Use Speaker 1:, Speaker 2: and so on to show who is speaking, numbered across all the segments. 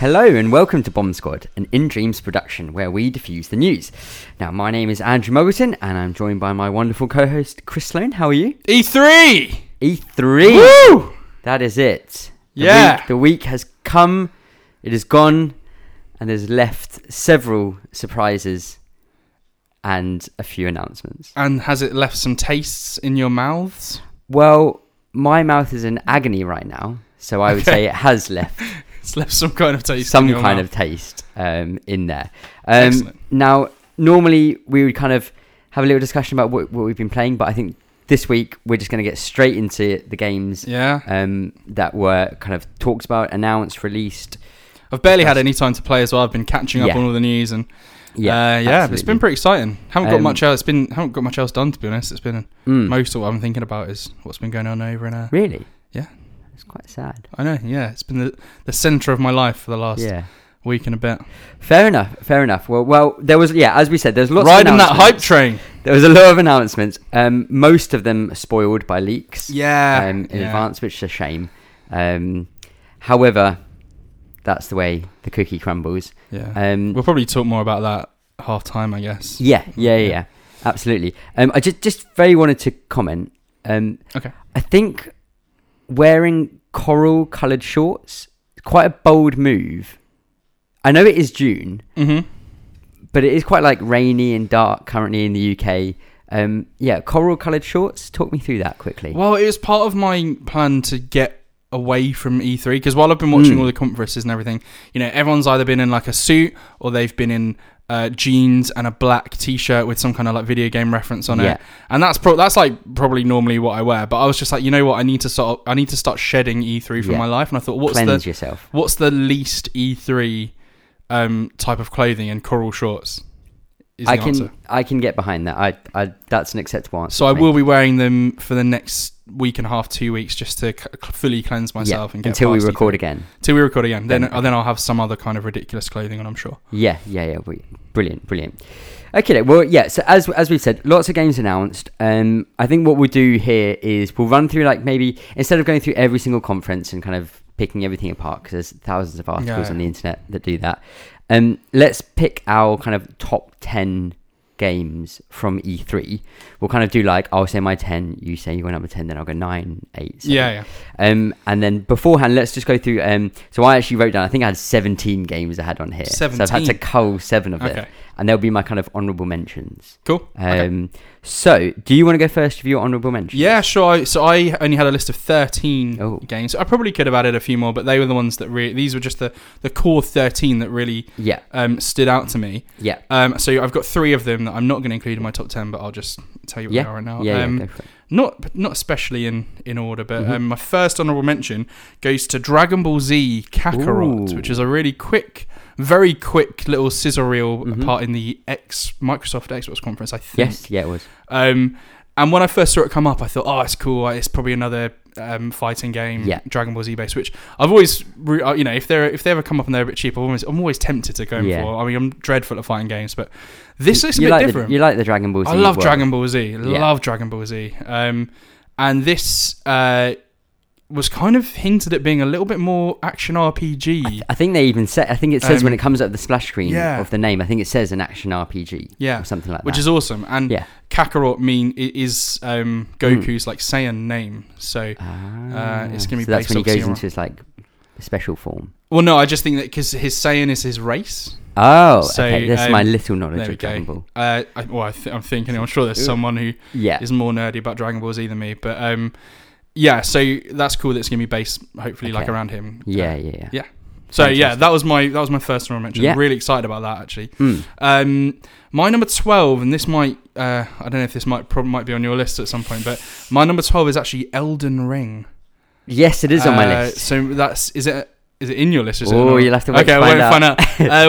Speaker 1: Hello and welcome to Bomb Squad, an In Dreams production where we diffuse the news. Now, my name is Andrew Moggleton and I'm joined by my wonderful co host, Chris Sloan. How are you?
Speaker 2: E
Speaker 1: E
Speaker 2: E3!
Speaker 1: E3! That is it. The
Speaker 2: Yeah.
Speaker 1: Week, the week has come, it is gone, and there's left several surprises and a few announcements.
Speaker 2: And has it left some tastes in your mouths?
Speaker 1: Well, my mouth is in agony right now, so I would say it has left
Speaker 2: It's left some kind of taste.
Speaker 1: some
Speaker 2: in your
Speaker 1: kind
Speaker 2: mouth.
Speaker 1: of taste um, in there. Um,
Speaker 2: Excellent.
Speaker 1: now, normally we would kind of have a little discussion about what, what we've been playing, but I think this week we're just going to get straight into the games
Speaker 2: Yeah.
Speaker 1: um, that were kind of talked about, announced, released.
Speaker 2: I've barely had any time to play as well. I've been catching up
Speaker 1: Yeah.
Speaker 2: on all the news and
Speaker 1: Yeah,
Speaker 2: uh, yeah, it's been pretty exciting. Haven't got
Speaker 1: Um,
Speaker 2: much else. It's been haven't got much else done to be honest. It's been
Speaker 1: absolutely. Mm.
Speaker 2: most of what I'm thinking about is what's been going on over in. Uh,
Speaker 1: really.
Speaker 2: Yeah.
Speaker 1: it's quite sad.
Speaker 2: I know. Yeah, it's been the the centre of my life for the last
Speaker 1: Yeah,
Speaker 2: week and a bit.
Speaker 1: fair enough. Fair enough. Well, well, there was yeah, as we said, there's lots
Speaker 2: Riding
Speaker 1: of
Speaker 2: that
Speaker 1: announcements.
Speaker 2: hype train.
Speaker 1: There was a lot of announcements. Um, most of them spoiled by leaks.
Speaker 2: Yeah.
Speaker 1: um, in
Speaker 2: yeah.
Speaker 1: advance, which is a shame. Um, however, that's the way the cookie crumbles.
Speaker 2: Yeah.
Speaker 1: Um,
Speaker 2: we'll probably talk more about that half time, I guess.
Speaker 1: yeah, yeah, yeah,
Speaker 2: Yeah.
Speaker 1: yeah, absolutely. Um, I just just very wanted to comment. Um,
Speaker 2: Okay.
Speaker 1: I think wearing coral coloured shorts is quite a bold move. I know it is June,
Speaker 2: Mm-hmm.
Speaker 1: but it is quite like rainy and dark currently in the UK. Um, yeah, coral coloured shorts. Talk me through that quickly.
Speaker 2: Well, it was part of my plan to get away from E3 because while I've been watching
Speaker 1: Mm.
Speaker 2: all the conferences and everything, you know, everyone's either been in like a suit or they've been in uh, jeans and a black T-shirt with some kind of like video game reference on
Speaker 1: Yeah.
Speaker 2: it, and that's pro- that's like probably normally what I wear. But I was just like, you know what, I need to sort of, I need to start shedding E3 from
Speaker 1: Yeah.
Speaker 2: my life, and I thought, what's
Speaker 1: Cleanse
Speaker 2: the
Speaker 1: yourself.
Speaker 2: what's the least E3 um, type of clothing and coral shorts? Is the
Speaker 1: I can
Speaker 2: answer.
Speaker 1: I can get behind that. I, I that's an acceptable answer.
Speaker 2: So I
Speaker 1: for me.
Speaker 2: will be wearing them for the next week and a half, two weeks, just to c- fully cleanse myself and get
Speaker 1: until we
Speaker 2: past E3.
Speaker 1: record again.
Speaker 2: Until we record again, then
Speaker 1: Then-
Speaker 2: uh, then I'll have some other kind of ridiculous clothing on. I'm sure.
Speaker 1: Yeah, yeah, yeah. We, brilliant, brilliant. Okay, then, well, yeah. So as as we've said, lots of games announced. Um, I think what we'll do here is we'll run through like maybe instead of going through every single conference and kind of picking everything apart because there's thousands of articles
Speaker 2: Yeah.
Speaker 1: on the internet that do that. Um, let's pick our kind of top ten games from E3. We'll kind of do like I'll say my ten, you say your number ten, then I'll go nine, eight, seven,
Speaker 2: Yeah, yeah.
Speaker 1: Um, and then beforehand, let's just go through. Um, so I actually wrote down. I think I had 17 games I had on here. So I've had to
Speaker 2: 17?
Speaker 1: cull seven of them,
Speaker 2: Okay.
Speaker 1: and they'll be my kind of honourable mentions.
Speaker 2: Cool.
Speaker 1: Um,
Speaker 2: okay.
Speaker 1: so do you want to go first with your honourable mentions?
Speaker 2: Yeah, sure. I, so I only had a list of thirteen
Speaker 1: Oh.
Speaker 2: games. I probably could have added a few more, but they were the ones that really. These were just the the core thirteen that really
Speaker 1: Yeah.
Speaker 2: um, stood out to me.
Speaker 1: Yeah.
Speaker 2: Um, so I've got three of them that I'm not going to include in my top ten, but I'll just tell you what
Speaker 1: Yeah,
Speaker 2: they are right now.
Speaker 1: Yeah. yeah,
Speaker 2: um,
Speaker 1: go for it.
Speaker 2: not not especially in in order, but
Speaker 1: Mhm.
Speaker 2: um, my first honorable mention goes to Dragon Ball Z Kakarot,
Speaker 1: Ooh.
Speaker 2: which is a really quick, very quick little scissor reel
Speaker 1: Mhm.
Speaker 2: part in the X Microsoft Xbox conference, I think.
Speaker 1: Yes. Yeah. It was.
Speaker 2: Um, and when I first saw it come up, I thought, oh, it's cool. It's probably another um, fighting game,
Speaker 1: Yeah.
Speaker 2: Dragon Ball Z based. Which I've always, re- uh, you know, if they are if they ever come up and they're a bit cheap, I'm always, I'm always tempted to go
Speaker 1: Yeah.
Speaker 2: for. I mean, I'm dreadful at fighting games, but this looks a
Speaker 1: you
Speaker 2: bit
Speaker 1: like
Speaker 2: different.
Speaker 1: The, you like the Dragon Ball Z?
Speaker 2: I love
Speaker 1: world.
Speaker 2: Dragon Ball Z. Love Dragon Ball Z. Um, and this uh, was kind of hinted at being a little bit more action RPG.
Speaker 1: I think they even said. I think it says
Speaker 2: Um,
Speaker 1: when it comes up the splash screen
Speaker 2: yeah.
Speaker 1: of the name. I think it says an action RPG
Speaker 2: yeah,
Speaker 1: or something like
Speaker 2: which
Speaker 1: that.
Speaker 2: is awesome. And
Speaker 1: Yeah. Hmm.
Speaker 2: Kakarot mean i- is um, Goku's like Saiyan name. So
Speaker 1: Ah,
Speaker 2: uh, it's gonna be
Speaker 1: so that's
Speaker 2: based
Speaker 1: when he
Speaker 2: off
Speaker 1: goes
Speaker 2: Zero.
Speaker 1: into his like special form.
Speaker 2: well, no, I just think that because his Saiyan is his race.
Speaker 1: Oh,
Speaker 2: So,
Speaker 1: okay. That's my
Speaker 2: um,
Speaker 1: little
Speaker 2: There
Speaker 1: knowledge
Speaker 2: we
Speaker 1: of Dragon
Speaker 2: go.
Speaker 1: Ball.
Speaker 2: Uh, I, well, I th- I'm thinking. I'm sure there's
Speaker 1: Ooh.
Speaker 2: someone who
Speaker 1: Yeah.
Speaker 2: is more nerdy about Dragon Ball Z than me. But um, yeah, so that's cool. That's gonna be based hopefully like
Speaker 1: Okay.
Speaker 2: around him.
Speaker 1: yeah, yeah, yeah,
Speaker 2: uh, yeah. So yeah,
Speaker 1: Fantastic.
Speaker 2: that was my that was my first honorable mention.
Speaker 1: Yeah.
Speaker 2: Really excited about that actually.
Speaker 1: Mm.
Speaker 2: Um, my number twelve, and this might uh, I don't know if this might probably might be on your list at some point, but my number twelve is actually Elden Ring.
Speaker 1: Yes, it is on my
Speaker 2: Uh,
Speaker 1: list.
Speaker 2: So that's is it is it in your list? Is it
Speaker 1: Oh,
Speaker 2: not?
Speaker 1: you'll have to wait
Speaker 2: okay,
Speaker 1: to
Speaker 2: I won't
Speaker 1: find
Speaker 2: find out.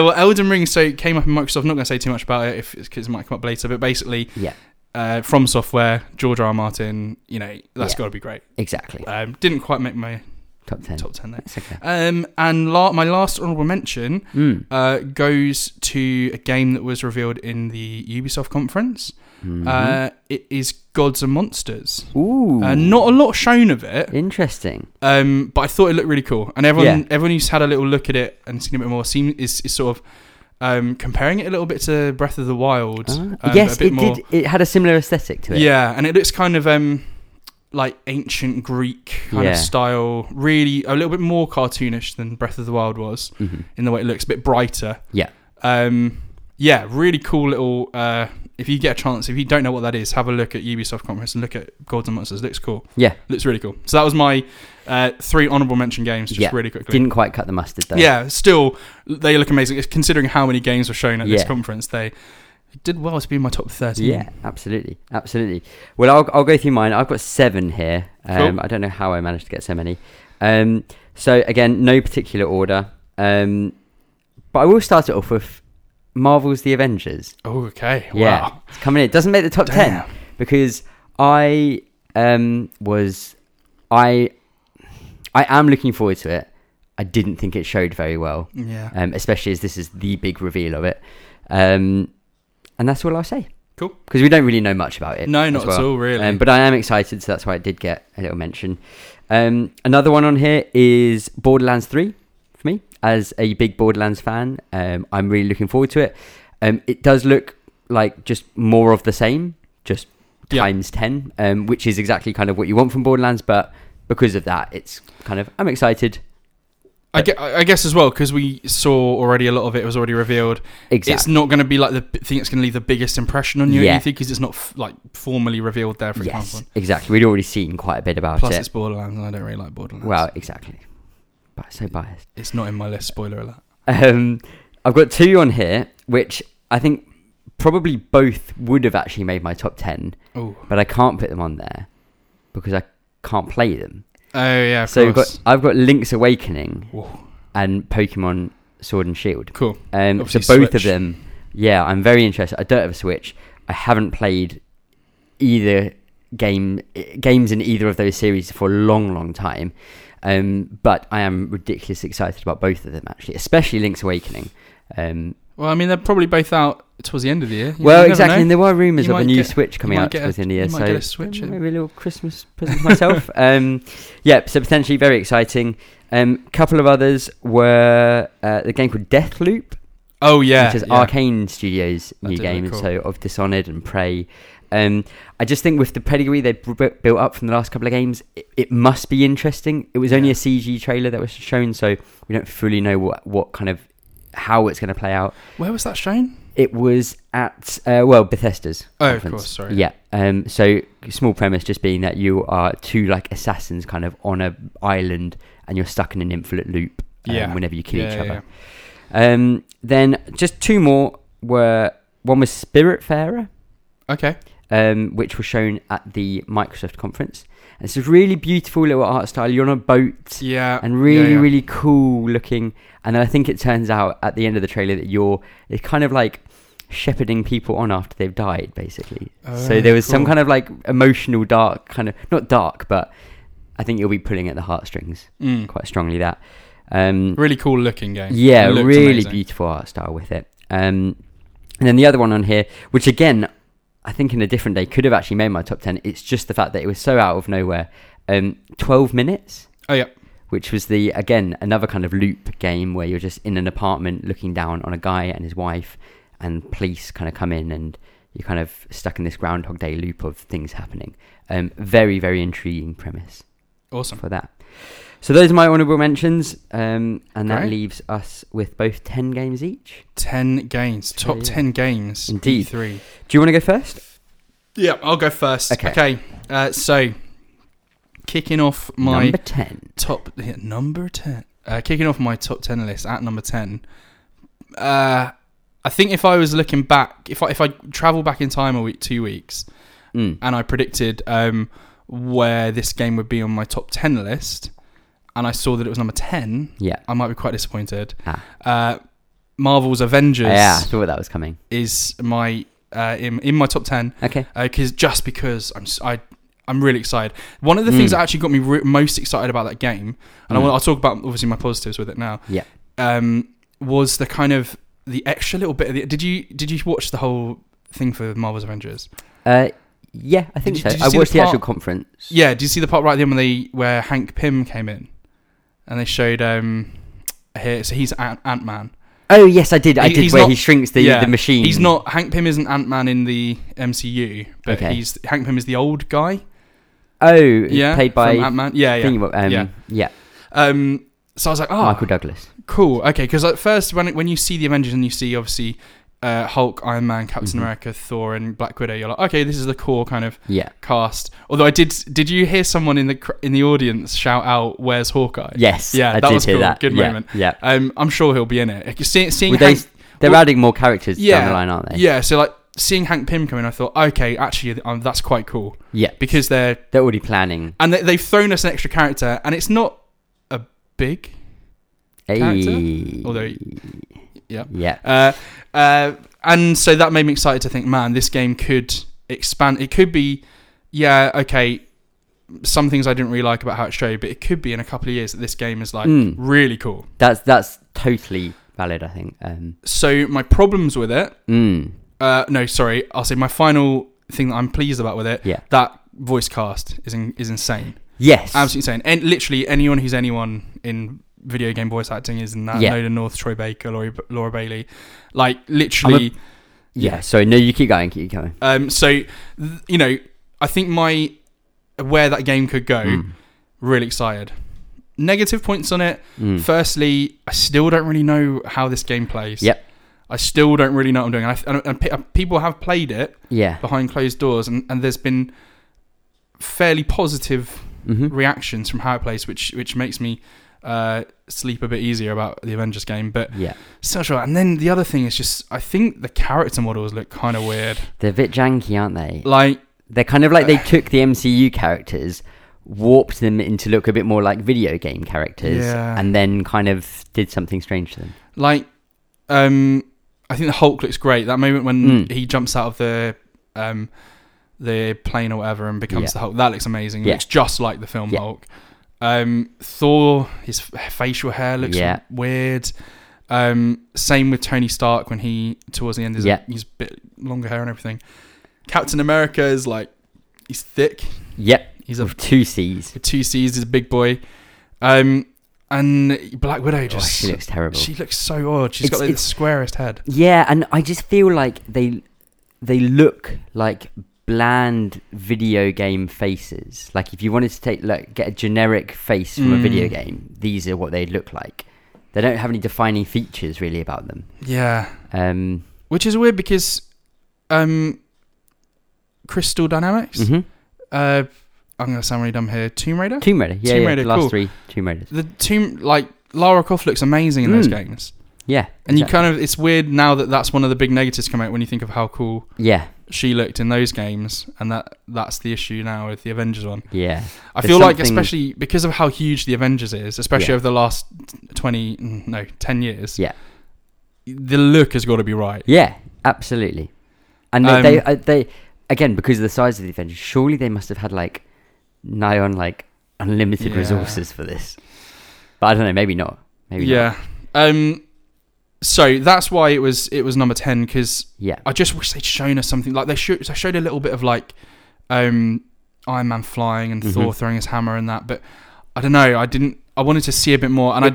Speaker 2: uh, well, Elden Ring so it came up in Microsoft. I'm not going to say too much about it if because it might come up later. But basically,
Speaker 1: Yeah.
Speaker 2: uh, from software, George R. R. Martin. You know that's
Speaker 1: Yeah.
Speaker 2: got to be great.
Speaker 1: Exactly.
Speaker 2: Um, didn't quite make my
Speaker 1: Top ten.
Speaker 2: uh, top 10 there.
Speaker 1: It's okay.
Speaker 2: Um, and la- my last honorable mention
Speaker 1: Mm.
Speaker 2: uh, goes to a game that was revealed in the Ubisoft conference.
Speaker 1: Mhm.
Speaker 2: Uh, it is Gods and Monsters.
Speaker 1: Ooh.
Speaker 2: Uh, not a lot shown of it,
Speaker 1: Interesting.
Speaker 2: um, but I thought it looked really cool. And everyone,
Speaker 1: Yeah.
Speaker 2: everyone who's had a little look at it and seen a bit more, seem is, is sort of um, comparing it a little bit to Breath of the Wild.
Speaker 1: Ah,
Speaker 2: um,
Speaker 1: yes,
Speaker 2: a bit
Speaker 1: it
Speaker 2: more,
Speaker 1: did. It had a similar aesthetic to it.
Speaker 2: Yeah, and it looks kind of um, like ancient Greek kind
Speaker 1: Yeah.
Speaker 2: of style. Really, a little bit more cartoonish than Breath of the Wild was
Speaker 1: Mhm.
Speaker 2: in the way it looks, a bit brighter.
Speaker 1: Yeah.
Speaker 2: Um, yeah, really cool little. Uh, if you get a chance, if you don't know what that is, have a look at Ubisoft conference and look at Gods and Monsters. Looks cool.
Speaker 1: Yeah.
Speaker 2: looks really cool. So that was my uh, three honourable mention games, just
Speaker 1: Yeah.
Speaker 2: really quickly.
Speaker 1: Didn't quite cut the mustard though.
Speaker 2: yeah, still they look amazing considering how many games were shown at this
Speaker 1: Yeah.
Speaker 2: conference. They did well to be in my top thirteen.
Speaker 1: Yeah, absolutely, absolutely. Well, I'll, I'll go through mine. I've got seven here. Um,
Speaker 2: Cool.
Speaker 1: I don't know how I managed to get so many. Um, so again, no particular order. Um, but I will start it off with Marvel's The Avengers.
Speaker 2: Oh, okay.
Speaker 1: Yeah,
Speaker 2: Wow.
Speaker 1: it's coming in. It doesn't make the top
Speaker 2: Damn.
Speaker 1: ten because I um, was I I am looking forward to it. I didn't think it showed very well,
Speaker 2: Yeah.
Speaker 1: um, especially as this is the big reveal of it. Um, and that's all I'll say
Speaker 2: Cool.
Speaker 1: because we don't really know much about it.
Speaker 2: No,
Speaker 1: as
Speaker 2: not
Speaker 1: well.
Speaker 2: at all, really.
Speaker 1: Um, but I am excited, so that's why it did get a little mention. Um, another one on here is Borderlands 3 for me. As a big Borderlands fan, um, I'm really looking forward to it. Um, it does look like just more of the same, just
Speaker 2: Yeah.
Speaker 1: times 10, um, which is exactly kind of what you want from Borderlands, but because of that, it's kind of, I'm excited.
Speaker 2: I, gue- I guess as well because we saw already a lot of it was already revealed. It's
Speaker 1: Exactly.
Speaker 2: not going to be like the b- thing that's going to leave the biggest impression on you
Speaker 1: Yeah.
Speaker 2: yeah. because it's not f- like formally revealed there. For
Speaker 1: yes,
Speaker 2: example,
Speaker 1: exactly. We'd already seen quite a bit about
Speaker 2: plus
Speaker 1: it.
Speaker 2: it's Borderlands, and I don't really like Borderlands.
Speaker 1: Well, exactly. But so biased.
Speaker 2: it's not in my list. Spoiler alert.
Speaker 1: Um, I've got two on here, which I think probably both would have actually made my top 10,
Speaker 2: Oh,
Speaker 1: but I can't put them on there because I can't play them.
Speaker 2: oh yeah. Of
Speaker 1: so we've
Speaker 2: course.
Speaker 1: got, I've got Link's Awakening
Speaker 2: Whoa.
Speaker 1: and Pokemon Sword and Shield.
Speaker 2: Cool.
Speaker 1: Um, so both
Speaker 2: Obviously
Speaker 1: of
Speaker 2: Switch.
Speaker 1: them, yeah, I'm very interested. I don't have a Switch. I haven't played either game games in either of those series for a long, long time. Um, but I am ridiculously excited about both of them, actually, especially Link's Awakening. Um,
Speaker 2: Well, I mean, they're probably both out towards the end of the year. You
Speaker 1: well,
Speaker 2: never
Speaker 1: exactly,
Speaker 2: know.
Speaker 1: and there were rumours
Speaker 2: You
Speaker 1: of a
Speaker 2: might
Speaker 1: new
Speaker 2: get-
Speaker 1: Switch coming
Speaker 2: might
Speaker 1: out
Speaker 2: get a-
Speaker 1: towards the end of the year,
Speaker 2: you might
Speaker 1: so
Speaker 2: get a Switch in.
Speaker 1: maybe a little Christmas present for myself. um, yeah, so potentially very exciting. A um, couple of others were uh, the game called Deathloop,
Speaker 2: Oh yeah.
Speaker 1: which is
Speaker 2: yeah.
Speaker 1: Arcane Studios'
Speaker 2: That
Speaker 1: new
Speaker 2: did look
Speaker 1: game,
Speaker 2: cool.
Speaker 1: so of Dishonored and Prey. Um, I just think with the pedigree they b- built up from the last couple of games, it, it must be interesting. It was only
Speaker 2: Yeah.
Speaker 1: a CG trailer that was shown, so we don't fully know what, what kind of how it's going to play out.
Speaker 2: Where was that shown?
Speaker 1: It was at uh, well Bethesda's.
Speaker 2: Oh, of
Speaker 1: conference.
Speaker 2: course, sorry.
Speaker 1: Yeah. Um. So small premise just being that you are two like assassins, kind of on a island, and you're stuck in an infinite loop. um,
Speaker 2: Yeah.
Speaker 1: Whenever you kill
Speaker 2: Yeah,
Speaker 1: each
Speaker 2: yeah,
Speaker 1: other. Um. Then just two more were one was Spiritfarer,
Speaker 2: Okay.
Speaker 1: um, which was shown at the Microsoft conference. And it's a really beautiful little art style. You're on a boat
Speaker 2: Yeah.
Speaker 1: and really,
Speaker 2: yeah, yeah.
Speaker 1: really cool looking. And then I think it turns out at the end of the trailer that you're it's kind of like shepherding people on after they've died, basically. so
Speaker 2: Oh,
Speaker 1: there was some
Speaker 2: cool.
Speaker 1: kind of like emotional, dark kind of not dark, but I think you'll be pulling at the heartstrings
Speaker 2: Mm.
Speaker 1: quite strongly. That um,
Speaker 2: Really cool looking game.
Speaker 1: yeah,
Speaker 2: It looked
Speaker 1: really
Speaker 2: amazing.
Speaker 1: beautiful art style with it. Um, and then the other one on here, which again, I think in a different day could have actually made my top ten. It's just the fact that it was so out of nowhere. Um, Twelve minutes
Speaker 2: Oh yeah.
Speaker 1: which was the again another kind of loop game where you're just in an apartment looking down on a guy and his wife, and police kind of come in and you're kind of stuck in this Groundhog Day loop of things happening. Um, very very intriguing premise
Speaker 2: Awesome.
Speaker 1: for that. So those are my honourable mentions, um, and that
Speaker 2: Great.
Speaker 1: leaves us with both ten games each.
Speaker 2: 10 games. Top
Speaker 1: yeah.
Speaker 2: 10 games.
Speaker 1: Indeed.
Speaker 2: Three.
Speaker 1: Do you want to go first?
Speaker 2: Yeah, I'll go first.
Speaker 1: Okay.
Speaker 2: Okay. uh, so, kicking off my
Speaker 1: Number ten.
Speaker 2: top. yeah, number 10. Uh, kicking off my top 10 list at number 10. Uh, I think if I was looking back, if I, if I travel back in time a week, two weeks,
Speaker 1: Mm.
Speaker 2: and I predicted um, where this game would be on my top 10 list, and I saw that it was number 10,
Speaker 1: Yeah.
Speaker 2: I might be quite disappointed.
Speaker 1: Ah.
Speaker 2: Uh, Marvel's Avengers
Speaker 1: Yeah, I thought that was coming.
Speaker 2: is my uh, in, in my top 10
Speaker 1: Okay.
Speaker 2: uh, because just because I'm s- I I'm really excited. One of the things
Speaker 1: Mm.
Speaker 2: that actually got me re- most excited about that game, and I
Speaker 1: Mm.
Speaker 2: want, I'll talk about obviously my positives with it now.
Speaker 1: Yeah.
Speaker 2: Um, was the kind of the extra little bit of the, did you did you watch the whole thing for Marvel's Avengers?
Speaker 1: Uh, yeah, I think
Speaker 2: Did
Speaker 1: so.
Speaker 2: you- did you
Speaker 1: I
Speaker 2: see the
Speaker 1: watched the,
Speaker 2: part-
Speaker 1: actual conference.
Speaker 2: Yeah, did you see the part right at the end when they where Hank Pym came in, and they showed um here so he's Ant Ant Man.
Speaker 1: Oh yes, I did. I
Speaker 2: He-
Speaker 1: did
Speaker 2: he's
Speaker 1: where
Speaker 2: not-
Speaker 1: he shrinks the,
Speaker 2: yeah,
Speaker 1: the machine.
Speaker 2: He's not Hank Pym isn't Ant Man in the MCU, but
Speaker 1: Okay.
Speaker 2: he's Hank Pym is the old guy.
Speaker 1: Oh,
Speaker 2: Yeah,
Speaker 1: yeah, played by
Speaker 2: Ant Man. Yeah, yeah.
Speaker 1: thingy- um,
Speaker 2: Yeah.
Speaker 1: yeah.
Speaker 2: Um, so I was like, oh,
Speaker 1: Michael Douglas.
Speaker 2: cool, okay. Because at first, when when you see the Avengers and you see obviously uh, Hulk, Iron Man, Captain
Speaker 1: Mhm.
Speaker 2: America, Thor, and Black Widow, you're like, okay, this is the core kind of
Speaker 1: Yeah,
Speaker 2: cast. Although I did, did you hear someone in the cr- in the audience shout out, "Where's Hawkeye?"
Speaker 1: yes,
Speaker 2: Yeah,
Speaker 1: I
Speaker 2: that
Speaker 1: did
Speaker 2: was
Speaker 1: hear
Speaker 2: cool.
Speaker 1: that.
Speaker 2: Good
Speaker 1: yeah.
Speaker 2: moment.
Speaker 1: Yeah,
Speaker 2: Um, I'm sure he'll be in it. Like, see- seeing
Speaker 1: Would they-
Speaker 2: Hank-
Speaker 1: they're
Speaker 2: Well,
Speaker 1: adding more characters down
Speaker 2: yeah,
Speaker 1: the line, aren't they?
Speaker 2: yeah, so like seeing Hank Pym come in, I thought, okay, actually, th- um, that's quite cool
Speaker 1: yeah.
Speaker 2: because they're
Speaker 1: They're already planning.
Speaker 2: and they, they've thrown us an extra character, and it's not a big. Character?
Speaker 1: Hey.
Speaker 2: Although- yeah.
Speaker 1: yeah,
Speaker 2: Uh, uh, and so that made me excited to think, man, this game could expand. It could be, yeah, okay. Some things I didn't really like about how it showed, but it could be in a couple of years that this game is like
Speaker 1: Mm.
Speaker 2: really cool.
Speaker 1: that's that's totally valid. I think. Um,
Speaker 2: So my problems with it,
Speaker 1: mm,
Speaker 2: uh, no, sorry, I'll say my final thing that I'm pleased about with it.
Speaker 1: Yeah.
Speaker 2: that voice cast is in, is insane,
Speaker 1: yes,
Speaker 2: absolutely insane. And literally anyone who's anyone in video game voice acting is in that.
Speaker 1: Yeah.
Speaker 2: Nolan North, Troy Baker, Laura, Laura Bailey, like literally.
Speaker 1: Yeah. Sorry, no, you keep going, keep going.
Speaker 2: Um, so, th- you know, I think my where that game could go,
Speaker 1: Mm,
Speaker 2: really excited. Negative points on it.
Speaker 1: mm.
Speaker 2: Firstly, I still don't really know how this game plays.
Speaker 1: Yep.
Speaker 2: I still don't really know what I'm doing. And, I, and, and pe- and people have played it
Speaker 1: yeah.
Speaker 2: behind closed doors, and, and there's been fairly positive
Speaker 1: Mm-hmm.
Speaker 2: reactions from how it plays, which which makes me uh, sleep a bit easier about the Avengers game. But
Speaker 1: Yeah,
Speaker 2: still, sure. And then the other thing is just, I think the character models look kind of weird.
Speaker 1: they're a bit janky, aren't they?
Speaker 2: Like,
Speaker 1: They're kind of like they took the MCU characters, warped them into look a bit more like video game characters,
Speaker 2: Yeah.
Speaker 1: and then kind of did something strange to them.
Speaker 2: like um i think the hulk looks great that moment when
Speaker 1: Mm.
Speaker 2: he jumps out of the um the plane or whatever and
Speaker 1: Yeah.
Speaker 2: becomes the hulk that looks amazing
Speaker 1: Yeah.
Speaker 2: looks just like the film
Speaker 1: Yeah.
Speaker 2: hulk um thor his f- facial hair looks
Speaker 1: Yeah.
Speaker 2: weird um same with tony stark when he towards the end is
Speaker 1: Yeah.
Speaker 2: he's a bit longer hair and everything captain america is like he's thick
Speaker 1: Yep,
Speaker 2: he's a
Speaker 1: with two C's.
Speaker 2: with two c's he's a big boy um and black widow
Speaker 1: Oh,
Speaker 2: just
Speaker 1: she looks terrible.
Speaker 2: she looks so odd. She's
Speaker 1: It's-
Speaker 2: got like, the
Speaker 1: it's-
Speaker 2: squarest head.
Speaker 1: Yeah, and I just feel like they they look like bland video game faces. Like if you wanted to take like get a generic face from a video
Speaker 2: Mm.
Speaker 1: game, these are what they'd look like. They don't have any defining features really about them.
Speaker 2: Yeah,
Speaker 1: Um,
Speaker 2: which is weird because, um, Crystal Dynamics.
Speaker 1: mhm.
Speaker 2: Uh, I'm gonna sound really dumb here. Tomb Raider.
Speaker 1: Tomb Raider, yeah,
Speaker 2: Tomb
Speaker 1: yeah,
Speaker 2: Raider,
Speaker 1: the last
Speaker 2: cool.
Speaker 1: three Tomb Raiders,
Speaker 2: The Tomb like Lara Croft looks amazing in those
Speaker 1: Mm.
Speaker 2: games,
Speaker 1: yeah,
Speaker 2: and you
Speaker 1: exactly.
Speaker 2: kind of it's weird now that that's one of the big negatives come out when you think of how cool
Speaker 1: yeah,
Speaker 2: she looked in those games, and that that's the issue now with the Avengers one.
Speaker 1: yeah,
Speaker 2: I
Speaker 1: There's
Speaker 2: feel like
Speaker 1: something-
Speaker 2: especially because of how huge the Avengers is, especially
Speaker 1: Yeah.
Speaker 2: over the last twenty mm, no ten years.
Speaker 1: Yeah.
Speaker 2: The look has got to be right.
Speaker 1: yeah, absolutely. And they,
Speaker 2: Um,
Speaker 1: they, uh, they again because of the size of the Avengers, surely they must have had like nigh on like unlimited
Speaker 2: Yeah.
Speaker 1: resources for this. But I don't know, maybe not. Maybe not.
Speaker 2: yeah. Um. So that's why it was it was number ten because
Speaker 1: Yeah,
Speaker 2: I just wish they'd shown us something like they showed. I showed a little bit of like, um, Iron Man flying and Thor
Speaker 1: Mhm.
Speaker 2: throwing his hammer and that, but I don't know. I didn't. I wanted to see a bit more, and I,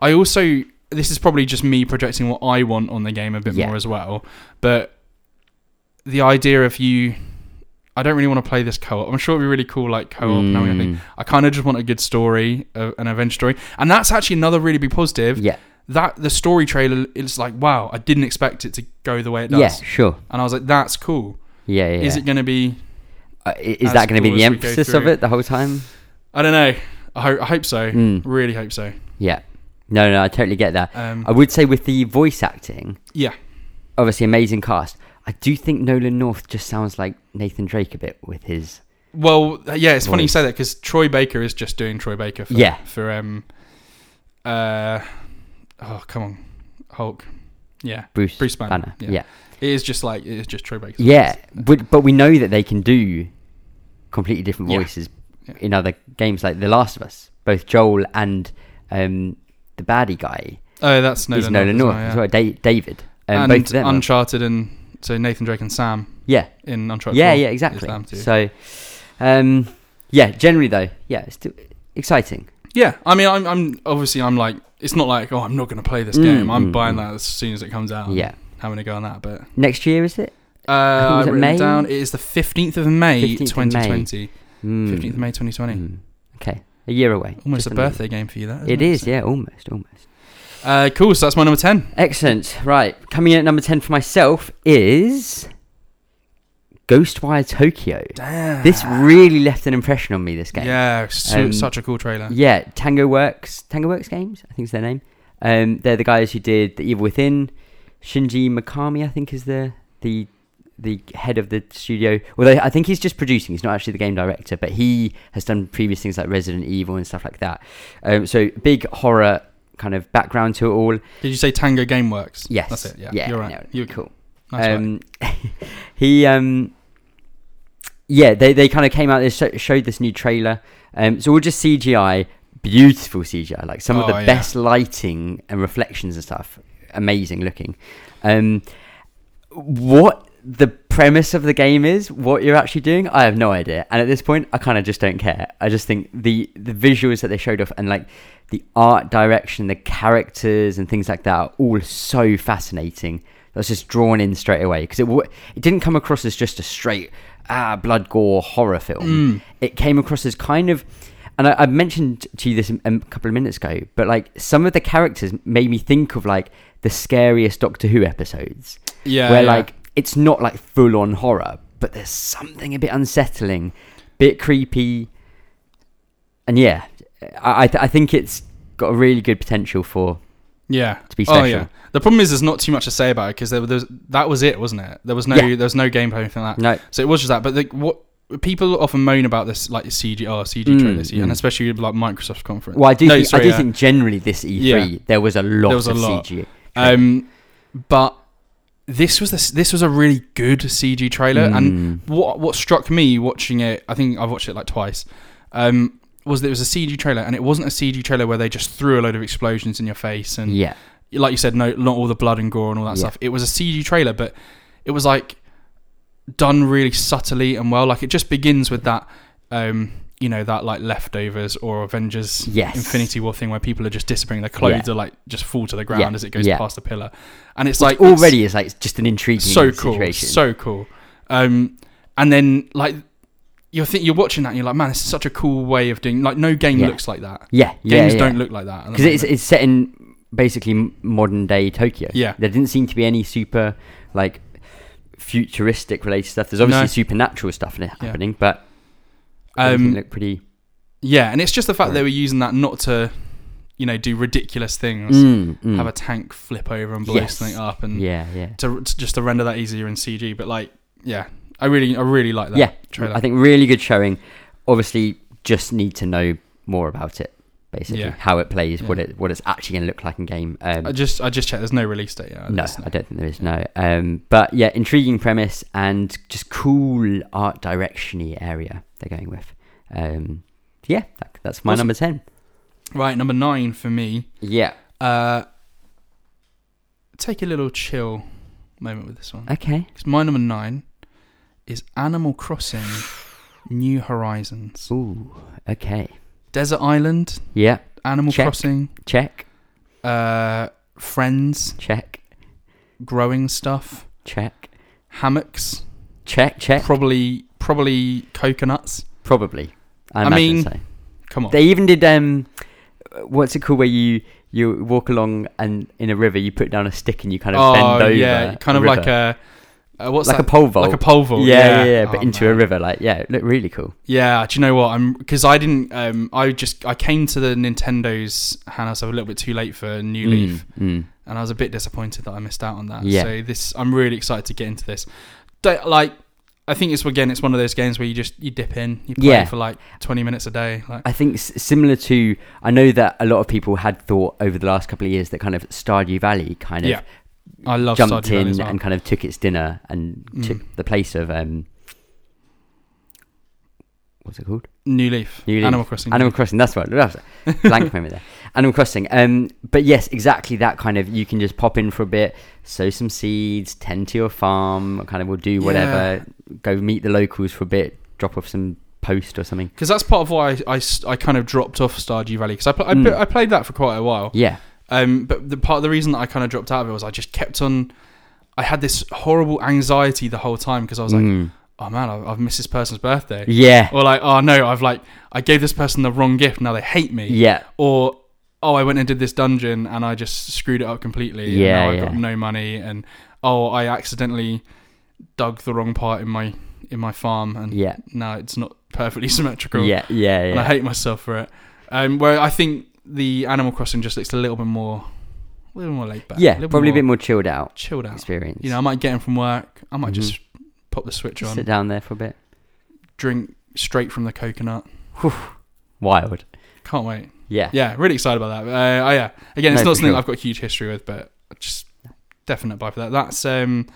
Speaker 2: I also this is probably just me projecting what I want on the game a bit
Speaker 1: Yeah.
Speaker 2: more as well. But the idea of you, I don't really want to play this co-op. I'm sure it'd be really cool, like co-op. now and I think
Speaker 1: Mm,
Speaker 2: I kind of just want a good story, uh, an adventure story, and that's actually another really big positive.
Speaker 1: Yeah,
Speaker 2: That the story trailer is like, wow, I didn't expect it to go the way it does,
Speaker 1: yeah, sure.
Speaker 2: and I was like, that's cool.
Speaker 1: Yeah, yeah.
Speaker 2: Is
Speaker 1: yeah.
Speaker 2: it going to be?
Speaker 1: Uh, i- is
Speaker 2: as
Speaker 1: that going to
Speaker 2: cool
Speaker 1: be the
Speaker 2: as we go
Speaker 1: emphasis of
Speaker 2: through?
Speaker 1: it the whole time?
Speaker 2: I don't know. I, ho- I hope so.
Speaker 1: Mm,
Speaker 2: Really hope so.
Speaker 1: yeah. No, no, I totally get that.
Speaker 2: Um,
Speaker 1: I would say with the voice acting,
Speaker 2: yeah,
Speaker 1: obviously amazing cast. I do think Nolan North just sounds like Nathan Drake a bit with his.
Speaker 2: Well, uh, yeah, it's funny you
Speaker 1: Voice.
Speaker 2: say that because Troy Baker is just doing Troy Baker. For,
Speaker 1: Yeah.
Speaker 2: For um, uh, oh come on, Hulk. Yeah,
Speaker 1: Bruce,
Speaker 2: Bruce Banner, yeah.
Speaker 1: Yeah.
Speaker 2: it is just like it is just Troy Baker.
Speaker 1: Yeah. But, but we know that they can do completely different
Speaker 2: Yeah.
Speaker 1: voices
Speaker 2: Yeah.
Speaker 1: in other games like The Last of Us. Both Joel and um, the baddie guy
Speaker 2: Oh, that's Nolan,
Speaker 1: is Nolan North
Speaker 2: isn't it?
Speaker 1: as well. Da- David. Um,
Speaker 2: and
Speaker 1: both of them. are-
Speaker 2: Uncharted and so Nathan Drake and Sam
Speaker 1: yeah.
Speaker 2: in Uncharted.
Speaker 1: Yeah,
Speaker 2: 4
Speaker 1: yeah,
Speaker 2: is
Speaker 1: exactly.
Speaker 2: them too.
Speaker 1: So, um, yeah, generally though, yeah, it's still exciting.
Speaker 2: yeah, I mean, I'm, I'm obviously I'm like, it's not like oh, I'm not going to play this
Speaker 1: Mm,
Speaker 2: game. I'm
Speaker 1: mm,
Speaker 2: buying
Speaker 1: mm.
Speaker 2: that as soon as it comes out.
Speaker 1: Yeah.
Speaker 2: having a go on that, but
Speaker 1: Next year is it? think
Speaker 2: uh,
Speaker 1: it was
Speaker 2: I've
Speaker 1: at
Speaker 2: written
Speaker 1: May?
Speaker 2: it down. It is the fifteenth of May,
Speaker 1: 15th of May.
Speaker 2: twenty twenty.
Speaker 1: Mm.
Speaker 2: Fifteenth of May, twenty twenty.
Speaker 1: Mm. Okay, a year away.
Speaker 2: Almost
Speaker 1: Just
Speaker 2: a
Speaker 1: another-
Speaker 2: birthday game for you. That isn't
Speaker 1: It
Speaker 2: it
Speaker 1: is,
Speaker 2: So-
Speaker 1: yeah, almost, almost.
Speaker 2: Uh, cool. So that's my number ten.
Speaker 1: Excellent. Right, coming in at number ten for myself is Ghostwire Tokyo.
Speaker 2: Damn.
Speaker 1: This really left an impression on me. This game.
Speaker 2: Yeah, su-
Speaker 1: Um,
Speaker 2: such a cool trailer.
Speaker 1: Yeah, Tango Works, Tango Works Games, I think is their name. Um, they're the guys who did The Evil Within. Shinji Mikami, I think, is the the the head of the studio. Although I think he's just producing; he's not actually the game director, but he has done previous things like Resident Evil and stuff like that. Um, so big horror kind of background to it all.
Speaker 2: Did you say Tango Gameworks?
Speaker 1: Yes,
Speaker 2: That's it. Yeah, you're right.
Speaker 1: no,
Speaker 2: you
Speaker 1: cool.
Speaker 2: Nice work.
Speaker 1: um, he um, yeah, they they kind of came out. They sho showed this new trailer. Um, it's all just CGI, beautiful CGI, like some of the
Speaker 2: Oh, yeah.
Speaker 1: best lighting and reflections and stuff. Amazing looking. Um, what the premise of the game is, what you're actually doing, I have no idea. And at this point, I kind of just don't care. I just think the the visuals that they showed off and like the art direction, the characters and things like that are all so fascinating. That's just drawn in straight away because it wa- it didn't come across as just a straight ah blood gore horror film. It came across as kind of and I, I mentioned to you this a, a couple of minutes ago, but like some of the characters made me think of like the scariest Doctor Who episodes
Speaker 2: yeah,
Speaker 1: where
Speaker 2: yeah.
Speaker 1: like it's not like full on horror, but there's something a bit unsettling, bit creepy, and yeah, I I, th- I think it's got a really good potential for
Speaker 2: yeah,
Speaker 1: to be
Speaker 2: Oh
Speaker 1: special.
Speaker 2: yeah. The problem is, there's not too much to say about it because there, there was that was it, wasn't it? There was no
Speaker 1: Yeah.
Speaker 2: there was no gameplay or anything like that.
Speaker 1: no,
Speaker 2: So it was just that. But like, what people often moan about this like oh, CG or CG
Speaker 1: Mm,
Speaker 2: trailers, yeah, and
Speaker 1: mm.
Speaker 2: especially with, like Microsoft conference.
Speaker 1: well I do
Speaker 2: No,
Speaker 1: think,
Speaker 2: sorry,
Speaker 1: I do
Speaker 2: yeah.
Speaker 1: think generally this E3
Speaker 2: Yeah.
Speaker 1: there was a lot
Speaker 2: There was a
Speaker 1: of
Speaker 2: lot.
Speaker 1: CG.
Speaker 2: Um, but this was this this was a really good CG trailer, and
Speaker 1: Mm.
Speaker 2: what what struck me watching it, I think I've watched it like twice, um, was that it was a CG trailer, and it wasn't a CG trailer where they just threw a load of explosions in your face, and
Speaker 1: yeah,
Speaker 2: like you said, no, not all the blood and gore and all that
Speaker 1: Yeah.
Speaker 2: stuff. It was a CG trailer, but it was like done really subtly and well. Like it just begins with that, um, you know, that like leftovers or Avengers
Speaker 1: yes,
Speaker 2: Infinity War thing where people are just disappearing. Their clothes are like just fall to the ground
Speaker 1: Yeah.
Speaker 2: as it goes
Speaker 1: Yeah.
Speaker 2: past the pillar, and it's
Speaker 1: like
Speaker 2: like
Speaker 1: already is like just an intriguing
Speaker 2: so cool,
Speaker 1: situation.
Speaker 2: so cool. Um, and then like you're think you're watching that, and you're like, man, it's such a cool way of doing. Like no game
Speaker 1: Yeah.
Speaker 2: looks like that.
Speaker 1: yeah, yeah,
Speaker 2: Games
Speaker 1: yeah.
Speaker 2: don't look like that
Speaker 1: because it's it's set in basically m- modern day Tokyo.
Speaker 2: Yeah.
Speaker 1: there didn't seem to be any super like futuristic related stuff. There's obviously
Speaker 2: No.
Speaker 1: supernatural stuff in it happening, but um, look pretty.
Speaker 2: Yeah, and it's just the fact
Speaker 1: Right.
Speaker 2: they were using that not to, you know, do ridiculous things,
Speaker 1: Mm, mm.
Speaker 2: have a tank flip over and blow
Speaker 1: Yes.
Speaker 2: something up, and
Speaker 1: yeah, yeah,
Speaker 2: to, to just to render that easier in CG. But like, yeah, I really, I really like that.
Speaker 1: yeah.
Speaker 2: trailer.
Speaker 1: I think really good showing. Obviously, just need to know more about it. Basically,
Speaker 2: Yeah.
Speaker 1: how it plays, what
Speaker 2: Yeah.
Speaker 1: it what it's actually going to look like in game. Um,
Speaker 2: I just, I just checked. There's no release date yet.
Speaker 1: no,
Speaker 2: It's-
Speaker 1: I don't think there is no. Um, but yeah, intriguing premise and just cool art directiony area they're going with. Um, yeah, that, that's my
Speaker 2: Awesome.
Speaker 1: number ten.
Speaker 2: Right, number nine for me.
Speaker 1: Yeah.
Speaker 2: Uh, take a little chill moment with this one.
Speaker 1: Okay.
Speaker 2: 'Cause my number nine is Animal Crossing: New Horizons,
Speaker 1: Ooh. Okay.
Speaker 2: Desert Island,
Speaker 1: Yeah.
Speaker 2: Animal
Speaker 1: Check.
Speaker 2: Crossing,
Speaker 1: Check.
Speaker 2: uh, Friends.
Speaker 1: Check.
Speaker 2: growing stuff,
Speaker 1: Check.
Speaker 2: hammocks,
Speaker 1: Check. Check.
Speaker 2: probably probably coconuts.
Speaker 1: Probably. I,
Speaker 2: I
Speaker 1: imagine
Speaker 2: mean-
Speaker 1: so.
Speaker 2: Come on.
Speaker 1: They even did um, what's it called where you you walk along and in a river you put down a stick and you kind of bend over.
Speaker 2: Oh, yeah, kind of
Speaker 1: river.
Speaker 2: like a uh, what's
Speaker 1: like a
Speaker 2: that?
Speaker 1: pole vault.
Speaker 2: like a pole vault.
Speaker 1: yeah, yeah, yeah, but
Speaker 2: Oh,
Speaker 1: into a
Speaker 2: man.
Speaker 1: river. Like, yeah, it looked really cool.
Speaker 2: Yeah, do you know what? I'm because I didn't. Um, I just I came to the Nintendo's house a little bit too late for New Leaf,
Speaker 1: Mm, mm.
Speaker 2: and I was a bit disappointed that I missed out on that.
Speaker 1: Yeah.
Speaker 2: So this, I'm really excited to get into this. Don't, like, I think it's again, it's one of those games where you just you dip in, you play
Speaker 1: Yeah.
Speaker 2: for like 20 minutes a day. Like,
Speaker 1: I think s- similar to, I know that a lot of people had thought over the last couple of years that kind of Stardew Valley kind of
Speaker 2: Yeah, I love
Speaker 1: jumped
Speaker 2: Stardew Valley
Speaker 1: in
Speaker 2: as well.
Speaker 1: and Mm. kind of took its dinner and
Speaker 2: Mm.
Speaker 1: took the place of um, what's it called?
Speaker 2: New Leaf.
Speaker 1: New Leaf.
Speaker 2: Animal Crossing.
Speaker 1: Animal Crossing. That's right. That's it. Blank moment there. Animal Crossing. Um, but yes, exactly that kind of. You can just pop in for a bit, sow some seeds, tend to your farm, kind of. We'll do whatever. Go meet the locals for a bit. Drop off some post or something.
Speaker 2: Because that's part of why I, I s- I kind of dropped off Stardew Valley because I, pl- I,
Speaker 1: Mm.
Speaker 2: pl- I played that for quite a while.
Speaker 1: Yeah.
Speaker 2: Um, but the part of the reason that I kind of dropped out of it was I just kept on. I had this horrible anxiety the whole time because I was like,
Speaker 1: Mm.
Speaker 2: oh man, I've, I've missed this person's birthday.
Speaker 1: yeah.
Speaker 2: Or like, oh no, I've like I gave this person the wrong gift. Now they hate me.
Speaker 1: Yeah.
Speaker 2: Or oh, I went and did this dungeon and I just screwed it up completely. and
Speaker 1: Yeah,
Speaker 2: now
Speaker 1: yeah.
Speaker 2: I've got no money and oh, I accidentally dug the wrong part in my in my farm and
Speaker 1: Yeah.
Speaker 2: now it's not perfectly symmetrical.
Speaker 1: Yeah. Yeah.
Speaker 2: Um, And I
Speaker 1: Yeah.
Speaker 2: hate myself for it. Um, where I think the Animal Crossing just looks a little bit more, a little more laid back.
Speaker 1: Yeah.
Speaker 2: little
Speaker 1: Probably a bit more chilled out
Speaker 2: chilled out.
Speaker 1: experience.
Speaker 2: You know, I might get in from work. I might
Speaker 1: Mhm.
Speaker 2: just pop the switch on,
Speaker 1: sit down there for a bit.
Speaker 2: drink straight from the coconut.
Speaker 1: Wild.
Speaker 2: Can't wait.
Speaker 1: Yeah.
Speaker 2: Yeah, really excited about that. Uh, I- yeah, again, it's
Speaker 1: No,
Speaker 2: not
Speaker 1: for
Speaker 2: something
Speaker 1: sure.
Speaker 2: I've got a huge history with, but I just definite buy for that. That's um,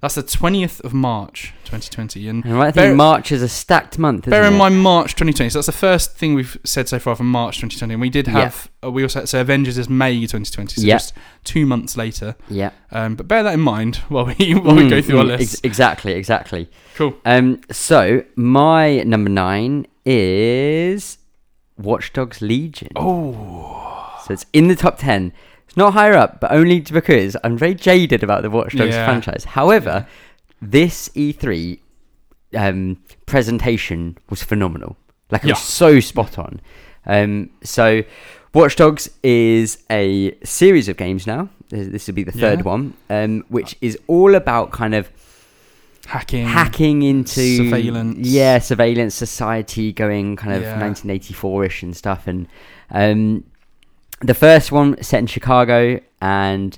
Speaker 2: that's the twentieth of March, twenty twenty, and.
Speaker 1: And right, I think
Speaker 2: Bear-
Speaker 1: March is a stacked month. Isn't
Speaker 2: Bear in
Speaker 1: it?
Speaker 2: mind March 2020. So that's the first thing we've said so far from March 2020. And we did
Speaker 1: Yeah.
Speaker 2: have, uh, we also so Avengers is May 2020. So
Speaker 1: Yeah.
Speaker 2: just two months later.
Speaker 1: Yeah.
Speaker 2: Um, but bear that in mind while we while we go
Speaker 1: Mm,
Speaker 2: through our
Speaker 1: mm, ex-
Speaker 2: list.
Speaker 1: exactly. Exactly.
Speaker 2: cool.
Speaker 1: Um, so my number nine is Watchdogs Legion.
Speaker 2: Oh,
Speaker 1: So it's in the top ten. It's not higher up, but only because I'm very jaded about the Watchdogs
Speaker 2: Yeah.
Speaker 1: franchise. However, this E3 um, presentation was phenomenal. Like it was
Speaker 2: Yeah.
Speaker 1: so spot on. Um, so Watchdogs is a series of games now. This this will be the third
Speaker 2: Yeah.
Speaker 1: one, um, which is all about kind of
Speaker 2: hacking.
Speaker 1: hacking into
Speaker 2: Surveillance.
Speaker 1: yeah, surveillance society going kind of
Speaker 2: Yeah.
Speaker 1: 1984ish and stuff. And um, the first one set in Chicago, and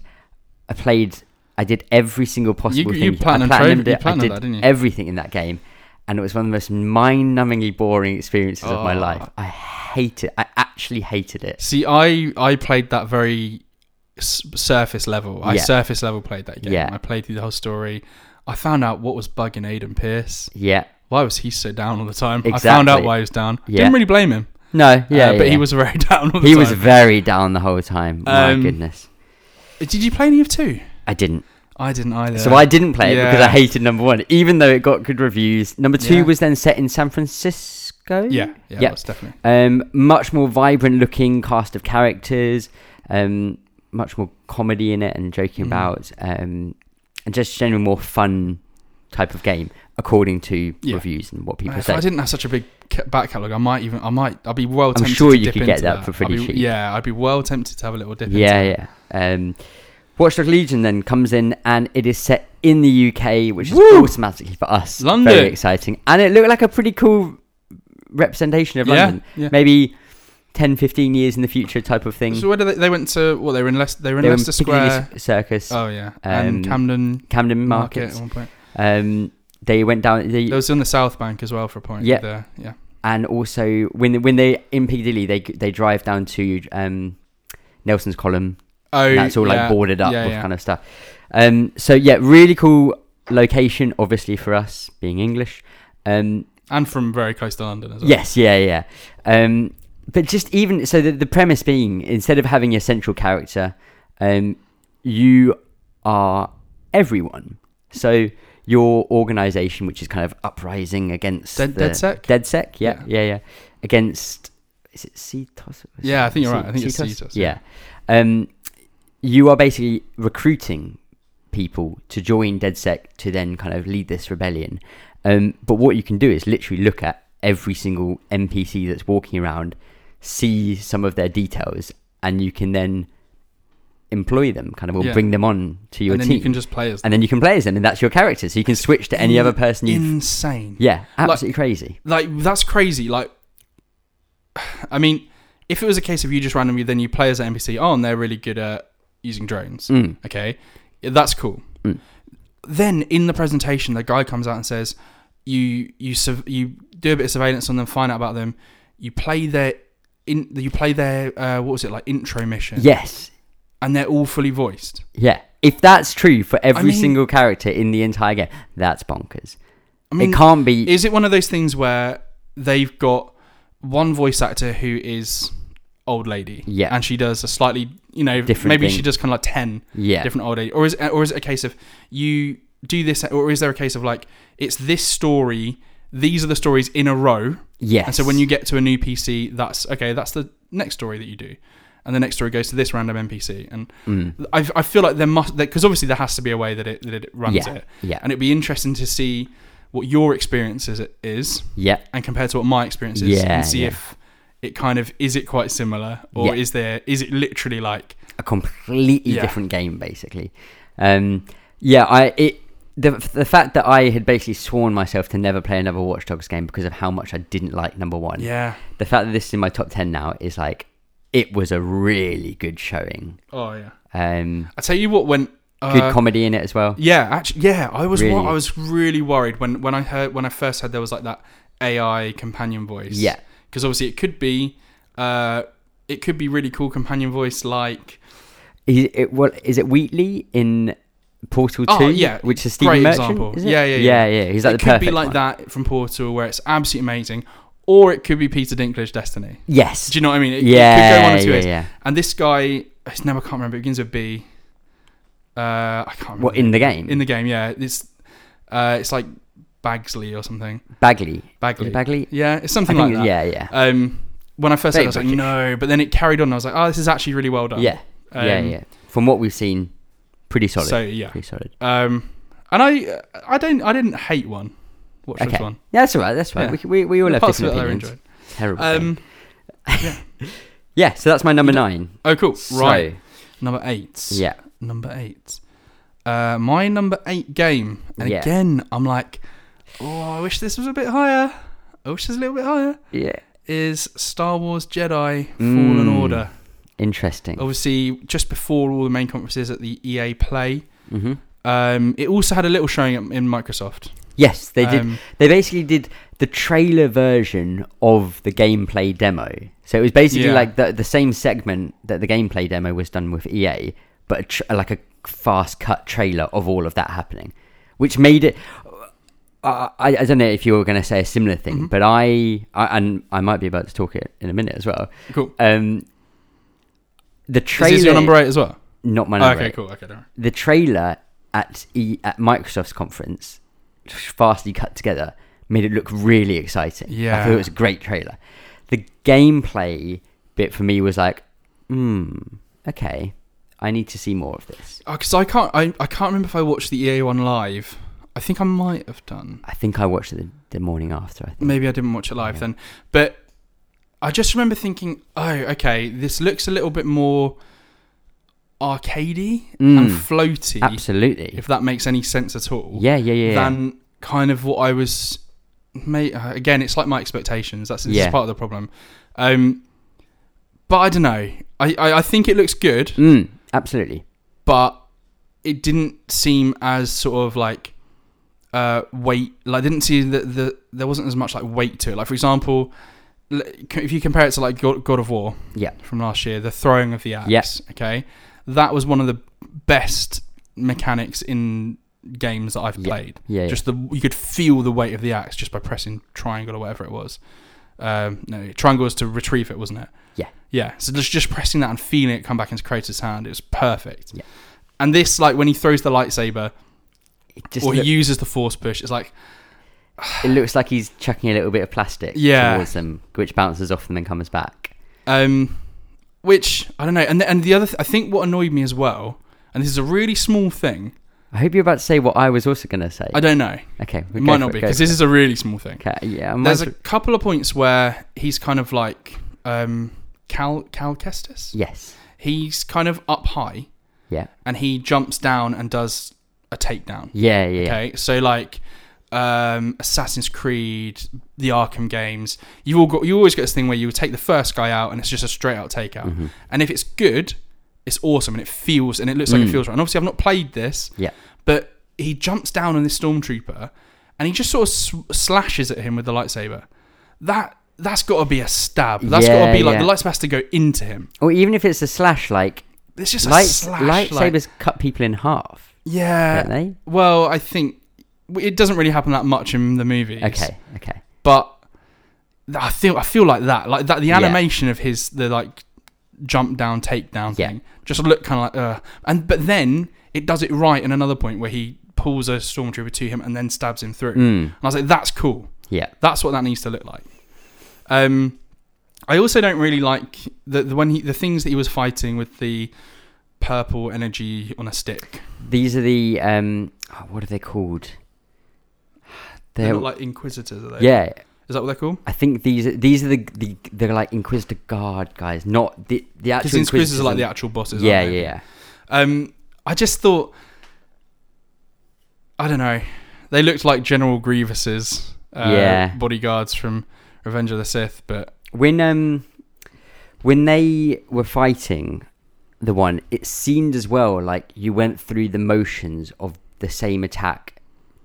Speaker 1: I played. I did every single possible
Speaker 2: you
Speaker 1: thing.
Speaker 2: platinumed
Speaker 1: I platinumed
Speaker 2: trove- you
Speaker 1: it. I
Speaker 2: platinumed
Speaker 1: did
Speaker 2: that, didn't you?
Speaker 1: everything in that game, and it was one of the most mind-numbingly boring experiences of my
Speaker 2: Oh.
Speaker 1: life. I hate it. I actually hated it.
Speaker 2: See, I I played that very s- surface level. I
Speaker 1: Yeah.
Speaker 2: surface level played that game.
Speaker 1: Yeah.
Speaker 2: I played through the whole story. I found out what was bugging Aiden Pierce.
Speaker 1: Yeah.
Speaker 2: Why was he so down all the time? I found out
Speaker 1: Exactly.
Speaker 2: why he was down.
Speaker 1: Yeah.
Speaker 2: Didn't really blame him.
Speaker 1: No. Yeah.
Speaker 2: Uh, but
Speaker 1: yeah.
Speaker 2: he was very down all the
Speaker 1: He
Speaker 2: time.
Speaker 1: was very down the whole time. My
Speaker 2: Um,
Speaker 1: goodness.
Speaker 2: Did you play any of two?
Speaker 1: I didn't.
Speaker 2: I didn't either.
Speaker 1: So I didn't play it because
Speaker 2: Yeah.
Speaker 1: I hated number one, even though it got good reviews. Number two
Speaker 2: Yeah.
Speaker 1: was then set in San Francisco.
Speaker 2: Yeah, yeah,
Speaker 1: Yep.
Speaker 2: that's definitely.
Speaker 1: Um, much more vibrant looking cast of characters, um, much more comedy in it and joking
Speaker 2: Mm.
Speaker 1: about, um, and just generally more fun type of game, according to
Speaker 2: Yeah.
Speaker 1: reviews and what people
Speaker 2: if
Speaker 1: say.
Speaker 2: I didn't have such a big ca- back catalogue, I might even, I might, I'd be well tempted
Speaker 1: sure
Speaker 2: to
Speaker 1: you
Speaker 2: dip
Speaker 1: could get
Speaker 2: into
Speaker 1: that for
Speaker 2: I'd
Speaker 1: pretty
Speaker 2: be-
Speaker 1: cheap.
Speaker 2: Yeah, I'd be well tempted to have a little dip
Speaker 1: Yeah,
Speaker 2: into
Speaker 1: yeah. Um, Watchdog Legion then comes in and it is set in the UK, which is
Speaker 2: Woo!
Speaker 1: automatically for us
Speaker 2: London.
Speaker 1: very exciting. And it looked like a pretty cool representation of
Speaker 2: Yeah,
Speaker 1: London.
Speaker 2: yeah.
Speaker 1: Maybe 10, 15 years in the future type of thing.
Speaker 2: So where did they, they went to? Well, they were in Leicester. They were in
Speaker 1: They were in
Speaker 2: Leicester Square.
Speaker 1: Piccadilly Circus,
Speaker 2: Oh yeah,
Speaker 1: Um,
Speaker 2: and Camden
Speaker 1: Camden
Speaker 2: Market.
Speaker 1: Market.
Speaker 2: at one point.
Speaker 1: Um, they went down, they,
Speaker 2: There was on the South Bank as well for a point.
Speaker 1: Yeah.
Speaker 2: there. yeah.
Speaker 1: and also when when they in Piccadilly, they they drive down to um, Nelson's Column,
Speaker 2: Oh,
Speaker 1: and that's all
Speaker 2: yeah,
Speaker 1: like boarded up
Speaker 2: yeah,
Speaker 1: with
Speaker 2: yeah.
Speaker 1: kind of stuff. Um, so yeah, really cool location, obviously for us being English. Um,
Speaker 2: and from very close to London as well.
Speaker 1: yes, yeah, yeah. Um, but just even so, the, the premise being instead of having a central character, um, you are everyone. So your organization, which is kind of uprising against
Speaker 2: Dead-
Speaker 1: the,
Speaker 2: DedSec?
Speaker 1: DedSec, yeah, yeah, yeah, against is it CTOS?
Speaker 2: Yeah, I think you're right. I think it's CTOS,
Speaker 1: Yeah. Um, you are basically recruiting people to join DedSec to then kind of lead this rebellion. Um, but what you can do is literally look at every single NPC that's walking around, see some of their details, and you can then employ them, kind of, or
Speaker 2: Yeah.
Speaker 1: bring them on to your
Speaker 2: and then
Speaker 1: team.
Speaker 2: you can just play as
Speaker 1: and then you can play as them, and that's your character. So you can switch to any other person you've.
Speaker 2: insane.
Speaker 1: yeah,
Speaker 2: Like-
Speaker 1: absolutely crazy.
Speaker 2: like that's crazy. Like, I mean, if it was a case of you just randomly, then you play as an NPC. Oh, and they're really good at using drones.
Speaker 1: Mm.
Speaker 2: Okay, that's cool.
Speaker 1: Mm.
Speaker 2: Then in the presentation, the guy comes out and says, "You you surv- you do a bit of surveillance on them, find out about them. You play their in you play their uh, what was it like intro mission?
Speaker 1: Yes,
Speaker 2: and they're all fully voiced.
Speaker 1: yeah. If that's true for every
Speaker 2: mean-
Speaker 1: single character in the entire game, that's bonkers.
Speaker 2: I mean,
Speaker 1: it can't be.
Speaker 2: is it one of those things where they've got one voice actor who is old lady.
Speaker 1: Yeah.
Speaker 2: And she does a slightly, you know,
Speaker 1: Different
Speaker 2: maybe
Speaker 1: thing.
Speaker 2: she does kind of like 10
Speaker 1: Yeah.
Speaker 2: different old age or is or is it a case of you do this or is there a case of like it's this story these are the stories in a row
Speaker 1: Yes.
Speaker 2: and so when you get to a new pc that's okay that's the next story that you do and the next story goes to this random npc and
Speaker 1: Mm.
Speaker 2: i, I feel like there must because obviously there has to be a way that it that it runs
Speaker 1: Yeah.
Speaker 2: it
Speaker 1: Yeah.
Speaker 2: and it'd be interesting to see what your experience is, is
Speaker 1: Yeah.
Speaker 2: and compared to what my experience is
Speaker 1: Yeah,
Speaker 2: and see
Speaker 1: yeah.
Speaker 2: if it kind of is it quite similar or
Speaker 1: Yeah.
Speaker 2: is there is it literally like
Speaker 1: a completely
Speaker 2: Yeah.
Speaker 1: different game basically um yeah i it the, the fact that i had basically sworn myself to never play another watch dogs game because of how much i didn't like number one
Speaker 2: yeah
Speaker 1: the fact that this is in my top 10 now is like it was a really good showing
Speaker 2: oh yeah
Speaker 1: um
Speaker 2: i tell you what when
Speaker 1: good
Speaker 2: uh,
Speaker 1: comedy in it as well
Speaker 2: Yeah, actually, yeah, I was
Speaker 1: Really?
Speaker 2: wor- I was really worried when when I heard when I first heard there was like that AI companion voice.
Speaker 1: Yeah.
Speaker 2: because obviously it could be, uh, it could be really cool companion voice like
Speaker 1: is it what is it wheatley in portal 2
Speaker 2: Oh, yeah,
Speaker 1: which is
Speaker 2: great
Speaker 1: Steve Merchant,
Speaker 2: example.
Speaker 1: is it?
Speaker 2: Yeah, yeah, yeah.
Speaker 1: yeah he's like
Speaker 2: it
Speaker 1: the
Speaker 2: could
Speaker 1: perfect
Speaker 2: be like
Speaker 1: one.
Speaker 2: that from Portal where it's absolutely amazing, or it could be Peter Dinklage Destiny.
Speaker 1: yes
Speaker 2: Do you know what I mean? It, it
Speaker 1: yeah
Speaker 2: could go one of two
Speaker 1: yeah,
Speaker 2: ways.
Speaker 1: yeah
Speaker 2: And this guy, his name I can't remember. It begins with B. Uh, I can't remember
Speaker 1: what in the game
Speaker 2: in the game. Yeah, it's uh, it's like Bagsley or something.
Speaker 1: bagley Is
Speaker 2: Bagley.
Speaker 1: it bagley
Speaker 2: yeah, it's
Speaker 1: I
Speaker 2: something
Speaker 1: think,
Speaker 2: like that.
Speaker 1: yeah yeah
Speaker 2: Um, when I first
Speaker 1: Very
Speaker 2: heard, it, I was
Speaker 1: British.
Speaker 2: like, no, but then it carried on. and I was like, oh, this is actually really well done.
Speaker 1: Yeah,
Speaker 2: Um,
Speaker 1: yeah, yeah. From what we've seen, pretty solid.
Speaker 2: So yeah,
Speaker 1: pretty solid.
Speaker 2: um, and I, I don't, I didn't hate one. Watch
Speaker 1: Okay.
Speaker 2: this one.
Speaker 1: Yeah, that's all right. That's all right.
Speaker 2: Yeah.
Speaker 1: We, can- we, we all
Speaker 2: The
Speaker 1: have
Speaker 2: parts of
Speaker 1: different
Speaker 2: it that I
Speaker 1: opinions. Terrible.
Speaker 2: enjoyed.
Speaker 1: thing.
Speaker 2: Um,
Speaker 1: yeah, so that's my number nine.
Speaker 2: oh, cool. Right,
Speaker 1: So,
Speaker 2: number eight.
Speaker 1: yeah,
Speaker 2: number eight. Uh, my number eight game, and
Speaker 1: Yeah.
Speaker 2: again, I'm like, oh, I wish this was a bit higher. I wish this was a little bit higher.
Speaker 1: yeah.
Speaker 2: Is Star Wars Jedi Fallen
Speaker 1: Mm.
Speaker 2: Order?
Speaker 1: Interesting.
Speaker 2: Obviously, just before all the main conferences at the EA Play,
Speaker 1: hmm
Speaker 2: Um, it also had a little showing at- in Microsoft.
Speaker 1: Yes, they did.
Speaker 2: Um,
Speaker 1: They basically did the trailer version of the gameplay demo. So it was basically
Speaker 2: Yeah.
Speaker 1: like the the same segment that the gameplay demo was done with EA, but a tr like a fast cut trailer of all of that happening, which made it. I, I I don't know if you were going to say a similar thing,
Speaker 2: Mhm.
Speaker 1: but I, I and I might be about to talk it in a minute as well.
Speaker 2: cool.
Speaker 1: Um, the
Speaker 2: Is
Speaker 1: trailer,
Speaker 2: this your number eight as well?
Speaker 1: not my
Speaker 2: Oh,
Speaker 1: number.
Speaker 2: okay,
Speaker 1: eight.
Speaker 2: cool. Okay, don't worry.
Speaker 1: The trailer at e, at Microsoft's conference, fastly cut together, made it look really exciting. I
Speaker 2: Yeah.
Speaker 1: thought it was a great trailer. The gameplay bit for me was like, hmm, okay, I need to see more of this.
Speaker 2: Because Uh, I can't. I, I can't remember if I watched the EA one live. I think I might have done.
Speaker 1: I think I watched it the, the morning after. I think.
Speaker 2: Maybe I didn't watch it live
Speaker 1: Yeah.
Speaker 2: then. But I just remember thinking, oh, okay, this looks a little bit more arcadey
Speaker 1: Mm.
Speaker 2: and floaty,
Speaker 1: Absolutely.
Speaker 2: if that makes any sense at all.
Speaker 1: yeah, yeah, yeah. yeah.
Speaker 2: than kind of what I was. Mate, again, it's like my expectations. That's this is
Speaker 1: Yeah.
Speaker 2: part of the problem. Um, but I don't know. I, I, I think it looks good,
Speaker 1: Mm, absolutely.
Speaker 2: but it didn't seem as sort of like uh, weight. Like, I didn't see that the there wasn't as much like weight to it. Like, for example, l- if you compare it to like God, God of War,
Speaker 1: Yeah.
Speaker 2: from last year, the throwing of the axe.
Speaker 1: Yeah.
Speaker 2: Okay, that was one of the best mechanics in games that I've
Speaker 1: Yeah.
Speaker 2: played
Speaker 1: Yeah, yeah.
Speaker 2: just the you could feel the weight of the axe just by pressing triangle or whatever it was. Um, no, triangle was to retrieve it, wasn't it?
Speaker 1: Yeah.
Speaker 2: yeah. So just just pressing that and feeling it come back into Kratos' hand, it was perfect.
Speaker 1: Yeah.
Speaker 2: And this, like when he throws the lightsaber
Speaker 1: It just
Speaker 2: or
Speaker 1: look-
Speaker 2: he uses the force push, it's like
Speaker 1: it looks like he's chucking a little bit of plastic
Speaker 2: Yeah.
Speaker 1: towards them, which bounces off them and comes back.
Speaker 2: Um, which I don't know. And the, and the other, th- I think what annoyed me as well, and this is a really small thing.
Speaker 1: I hope you're about to say what I was also going to say.
Speaker 2: I don't know.
Speaker 1: okay,
Speaker 2: It might not be because this is a really small thing.
Speaker 1: Okay, yeah, I might
Speaker 2: There's a
Speaker 1: as-
Speaker 2: couple of points where he's kind of like um, Cal Cal Kestis.
Speaker 1: yes,
Speaker 2: he's kind of up high
Speaker 1: yeah,
Speaker 2: and he jumps down and does a takedown.
Speaker 1: yeah, yeah, yeah.
Speaker 2: Okay, so like um, Assassin's Creed, the Arkham games, you all got you always get this thing where you take the first guy out and it's just a straight out takeout.
Speaker 1: Mhm.
Speaker 2: And if it's good, it's awesome and it feels and it looks like
Speaker 1: Mm.
Speaker 2: it feels right. And obviously, I've not played this,
Speaker 1: Yeah.
Speaker 2: but he jumps down on this stormtrooper and he just sort of sw- slashes at him with the lightsaber. That that's got to be a stab. That's got
Speaker 1: Yeah,
Speaker 2: to be like
Speaker 1: yeah.
Speaker 2: the lightsaber has to go into him.
Speaker 1: Or even if it's a slash, like
Speaker 2: It's just
Speaker 1: light,
Speaker 2: a slash. like- Uh,
Speaker 1: lightsabers cut people in half,
Speaker 2: yeah,
Speaker 1: don't they?
Speaker 2: Well, I think it doesn't really happen that much in the movies.
Speaker 1: Okay, okay,
Speaker 2: But I feel I feel like that, like that the
Speaker 1: Yeah.
Speaker 2: animation of his the like jump down takedown
Speaker 1: Yeah.
Speaker 2: thing just looked kind of like uh, and but then it does it right in another point where he pulls a stormtrooper to him and then stabs him through.
Speaker 1: Mm,
Speaker 2: And I was like, that's cool.
Speaker 1: yeah.
Speaker 2: That's what that needs to look like. Um, I also don't really like the, the when he, the things that he was fighting with the purple energy on a stick.
Speaker 1: These are the um, oh, what are they called?
Speaker 2: They're,
Speaker 1: They're,
Speaker 2: not like inquisitors, are they?
Speaker 1: yeah.
Speaker 2: Is that what they're called?
Speaker 1: I think these are, these are the, the they're like Inquisitor guard guys, not the the
Speaker 2: Because
Speaker 1: actual
Speaker 2: inquisitors are like the
Speaker 1: Inquisitors.
Speaker 2: actual bosses.
Speaker 1: yeah,
Speaker 2: aren't they?
Speaker 1: yeah, yeah.
Speaker 2: Um, I just thought, I don't know, they looked like General Grievous's uh,
Speaker 1: Yeah.
Speaker 2: bodyguards from Revenge of the Sith, but
Speaker 1: When um when they were fighting the one, it seemed as well like you went through the motions of the same attack,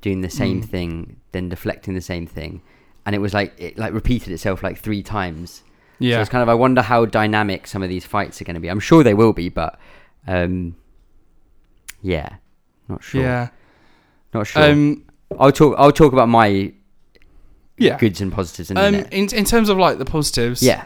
Speaker 1: doing the same
Speaker 2: Mm.
Speaker 1: thing, then deflecting the same thing, and it was like it like repeated itself like three times. So
Speaker 2: yeah,
Speaker 1: it's kind of I wonder how dynamic some of these fights are going to be. I'm sure they will be, but um yeah, not sure.
Speaker 2: yeah,
Speaker 1: Not sure.
Speaker 2: um,
Speaker 1: I'll talk. I'll talk about my
Speaker 2: yeah.
Speaker 1: goods and positives in a
Speaker 2: Um,
Speaker 1: minute.
Speaker 2: in in terms of like the positives,
Speaker 1: Yeah,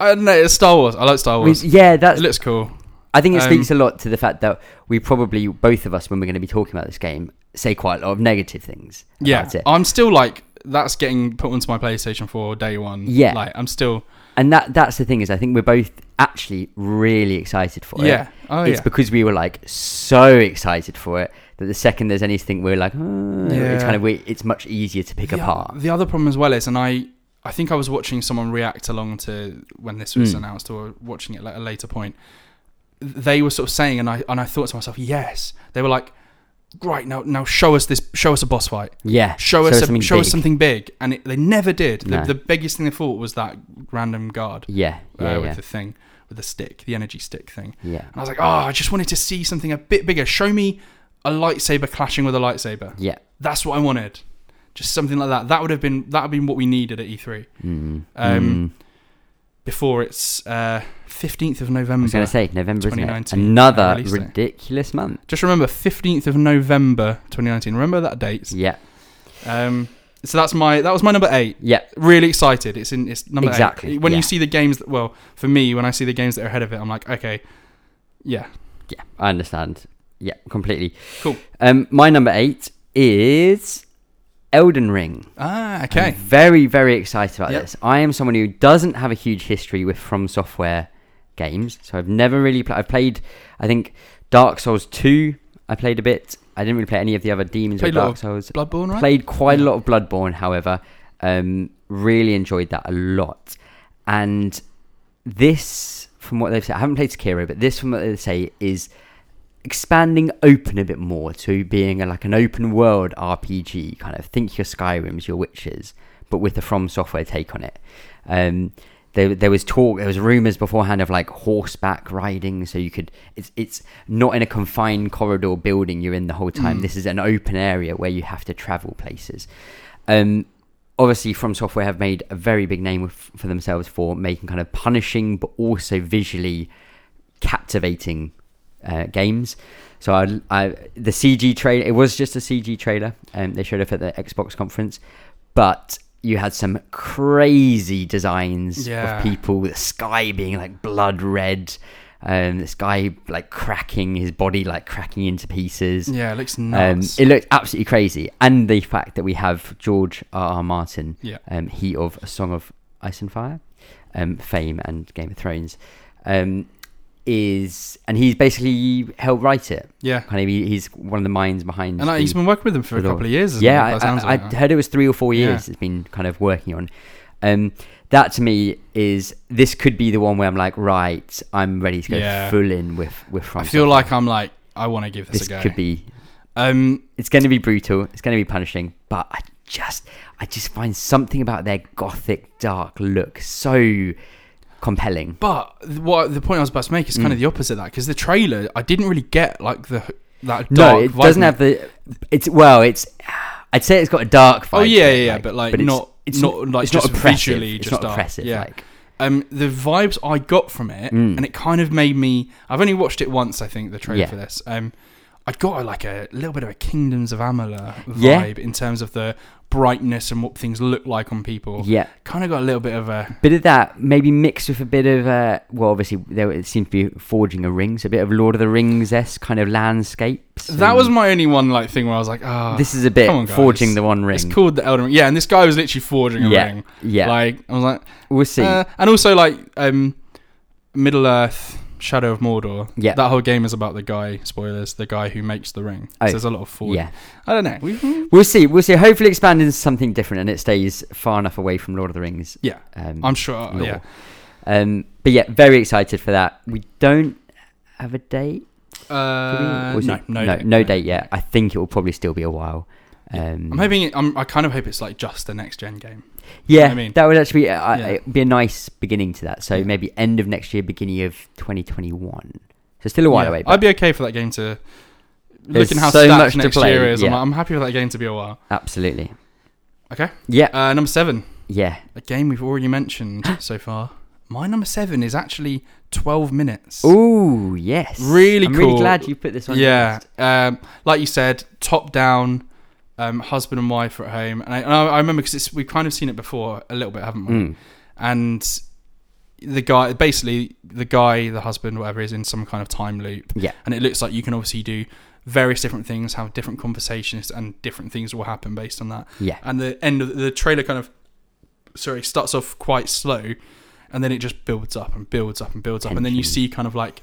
Speaker 2: I don't know. It's Star Wars. I like Star
Speaker 1: I mean,
Speaker 2: Wars.
Speaker 1: yeah.
Speaker 2: It
Speaker 1: That's.
Speaker 2: looks cool.
Speaker 1: I think it
Speaker 2: um,
Speaker 1: speaks a lot to the fact that we probably both of us, when we're going to be talking about this game, say quite a lot of negative things.
Speaker 2: Yeah,
Speaker 1: about it.
Speaker 2: I'm still like that's getting put onto my PlayStation 4 day one.
Speaker 1: Yeah.
Speaker 2: like I'm still
Speaker 1: and that that's the thing is, I think we're both actually really excited for it.
Speaker 2: yeah. Oh
Speaker 1: it's
Speaker 2: yeah.
Speaker 1: because we were like so excited for it that the second there's anything we're like, "Oh," it's
Speaker 2: Yeah.
Speaker 1: kind of we, it's much easier to pick
Speaker 2: the,
Speaker 1: apart.
Speaker 2: The other problem as well is, and I, I think I was watching someone react along to when this was
Speaker 1: Mm.
Speaker 2: announced, or watching it at a later point. They were sort of saying, and I and I thought to myself, yes. They were like, right now, now show us this, show us a boss fight,
Speaker 1: Yeah,
Speaker 2: show, us, a,
Speaker 1: something
Speaker 2: show us
Speaker 1: big.
Speaker 2: something big, and it, they never did.
Speaker 1: No.
Speaker 2: The, the biggest thing they thought was that random guard
Speaker 1: Yeah,
Speaker 2: uh,
Speaker 1: yeah,
Speaker 2: with
Speaker 1: yeah,
Speaker 2: the thing, with the stick, the energy stick thing.
Speaker 1: yeah,
Speaker 2: And I was like, oh, I just wanted to see something a bit bigger. Show me a lightsaber clashing with a lightsaber.
Speaker 1: yeah.
Speaker 2: That's what I wanted. Just something like that. That would have been that would have been what we needed at E3
Speaker 1: Mm.
Speaker 2: Um,
Speaker 1: Mm.
Speaker 2: before it's uh, fifteenth of
Speaker 1: I was
Speaker 2: November.
Speaker 1: going to say November, isn't it?
Speaker 2: 2019
Speaker 1: Another
Speaker 2: mm-hmm. release date.
Speaker 1: ridiculous month.
Speaker 2: Just remember fifteenth of November, twenty nineteen. Remember that date.
Speaker 1: Yeah,
Speaker 2: Um, so that's my that was my number eight.
Speaker 1: yeah,
Speaker 2: Really excited. It's in it's number
Speaker 1: Exactly,
Speaker 2: eight. When
Speaker 1: yeah.
Speaker 2: you see the games, that, well, for me, when I see the games that are ahead of it, I'm like, okay, yeah,
Speaker 1: yeah. I understand. Yeah, completely.
Speaker 2: Cool.
Speaker 1: Um, my number eight is Elden Ring.
Speaker 2: ah,
Speaker 1: I'm
Speaker 2: okay,
Speaker 1: very, very excited about
Speaker 2: Yep.
Speaker 1: this. I am someone who doesn't have a huge history with From Software games, so I've never really played. I've played, I think, Dark Souls 2, I played a bit. I didn't really play any of the other Demons
Speaker 2: Played
Speaker 1: or
Speaker 2: a lot
Speaker 1: Dark
Speaker 2: of
Speaker 1: Souls.
Speaker 2: Bloodborne, right?
Speaker 1: Played quite a
Speaker 2: Yeah.
Speaker 1: lot of Bloodborne, however. Um, really enjoyed that a lot. And this, from what they've said, I haven't played Sekiro, but this, from what they say, is expanding open a bit more to being a, like an open world RPG kind of. Think your Skyrims, your Witches, but with a From Software take on it. Um, there, there was talk, there was rumors beforehand of like horseback riding, so you could. It's it's not in a confined corridor building you're in the whole time.
Speaker 2: Mm.
Speaker 1: This is an open area where you have to travel places. Um, obviously, From Software have made a very big name f- for themselves for making kind of punishing but also visually captivating uh, games. So I, I the CG trailer. It was just a CG trailer. Um, they showed up at the Xbox conference, but you had some crazy designs
Speaker 2: Yeah.
Speaker 1: of people. The sky being like blood red. Um, this guy like cracking his body, like cracking into pieces.
Speaker 2: Yeah, it looks
Speaker 1: Um,
Speaker 2: nuts.
Speaker 1: it looked absolutely crazy, and the fact that we have George R. R. Martin,
Speaker 2: Yeah.
Speaker 1: um, he of A Song of Ice and Fire, um, fame and Game of Thrones, um, is and he's basically helped write it.
Speaker 2: yeah,
Speaker 1: Kind of, he, he's one of the minds behind.
Speaker 2: and I,
Speaker 1: the-
Speaker 2: he's been working with them for a
Speaker 1: with all-
Speaker 2: couple of years. hasn't
Speaker 1: yeah,
Speaker 2: he?
Speaker 1: I,
Speaker 2: That sounds
Speaker 1: I,
Speaker 2: like
Speaker 1: I
Speaker 2: that.
Speaker 1: heard it was thrhree or four years
Speaker 2: Yeah.
Speaker 1: it's been kind of working on. Um, that to me is this could be the one where I'm like, right, I'm ready to go
Speaker 2: Yeah.
Speaker 1: full in with with. From
Speaker 2: I feel like I'm like I want to give this,
Speaker 1: this
Speaker 2: a go.
Speaker 1: could be
Speaker 2: Um,
Speaker 1: it's going to be brutal. It's going to be punishing, but I just, I just find something about their gothic dark look so compelling.
Speaker 2: but th- what the point I was about to make is kind
Speaker 1: Mm.
Speaker 2: of the opposite of that because the trailer I didn't really get like the that dark.
Speaker 1: no, it
Speaker 2: vibe.
Speaker 1: doesn't have the. It's well, it's. I'd say it's got a dark vibe.
Speaker 2: Oh yeah,
Speaker 1: to it,
Speaker 2: yeah, yeah, but like
Speaker 1: it's-
Speaker 2: not
Speaker 1: it's
Speaker 2: not like
Speaker 1: it's
Speaker 2: just
Speaker 1: not oppressive.
Speaker 2: visually
Speaker 1: it's
Speaker 2: just
Speaker 1: not
Speaker 2: dark.
Speaker 1: oppressive.
Speaker 2: Yeah.
Speaker 1: Like,
Speaker 2: Um, the vibes I got from it,
Speaker 1: Mm.
Speaker 2: and it kind of made me. I've only watched it once, I think, the trailer
Speaker 1: Yeah.
Speaker 2: for this. Um, I got a, like a little bit of a Kingdoms of Amalur vibe
Speaker 1: Yeah.
Speaker 2: in terms of the brightness and what things look like on people.
Speaker 1: Yeah,
Speaker 2: Kind of got a little bit of a
Speaker 1: bit of that, maybe mixed with a bit of uh, well, obviously there it seemed to be forging a ring, so a bit of Lord of the Rings esque kind of landscapes.
Speaker 2: that
Speaker 1: and
Speaker 2: was my only one like thing where I was like, ah,
Speaker 1: this is a bit
Speaker 2: Come on, guys.
Speaker 1: forging the one ring.
Speaker 2: it's called the Elden Ring. Yeah, and this guy was literally forging a
Speaker 1: Yeah.
Speaker 2: ring.
Speaker 1: Yeah,
Speaker 2: Like I was like,
Speaker 1: we'll see.
Speaker 2: uh, and also like um, Middle Earth, Shadow of Mordor.
Speaker 1: Yeah.
Speaker 2: that whole game is about the guy. Spoilers: the guy who makes the ring.
Speaker 1: Oh,
Speaker 2: so there's a lot of forging.
Speaker 1: yeah,
Speaker 2: I don't know. We,
Speaker 1: we'll see. We'll see. Hopefully, expand into something different, and it stays far enough away from Lord of the Rings.
Speaker 2: yeah,
Speaker 1: Um,
Speaker 2: I'm sure. uh,
Speaker 1: lore.
Speaker 2: Yeah,
Speaker 1: Um, but yeah, very excited for that. We don't have a date. do we?
Speaker 2: uh,
Speaker 1: Or is
Speaker 2: no,
Speaker 1: it-
Speaker 2: no,
Speaker 1: no,
Speaker 2: date,
Speaker 1: no date yet. I think it will probably still be a while.
Speaker 2: Yeah.
Speaker 1: Um,
Speaker 2: I'm hoping. It, I'm, I kind of hope it's like just the next gen game.
Speaker 1: Yeah,
Speaker 2: I mean?
Speaker 1: that would actually be, uh,
Speaker 2: Yeah.
Speaker 1: it'd be a nice beginning to that. So
Speaker 2: Yeah.
Speaker 1: maybe end of next year, beginning of 2021. So still a while
Speaker 2: Yeah,
Speaker 1: away.
Speaker 2: I'd
Speaker 1: But
Speaker 2: be okay for that game to.
Speaker 1: There's
Speaker 2: Looking how
Speaker 1: so
Speaker 2: stacked
Speaker 1: much to
Speaker 2: next
Speaker 1: play,
Speaker 2: year is, I'm,
Speaker 1: yeah.
Speaker 2: like, I'm happy for that game to be a while.
Speaker 1: absolutely.
Speaker 2: Okay.
Speaker 1: Yeah,
Speaker 2: Uh, number seven,
Speaker 1: yeah.
Speaker 2: a game we've already mentioned so far. My number seven is actually 12 minutes.
Speaker 1: Ooh, yes.
Speaker 2: Really
Speaker 1: I'm
Speaker 2: cool.
Speaker 1: really glad you put this on. your
Speaker 2: yeah
Speaker 1: list.
Speaker 2: um, like you said top down um, husband and wife are at home and i, and I, I remember because we've kind of seen it before a little bit haven't we
Speaker 1: Mm.
Speaker 2: and the guy basically the guy the husband whatever is in some kind of time loop
Speaker 1: Yeah.
Speaker 2: and it looks like you can obviously do various different things have different conversations and different things will happen based on that
Speaker 1: Yeah.
Speaker 2: and the end of the trailer kind of sorry starts off quite slow and then it just builds up and builds up and builds up and then you
Speaker 1: Tension.
Speaker 2: see kind of like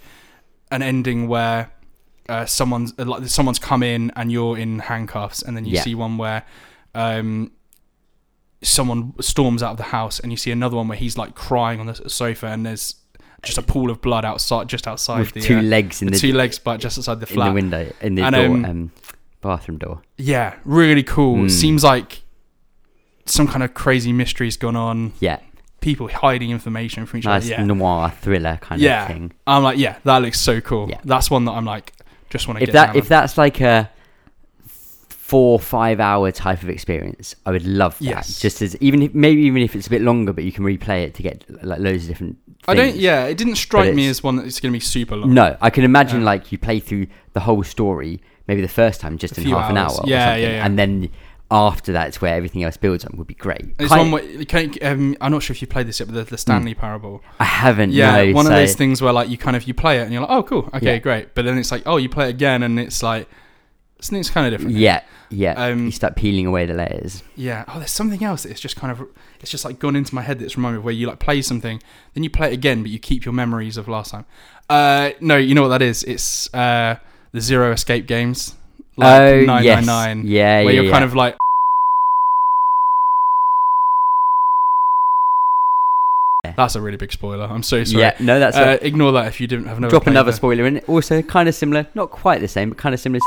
Speaker 2: an ending where uh, someone's uh, like someone's come in and you're in handcuffs and then you
Speaker 1: Yeah.
Speaker 2: see one where um someone storms out of the house and you see another one where he's like crying on the s- sofa and there's just a pool of blood outside just outside
Speaker 1: With
Speaker 2: the,
Speaker 1: two
Speaker 2: uh,
Speaker 1: legs in
Speaker 2: the
Speaker 1: the,
Speaker 2: two legs but just outside the
Speaker 1: in the
Speaker 2: flat
Speaker 1: window in the
Speaker 2: And,
Speaker 1: door,
Speaker 2: um,
Speaker 1: um, bathroom door.
Speaker 2: yeah really cool
Speaker 1: Mm.
Speaker 2: seems like some kind of crazy mystery's gone on
Speaker 1: Yeah,
Speaker 2: people hiding information from each
Speaker 1: nice
Speaker 2: other. Yeah.
Speaker 1: noir thriller kind
Speaker 2: Yeah.
Speaker 1: of thing.
Speaker 2: I'm like, yeah, that looks so cool.
Speaker 1: Yeah.
Speaker 2: That's one that I'm like, just want to
Speaker 1: If
Speaker 2: get
Speaker 1: that
Speaker 2: down
Speaker 1: if
Speaker 2: on.
Speaker 1: that's like a four five hour type of experience, I would love that.
Speaker 2: Yes.
Speaker 1: Just as even if, maybe even if it's a bit longer, but you can replay it to get like loads of different. Things.
Speaker 2: I don't. Yeah, it didn't strike me
Speaker 1: it's-
Speaker 2: as one that's going to be super long.
Speaker 1: No, I can imagine
Speaker 2: Yeah.
Speaker 1: like you play through the whole story maybe the first time just
Speaker 2: A
Speaker 1: in
Speaker 2: few
Speaker 1: half an hour,
Speaker 2: hours.
Speaker 1: or
Speaker 2: Yeah,
Speaker 1: something,
Speaker 2: yeah, yeah.
Speaker 1: and then after that's where everything else builds on would be great. Kind-
Speaker 2: It's
Speaker 1: Hmm.
Speaker 2: one where you can't, um, I'm not sure if you played this yet, but the, the Stanley Parable.
Speaker 1: I haven't.
Speaker 2: Yeah,
Speaker 1: no,
Speaker 2: one
Speaker 1: so-
Speaker 2: of those things where like you kind of you play it and you're like, oh, cool, okay,
Speaker 1: Yeah.
Speaker 2: great. But then it's like, oh, you play it again, and it's like, it's, it's kind of different.
Speaker 1: Yeah, yeah.
Speaker 2: Um,
Speaker 1: you start peeling away the layers.
Speaker 2: Yeah. Oh, there's something else that's just kind of it's just like gone into my head that's reminded me of where you like play something, then you play it again, but you keep your memories of last time. Uh no, you know what that is? It's uh the Zero Escape games.
Speaker 1: oh,
Speaker 2: nine
Speaker 1: yes.
Speaker 2: nine nine.
Speaker 1: Yeah, yeah,
Speaker 2: Where you're
Speaker 1: yeah.
Speaker 2: kind of like
Speaker 1: Yeah.
Speaker 2: That's a really big spoiler. I'm so sorry.
Speaker 1: Yeah, no, that's
Speaker 2: uh, ignore that if you didn't have
Speaker 1: a,
Speaker 2: never
Speaker 1: drop
Speaker 2: played
Speaker 1: another
Speaker 2: the-
Speaker 1: spoiler in. Also, kind of similar, not quite the same, but kind of similar to.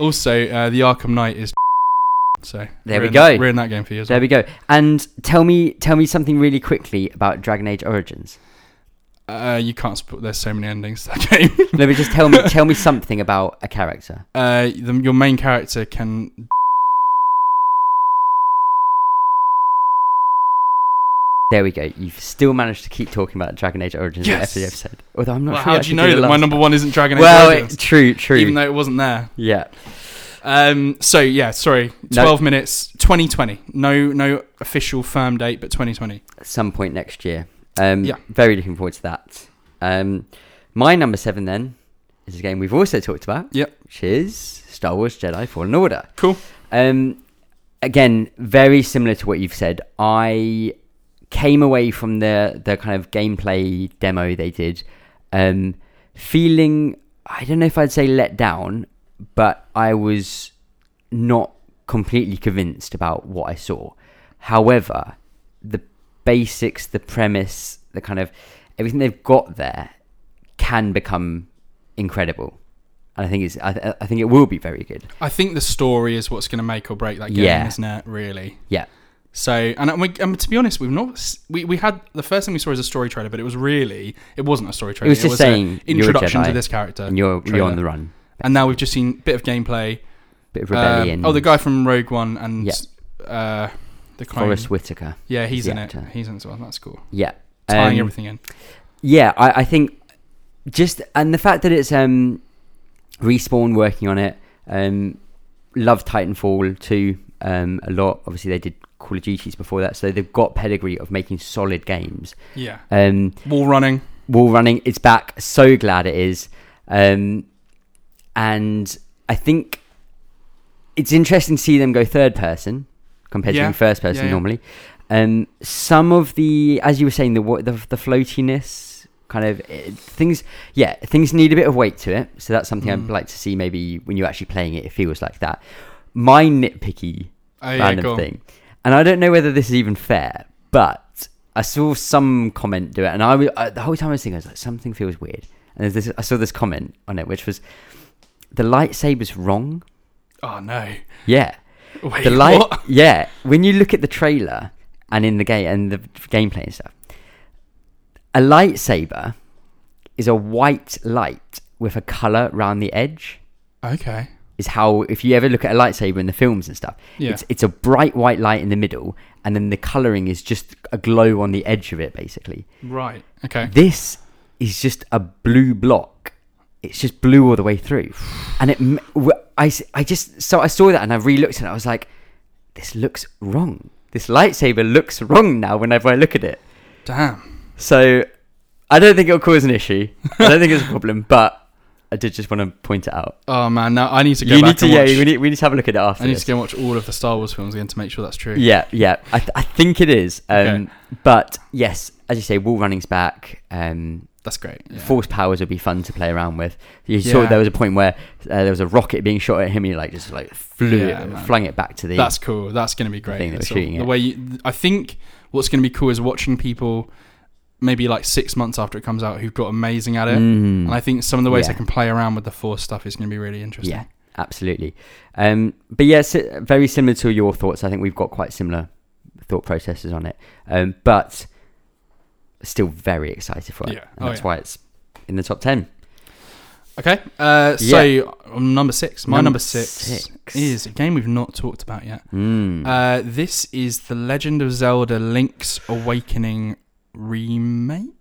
Speaker 2: Also, uh, the Arkham Knight is so
Speaker 1: There
Speaker 2: we're
Speaker 1: we
Speaker 2: in that-
Speaker 1: go.
Speaker 2: we're in that game for years.
Speaker 1: There we go. And tell me, tell me something really quickly about Dragon Age Origins.
Speaker 2: Uh, you can't. Spo- there's so many endings to that game.
Speaker 1: No, but just tell me, tell me something about a character.
Speaker 2: uh, the, your main character can.
Speaker 1: There we go. You've still managed to keep talking about Dragon Age Origins
Speaker 2: Yes.
Speaker 1: every episode. Although I'm not
Speaker 2: Well,
Speaker 1: sure.
Speaker 2: how
Speaker 1: I
Speaker 2: do you
Speaker 1: actually
Speaker 2: know
Speaker 1: did
Speaker 2: that
Speaker 1: a
Speaker 2: my
Speaker 1: lot.
Speaker 2: number one isn't Dragon Age
Speaker 1: Well,
Speaker 2: Origins?
Speaker 1: it, true, true.
Speaker 2: Even though it wasn't there.
Speaker 1: yeah,
Speaker 2: Um, so yeah, sorry.
Speaker 1: No.
Speaker 2: Twelve minutes, twenty twenty. No, no official firm date, but twenty twenty.
Speaker 1: at some point next year. Um,
Speaker 2: Yeah.
Speaker 1: Very looking forward to that. Um, my number seven then is a game we've also talked about.
Speaker 2: Yep.
Speaker 1: Which is Star Wars Jedi Fallen Order.
Speaker 2: Cool.
Speaker 1: Um, again, very similar to what you've said. I came away from the the kind of gameplay demo they did, um, feeling I don't know if I'd say let down, but I was not completely convinced about what I saw. However, the basics, the premise, the kind of everything they've got there can become incredible, and I think it's I, th- I think it will be very good.
Speaker 2: I think the story is what's going to make or break that game,
Speaker 1: Yeah.
Speaker 2: isn't it? Really.
Speaker 1: Yeah.
Speaker 2: So, and, we, and to be honest, we've not. s- We, we had the first thing we saw is a story trailer, but it was really it wasn't a story trailer.
Speaker 1: was just
Speaker 2: a
Speaker 1: saying, "You're a
Speaker 2: introduction to
Speaker 1: Jedi."
Speaker 2: this character,
Speaker 1: and you're
Speaker 2: trailer.
Speaker 1: you're on the run.
Speaker 2: and now we've just seen a bit of gameplay.
Speaker 1: Bit of
Speaker 2: Um,
Speaker 1: rebellion.
Speaker 2: oh, the guy from Rogue One and
Speaker 1: Yeah.
Speaker 2: uh, the clone.
Speaker 1: Forrest Whitaker.
Speaker 2: Yeah, he's
Speaker 1: the
Speaker 2: in
Speaker 1: actor. Um,
Speaker 2: it. He's in it as well. That's cool.
Speaker 1: Yeah,
Speaker 2: Tying
Speaker 1: Um,
Speaker 2: everything in.
Speaker 1: Yeah, I, I think just and the fact that it's um respawn working on it um love titanfall 2 um a lot obviously they did call of duties before that so they've got pedigree of making solid games
Speaker 2: Yeah.
Speaker 1: um
Speaker 2: Wall running.
Speaker 1: wall running it's back so glad it is um and i think it's interesting to see them go third person compared to
Speaker 2: Yeah.
Speaker 1: being first person
Speaker 2: Yeah, yeah.
Speaker 1: normally um some of the as you were saying the wa- the, the floatiness kind of eh, things yeah things need a bit of weight to it so that's something i'd
Speaker 2: Mm.
Speaker 1: like to see maybe when you're actually playing it it feels like that my nitpicky
Speaker 2: Oh, yeah,
Speaker 1: random
Speaker 2: go on.
Speaker 1: thing. And I don't know whether this is even fair, but I saw some comment do it, and I, was- I the whole time I was thinking, I was like, something feels weird. And there's this, I saw this comment on it, which was, the lightsaber's wrong.
Speaker 2: Oh no.
Speaker 1: Yeah,
Speaker 2: Wait,
Speaker 1: the light.
Speaker 2: what?
Speaker 1: Yeah, when you look at the trailer and in the game and the gameplay and stuff, a lightsaber is a white light with a color round the edge.
Speaker 2: Okay.
Speaker 1: Is how if you ever look at a lightsaber in the films and stuff,
Speaker 2: Yeah.
Speaker 1: it's it's a bright white light in the middle, and then the colouring is just a glow on the edge of it, basically.
Speaker 2: right. Okay.
Speaker 1: This is just a blue block. It's just blue all the way through, and it. m- w- I s- I just so I saw that and I re-looked at it. I was like, this looks wrong. This lightsaber looks wrong now whenever I look at it.
Speaker 2: Damn.
Speaker 1: So I don't think it'll cause an issue. I don't think it's a problem, but I did just want to point it out.
Speaker 2: Oh man. Now I need to go
Speaker 1: You
Speaker 2: back
Speaker 1: need to
Speaker 2: and
Speaker 1: yeah,
Speaker 2: watch.
Speaker 1: we need, we need to have a look at it after.
Speaker 2: I need
Speaker 1: this.
Speaker 2: to go and watch all of the Star Wars films again to make sure that's true.
Speaker 1: Yeah, yeah. I, th- I think it is. Um,
Speaker 2: Okay.
Speaker 1: But yes, as you say, wall running's back. Um,
Speaker 2: That's great. Yeah.
Speaker 1: Force powers would be fun to play around with. You saw
Speaker 2: Yeah.
Speaker 1: there was a point where uh, there was a rocket being shot at him, and he like just like flew
Speaker 2: Yeah,
Speaker 1: it,
Speaker 2: man.
Speaker 1: flung it back to the.
Speaker 2: That's cool. That's going to be great.
Speaker 1: thing that
Speaker 2: It's
Speaker 1: was shooting
Speaker 2: all- the
Speaker 1: it.
Speaker 2: way you, I think what's going to be cool is watching people maybe like six months after it comes out who've got amazing at it.
Speaker 1: Mm.
Speaker 2: And I think some of the ways
Speaker 1: Yeah.
Speaker 2: they can play around with the force stuff is going to be really interesting.
Speaker 1: yeah, absolutely. Um, but yes, it- very similar to your thoughts. I think we've got quite similar thought processes on it. Um, but still very excited for it.
Speaker 2: Yeah.
Speaker 1: And
Speaker 2: Oh,
Speaker 1: that's
Speaker 2: yeah.
Speaker 1: why it's in the top ten.
Speaker 2: Okay. Uh, so um, number six. My
Speaker 1: Number
Speaker 2: number, six,
Speaker 1: six.
Speaker 2: is a game we've not talked about yet.
Speaker 1: Mm.
Speaker 2: Uh, this is The Legend of Zelda Link's Awakening remake?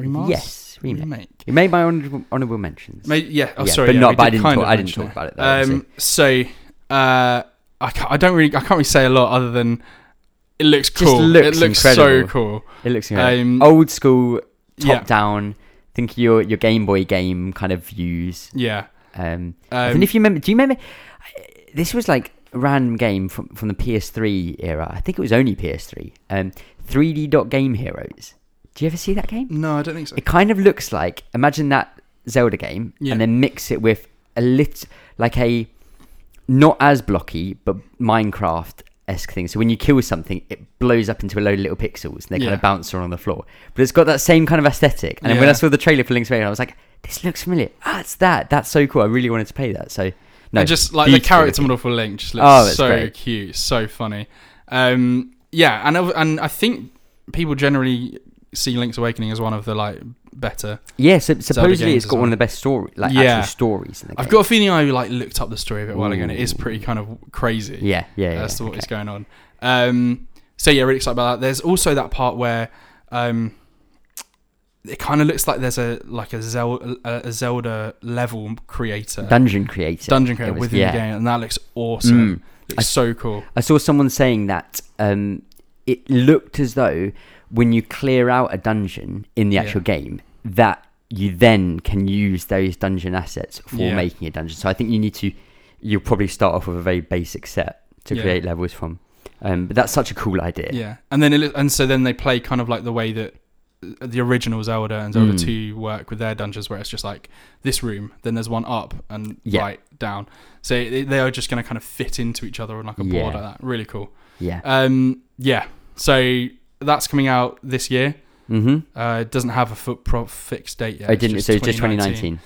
Speaker 2: Remaster?
Speaker 1: yes, remake.
Speaker 2: Remake.
Speaker 1: You made my honorable, honorable mentions.
Speaker 2: Ma- yeah, oh,
Speaker 1: Yeah,
Speaker 2: sorry.
Speaker 1: but
Speaker 2: yeah,
Speaker 1: not.
Speaker 2: we
Speaker 1: but I
Speaker 2: did
Speaker 1: didn't.
Speaker 2: kind
Speaker 1: Talk,
Speaker 2: of
Speaker 1: I didn't
Speaker 2: mention
Speaker 1: talk about it. Though,
Speaker 2: Um, so uh, I, ca- I don't really I can't really say a lot other than it looks
Speaker 1: Just
Speaker 2: cool.
Speaker 1: looks
Speaker 2: it looks so
Speaker 1: incredible.
Speaker 2: cool.
Speaker 1: obviously. it looks incredible.
Speaker 2: Um,
Speaker 1: old school, top
Speaker 2: yeah,
Speaker 1: down. Think of your your Game Boy game kind of views.
Speaker 2: yeah.
Speaker 1: Um, I
Speaker 2: Um,
Speaker 1: think if you remember, do you remember? This was like a random game from from the PS3 era. I think it was only PS3. Um, 3D dot Game Heroes. Do you ever see that game?
Speaker 2: no, I don't think so.
Speaker 1: It kind of looks like imagine that Zelda game,
Speaker 2: Yeah.
Speaker 1: and then mix it with a lit like a not as blocky but Minecraft esque thing. So when you kill something, it blows up into a load of little pixels, and they kind
Speaker 2: Yeah.
Speaker 1: of bounce around on the floor. But it's got that same kind of aesthetic. And then when I
Speaker 2: Yeah.
Speaker 1: saw the trailer for Link's Awakening, I was like, "This looks familiar. Ah, it's that. That's so cool. I really wanted to play that." So no,
Speaker 2: and just like the
Speaker 1: beautiful
Speaker 2: character
Speaker 1: looking.
Speaker 2: model for Link just
Speaker 1: Oh,
Speaker 2: looks
Speaker 1: that's
Speaker 2: so
Speaker 1: great.
Speaker 2: cute, so funny. Um, yeah, and I- and I think people generally see Link's Awakening as one of the like better.
Speaker 1: yeah, so, supposedly
Speaker 2: games
Speaker 1: it's
Speaker 2: as
Speaker 1: got one
Speaker 2: well.
Speaker 1: of the best story, like
Speaker 2: Yeah.
Speaker 1: actual stories in the game.
Speaker 2: I've got a feeling I like looked up the story of it a while ago, and it is
Speaker 1: Ooh.
Speaker 2: pretty kind of crazy.
Speaker 1: yeah, yeah, yeah.
Speaker 2: That's the-
Speaker 1: yeah.
Speaker 2: what is going on. Um, so yeah, really excited about that. There's also that part where um, it kind of looks like there's a like a Zelda, a Zelda level creator,
Speaker 1: Dungeon creator.
Speaker 2: dungeon creator
Speaker 1: It was-
Speaker 2: within
Speaker 1: yeah.
Speaker 2: the game, and that looks awesome.
Speaker 1: Mm.
Speaker 2: Looks
Speaker 1: I-
Speaker 2: so cool.
Speaker 1: I saw someone saying that um, it looked as though when you clear out a dungeon in the
Speaker 2: Yeah.
Speaker 1: actual game, that you then can use those dungeon assets for
Speaker 2: Yeah.
Speaker 1: making a dungeon. So I think you need to, you'll probably start off with a very basic set to
Speaker 2: Yeah.
Speaker 1: create levels from. Um, but that's such a cool idea.
Speaker 2: Yeah, and then it, loo- and so then they play kind of like the way that uh, the original Zelda and Zelda
Speaker 1: Mm.
Speaker 2: Two work with their dungeons, where it's just like this room, then there's one up and
Speaker 1: Yeah.
Speaker 2: right down. So they they are just going to kind of fit into each other on like a board
Speaker 1: Yeah.
Speaker 2: like that. Really cool.
Speaker 1: Yeah.
Speaker 2: Um, yeah. So that's coming out this year.
Speaker 1: hmm
Speaker 2: Uh, it doesn't have a foot pro- fixed date yet.
Speaker 1: I Oh, didn't. so it's just 2019.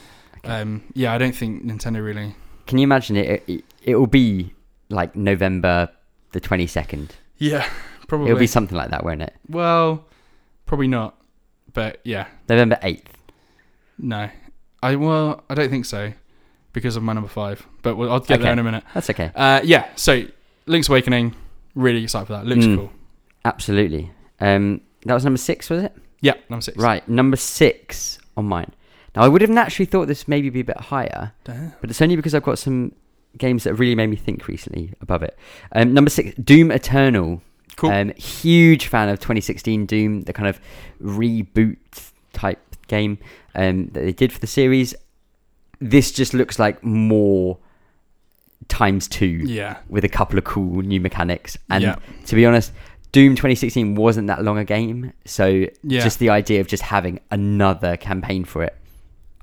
Speaker 2: Um, yeah, I don't think Nintendo really.
Speaker 1: Can you imagine it? it? It will be like November the 22nd.
Speaker 2: Yeah, probably.
Speaker 1: It'll be something like that, won't it?
Speaker 2: well, probably not. But yeah,
Speaker 1: November 8th.
Speaker 2: no. I well, I don't think so because of my number five. But we'll, I'll get
Speaker 1: Okay.
Speaker 2: there in a minute.
Speaker 1: That's okay.
Speaker 2: Uh, yeah. So Link's Awakening, really excited for that. Looks
Speaker 1: Mm.
Speaker 2: cool.
Speaker 1: Absolutely. Um, that was number six, was it?
Speaker 2: Yeah, number six.
Speaker 1: Right, number six on mine. Now I would have naturally thought this maybe be a bit higher,
Speaker 2: Damn.
Speaker 1: but it's only because I've got some games that have really made me think recently above it. Um, number six, Doom Eternal.
Speaker 2: Cool.
Speaker 1: Um, huge fan of 2016 Doom, the kind of reboot type game um, that they did for the series. This just looks like more times two
Speaker 2: yeah.
Speaker 1: with a couple of cool new mechanics. And
Speaker 2: Yeah.
Speaker 1: to be honest, Doom 2016 wasn't that long a game, so
Speaker 2: Yeah.
Speaker 1: just the idea of just having another campaign for it,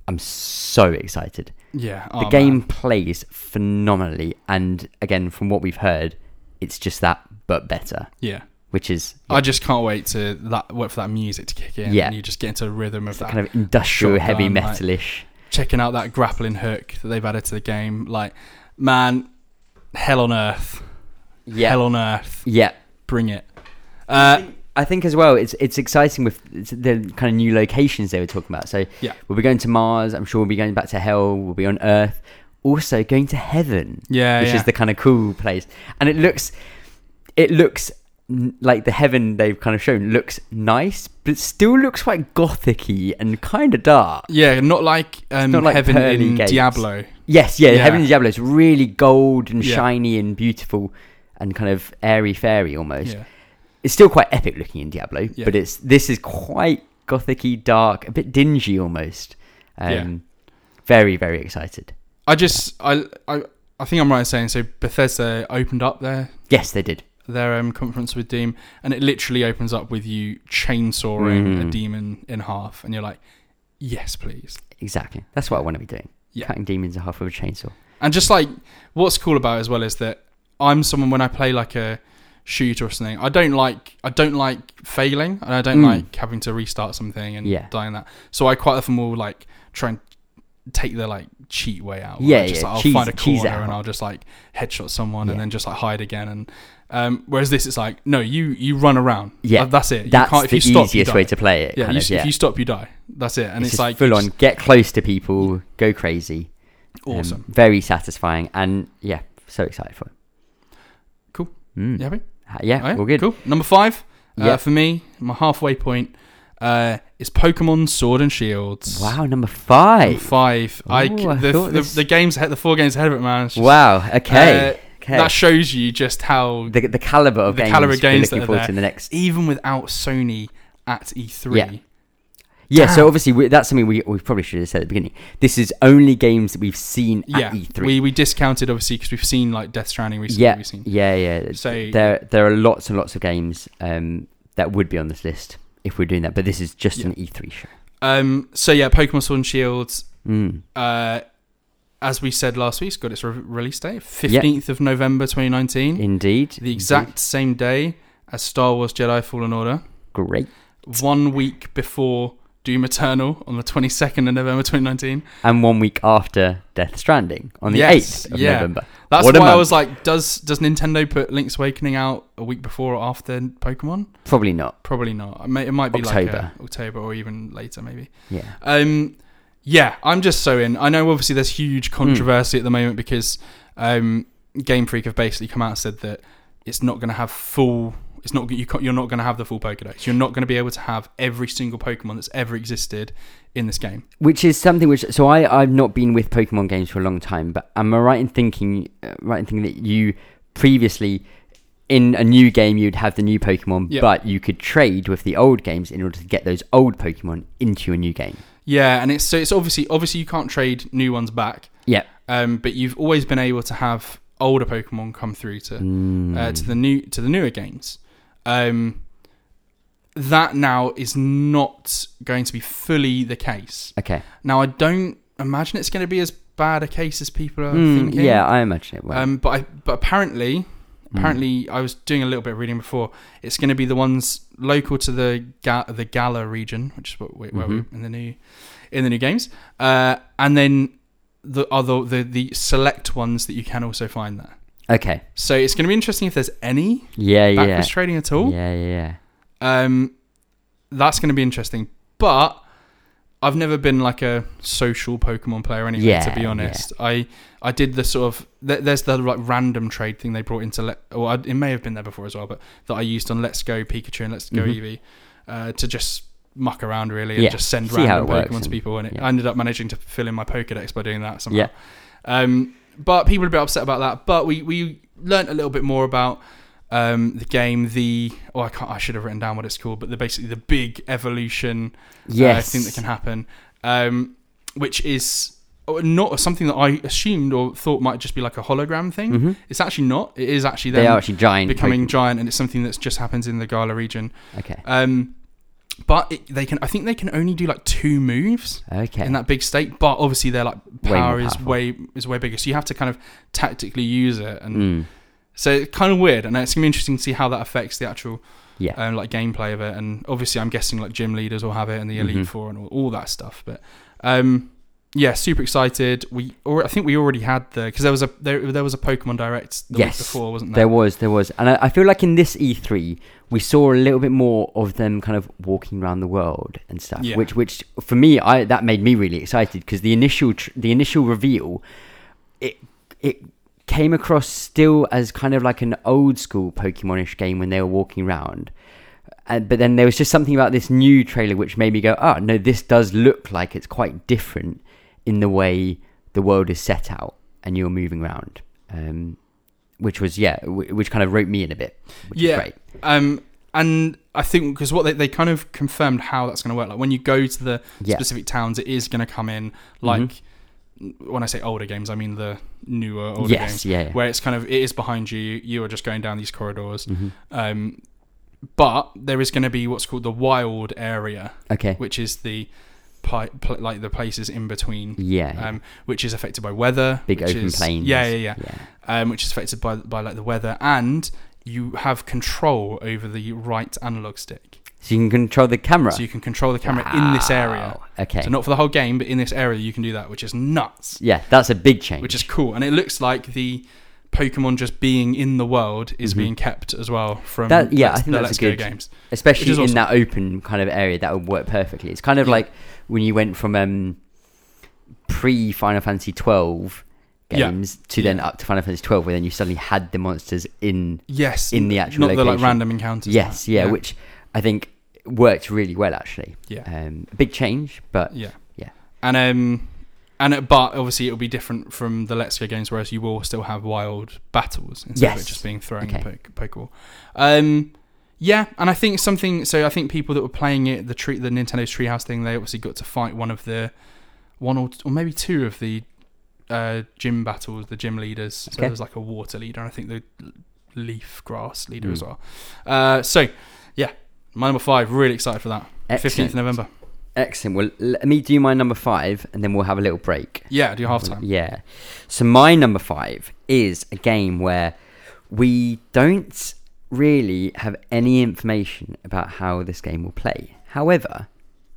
Speaker 1: I'm so excited.
Speaker 2: Yeah.
Speaker 1: The
Speaker 2: oh,
Speaker 1: game
Speaker 2: man.
Speaker 1: plays phenomenally, and again, from what we've heard, it's just that but better,
Speaker 2: Yeah.
Speaker 1: which is
Speaker 2: I just can't wait to that wait for that music to kick in.
Speaker 1: Yeah.
Speaker 2: And you just get into a rhythm of
Speaker 1: the
Speaker 2: that
Speaker 1: kind of industrial
Speaker 2: shotgun,
Speaker 1: heavy
Speaker 2: Ah, like-
Speaker 1: metalish.
Speaker 2: checking out that grappling hook that they've added to the game. Like, man, hell on earth.
Speaker 1: Yeah,
Speaker 2: Hell on earth.
Speaker 1: yeah.
Speaker 2: Bring it. Uh,
Speaker 1: I think as well, it's it's exciting with it's the kind of new locations they were talking about. So
Speaker 2: Yeah.
Speaker 1: we'll be going to Mars. I'm sure we'll be going back to Hell. We'll be on Earth. Also going to Heaven,
Speaker 2: yeah.
Speaker 1: which
Speaker 2: yeah.
Speaker 1: is the kind of cool place. And it looks, it looks n- like the Heaven they've kind of shown looks nice, but it still looks quite gothicy and kind of dark.
Speaker 2: yeah, not like um,
Speaker 1: not like
Speaker 2: heaven
Speaker 1: pearly
Speaker 2: in
Speaker 1: gates.
Speaker 2: Diablo.
Speaker 1: Yes, yeah,
Speaker 2: Yeah.
Speaker 1: Heaven in Diablo is really gold and
Speaker 2: Yeah.
Speaker 1: shiny and beautiful and kind of airy fairy almost.
Speaker 2: Yeah.
Speaker 1: It's still quite epic looking in Diablo,
Speaker 2: Yeah.
Speaker 1: but it's this is quite gothicy, dark, a bit dingy almost. Um,
Speaker 2: Yeah.
Speaker 1: Very, very excited.
Speaker 2: I just I, I I think I'm right in saying so. Bethesda opened up their
Speaker 1: Yes, they did.
Speaker 2: their um, conference with Doom, and it literally opens up with you chainsawing
Speaker 1: Mhm.
Speaker 2: a demon in half, and you're like, yes, please.
Speaker 1: Exactly. That's what I want to be doing.
Speaker 2: Yeah.
Speaker 1: Cutting demons in half with a chainsaw.
Speaker 2: And just like what's cool about it as well is that I'm someone when I play like a shooter or something, I don't like I don't like failing and I don't
Speaker 1: Mm.
Speaker 2: like having to restart something and
Speaker 1: Yeah.
Speaker 2: dying that. So I quite often will like try and take the like cheat way out.
Speaker 1: Yeah,
Speaker 2: just,
Speaker 1: yeah,
Speaker 2: like, I'll
Speaker 1: cheese-
Speaker 2: find a
Speaker 1: cheese
Speaker 2: corner
Speaker 1: out.
Speaker 2: and I'll just like headshot someone
Speaker 1: Yeah.
Speaker 2: and then just like hide again. And um, whereas this, it's like no, you you run around.
Speaker 1: Yeah.
Speaker 2: Like, that's it. You
Speaker 1: That's
Speaker 2: can't-
Speaker 1: the
Speaker 2: if you stop, you
Speaker 1: easiest
Speaker 2: die.
Speaker 1: way to play it.
Speaker 2: Yeah,
Speaker 1: kind
Speaker 2: you,
Speaker 1: of,
Speaker 2: s-
Speaker 1: yeah.
Speaker 2: if you stop, you die. That's it. And
Speaker 1: it's
Speaker 2: it's,
Speaker 1: just
Speaker 2: like
Speaker 1: full
Speaker 2: just
Speaker 1: on, get close to people, go crazy. Um,
Speaker 2: awesome.
Speaker 1: very satisfying, and yeah, so excited for it.
Speaker 2: Cool.
Speaker 1: Mm.
Speaker 2: You happy?
Speaker 1: Uh, Yeah,
Speaker 2: Alright,
Speaker 1: all good.
Speaker 2: Oh, Cool. Number five uh,
Speaker 1: Yeah.
Speaker 2: for me, my halfway point uh, is Pokemon Sword and Shields.
Speaker 1: Wow, number
Speaker 2: Number
Speaker 1: five.
Speaker 2: five. I,
Speaker 1: Ooh, I
Speaker 2: the,
Speaker 1: thought
Speaker 2: the,
Speaker 1: this-
Speaker 2: the games ahead, the four games ahead of it, man. it's just-
Speaker 1: Wow. Okay.
Speaker 2: Uh,
Speaker 1: okay.
Speaker 2: That shows you just how
Speaker 1: the, the caliber of
Speaker 2: the
Speaker 1: games,
Speaker 2: caliber of
Speaker 1: we're
Speaker 2: games
Speaker 1: looking
Speaker 2: that are
Speaker 1: forward
Speaker 2: there.
Speaker 1: to in the next.
Speaker 2: even without Sony at E E3,
Speaker 1: Yeah. Yeah. So
Speaker 2: Damn.
Speaker 1: obviously we, that's something we, we probably should have said at the beginning. This is only games that we've seen
Speaker 2: yeah,
Speaker 1: at E3.
Speaker 2: we we discounted obviously because we've seen like Death Stranding recently.
Speaker 1: E yeah,
Speaker 2: We've seen
Speaker 1: yeah, yeah.
Speaker 2: So-
Speaker 1: there there are lots and lots of games um, that would be on this list if we're doing that, but this is just an E3 show.
Speaker 2: Um, so yeah, Pokemon Sword and Shield.
Speaker 1: Mm.
Speaker 2: Uh, as we said last week, it's got its re- release date, fifteenth of November, twenty nineteen.
Speaker 1: Indeed.
Speaker 2: Mm-hmm. the exact same day as Star Wars Jedi Fallen Order,
Speaker 1: Indeed. great.
Speaker 2: one week before Doom Eternal on the 22nd of November 2019.
Speaker 1: And one week after Death Stranding on the
Speaker 2: Yes,
Speaker 1: 8th of
Speaker 2: yeah.
Speaker 1: November.
Speaker 2: That's
Speaker 1: What a
Speaker 2: why I
Speaker 1: month.
Speaker 2: was like, does does Nintendo put Link's Awakening out a week before or after Pokemon?
Speaker 1: Probably not.
Speaker 2: Probably not. It, may, it might be
Speaker 1: October.
Speaker 2: like uh, October or even later, maybe.
Speaker 1: Yeah.
Speaker 2: Um, yeah, I'm just so in. I know obviously there's huge controversy at the moment because um, Game Freak have basically come out and said that it's not going to have full. It's not you. can't- You're not going to have the full Pokédex. You're not going to be able to have every single Pokemon that's ever existed in this game.
Speaker 1: which is something which so I I've not been with Pokemon games for a long time, but am I right in thinking uh, right in thinking that you previously in a new game you'd have the new Pokemon,
Speaker 2: Yep.
Speaker 1: but you could trade with the old games in order to get those old Pokemon into your new game.
Speaker 2: Yeah, and it's so it's obviously obviously you can't trade new ones back.
Speaker 1: Yeah.
Speaker 2: Um, but you've always been able to have older Pokemon come through to
Speaker 1: Mm.
Speaker 2: uh, to the new to the newer games. Um, that now is not going to be fully the case.
Speaker 1: Hmm. okay.
Speaker 2: Now I don't imagine it's going to be as bad a case as people are
Speaker 1: Mm,
Speaker 2: thinking.
Speaker 1: yeah, I imagine it. Well,
Speaker 2: Uh, Um, but I, but apparently,
Speaker 1: Mm.
Speaker 2: apparently I was doing a little bit of reading before. It's going to be the ones local to the Ga- the Gala region, which is what we, where
Speaker 1: Mhm.
Speaker 2: we in the new in the new games, uh, and then the other the the select ones that you can also find there.
Speaker 1: okay.
Speaker 2: So it's going to be interesting if there's any
Speaker 1: Yeah, yeah,
Speaker 2: backwards
Speaker 1: yeah,
Speaker 2: trading at all.
Speaker 1: yeah, yeah.
Speaker 2: Um, that's going to be interesting. But I've never been like a social Pokemon player anyway.
Speaker 1: Yeah,
Speaker 2: to be honest, I I did the sort of th- there's the like random trade thing they brought into let or I, it may have been there before as well, but that I used on Let's Go Pikachu and Let's Go
Speaker 1: Mhm.
Speaker 2: Eevee uh, to just muck around really and
Speaker 1: Yeah,
Speaker 2: just send
Speaker 1: see how
Speaker 2: random
Speaker 1: it works
Speaker 2: Pokemon to
Speaker 1: and-
Speaker 2: people. And it,
Speaker 1: yeah.
Speaker 2: I ended up managing to fill in my Pokedex by doing that somehow.
Speaker 1: Yeah.
Speaker 2: Um, but people are a bit upset about that. But we we learnt a little bit more about um, the game. The oh, I can't. I should have written down what it's called. But the basically the big evolution uh,
Speaker 1: Yes.
Speaker 2: thing that can happen, um, which is oh, not something that I assumed or thought might just be like a hologram thing.
Speaker 1: Mhm.
Speaker 2: It's actually not. It is actually
Speaker 1: They are
Speaker 2: them
Speaker 1: actually giant.
Speaker 2: becoming giant, and it's something that's just happens in the Gala region.
Speaker 1: Pokemon. Okay.
Speaker 2: Um, but it, they can. I think they can only do like two moves
Speaker 1: Okay.
Speaker 2: in that big state. But obviously, their like
Speaker 1: Way more
Speaker 2: power is
Speaker 1: powerful.
Speaker 2: way is way bigger. So you have to kind of tactically use it, and
Speaker 1: Mm.
Speaker 2: so it's kind of weird. And it's gonna be interesting to see how that affects the actual
Speaker 1: Yeah.
Speaker 2: um, like gameplay of it. And obviously, I'm guessing like gym leaders will have it, and the elite
Speaker 1: Mhm.
Speaker 2: four, and all, all that stuff. But um, yeah, super excited. We or I think we already had the because there was a there, there was a Pokemon Direct the
Speaker 1: Yes.
Speaker 2: week before, wasn't there?
Speaker 1: There was, there was, and I, I feel like in this E3 we saw a little bit more of them kind of walking around the world and stuff,
Speaker 2: Yeah.
Speaker 1: which, which for me, I that made me really excited because the initial, tr- the initial reveal, it, it came across still as kind of like an old school Pokemonish game when they were walking around. And, but then there was just something about this new trailer which made me go, oh, no, this does look like it's quite different in the way the world is set out and you're moving around. Um, which was, yeah, wh- which kind of wrote me in a bit, which
Speaker 2: Yeah.
Speaker 1: is great.
Speaker 2: Um, and I think because what they, they kind of confirmed how that's going to work. Like when you go to the
Speaker 1: Yeah.
Speaker 2: specific towns, it is going to come in like when I say older games, I mean the newer older
Speaker 1: Mm-hmm. Yes,
Speaker 2: games
Speaker 1: yeah. yeah.
Speaker 2: where it's kind of it is behind you. You are just going down these corridors.
Speaker 1: Mhm.
Speaker 2: Um, but there is going to be what's called the wild area,
Speaker 1: Okay.
Speaker 2: which is the pli- pl- like the places in between,
Speaker 1: Yeah. yeah.
Speaker 2: um, which is affected by weather,
Speaker 1: Big
Speaker 2: which
Speaker 1: open
Speaker 2: is-
Speaker 1: plains.
Speaker 2: Yeah, yeah, yeah
Speaker 1: yeah.
Speaker 2: um, which is affected by by like the weather, and you have control over the right analog stick,
Speaker 1: So you can control the camera.
Speaker 2: so you can control the camera in this area.
Speaker 1: Wow. Okay.
Speaker 2: So not for the whole game, but in this area you can do that, which is nuts,
Speaker 1: yeah, that's a big change.
Speaker 2: which is cool, and it looks like the Pokemon just being in the world is
Speaker 1: Mhm.
Speaker 2: being kept as well from
Speaker 1: That- yeah, I
Speaker 2: Let's-
Speaker 1: think
Speaker 2: the
Speaker 1: that's a
Speaker 2: Let's
Speaker 1: good-
Speaker 2: Go games.
Speaker 1: especially
Speaker 2: Which is
Speaker 1: in
Speaker 2: awesome.
Speaker 1: that open kind of area that would work perfectly it's kind of
Speaker 2: Yeah.
Speaker 1: like when you went from um pre final fantasy 12
Speaker 2: Yeah.
Speaker 1: games to then up to final fantasy 12 where then you suddenly had the monsters in
Speaker 2: Yes,
Speaker 1: in the actual
Speaker 2: not the like
Speaker 1: location.
Speaker 2: random encounters.
Speaker 1: yes yeah, which i think worked really well actually
Speaker 2: Yeah.
Speaker 1: um big change but
Speaker 2: Yeah.
Speaker 1: Yeah.
Speaker 2: And um and uh, but obviously it'll be different from the Let's Go games, whereas you will still have wild battles instead of
Speaker 1: Yes.
Speaker 2: it just being throwing
Speaker 1: Okay.
Speaker 2: poke, pokeball. Um yeah, and I think something so I think people that were playing it, the tree the Nintendo's treehouse thing, they obviously got to fight one of the one or, or maybe two of the uh, gym battles, the gym leaders. So
Speaker 1: Okay.
Speaker 2: there was like a water leader, and I think the leaf grass leader as
Speaker 1: Mm.
Speaker 2: well. Uh, so yeah, my number five, really excited for that.
Speaker 1: excellent
Speaker 2: Fifteenth of November.
Speaker 1: excellent well let me do my number five and then we'll have a little break
Speaker 2: Yeah, do half time.
Speaker 1: Yeah. So my number five is a game where we don't really have any information about how this game will play. However,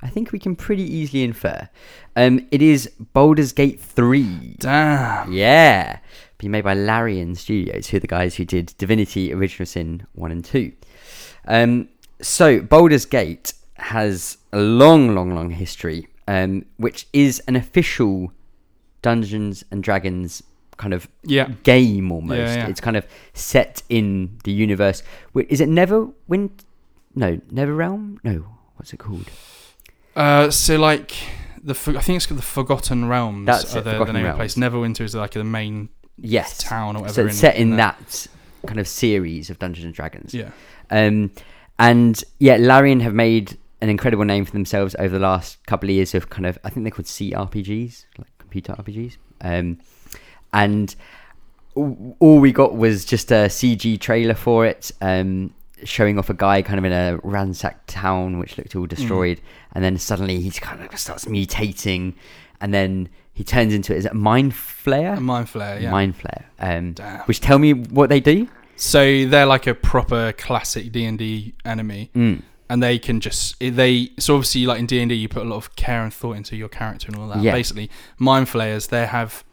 Speaker 1: I think we can pretty easily infer. Um, it is Baldur's Gate 3.
Speaker 2: Damn.
Speaker 1: Yeah. Being made by Larian Studios, who are the guys who did Divinity Original Sin 1 and 2. Um, so, Baldur's Gate has a long, long, long history, um, which is an official Dungeons and Dragons kind of
Speaker 2: Yeah.
Speaker 1: game almost.
Speaker 2: Yeah, yeah.
Speaker 1: It's kind of set in the universe. Wait, Is it Neverwin? No, Neverrealm? No. What's it called?
Speaker 2: Uh, so like the for- I think it's called the Forgotten Realms.
Speaker 1: That's
Speaker 2: are
Speaker 1: it,
Speaker 2: the, the
Speaker 1: Forgotten
Speaker 2: name of the
Speaker 1: Realms.
Speaker 2: place. Neverwinter is like the main
Speaker 1: Yes.
Speaker 2: town or whatever.
Speaker 1: So it's set in
Speaker 2: there.
Speaker 1: that kind of series of Dungeons and Dragons.
Speaker 2: Yeah.
Speaker 1: Um, and yeah, Larian have made an incredible name for themselves over the last couple of years of kind of, I think they're called CRPGs, like computer RPGs. Um, and all all we got was just a CG trailer for it, um, showing off a guy kind of in a ransacked town which looked
Speaker 2: Mm.
Speaker 1: all destroyed. And then suddenly he kind of starts mutating. And then he turns into, is it Mind Flayer?
Speaker 2: A mind flare. Yeah.
Speaker 1: Mind Flayer. Um,
Speaker 2: Damn.
Speaker 1: which tell me what they do.
Speaker 2: So they're like a proper classic D and D enemy,
Speaker 1: Mm.
Speaker 2: and they can just they. So obviously, like in D and D, you put a lot of care and thought into your character and all that.
Speaker 1: Yeah.
Speaker 2: Basically, mind flayers they have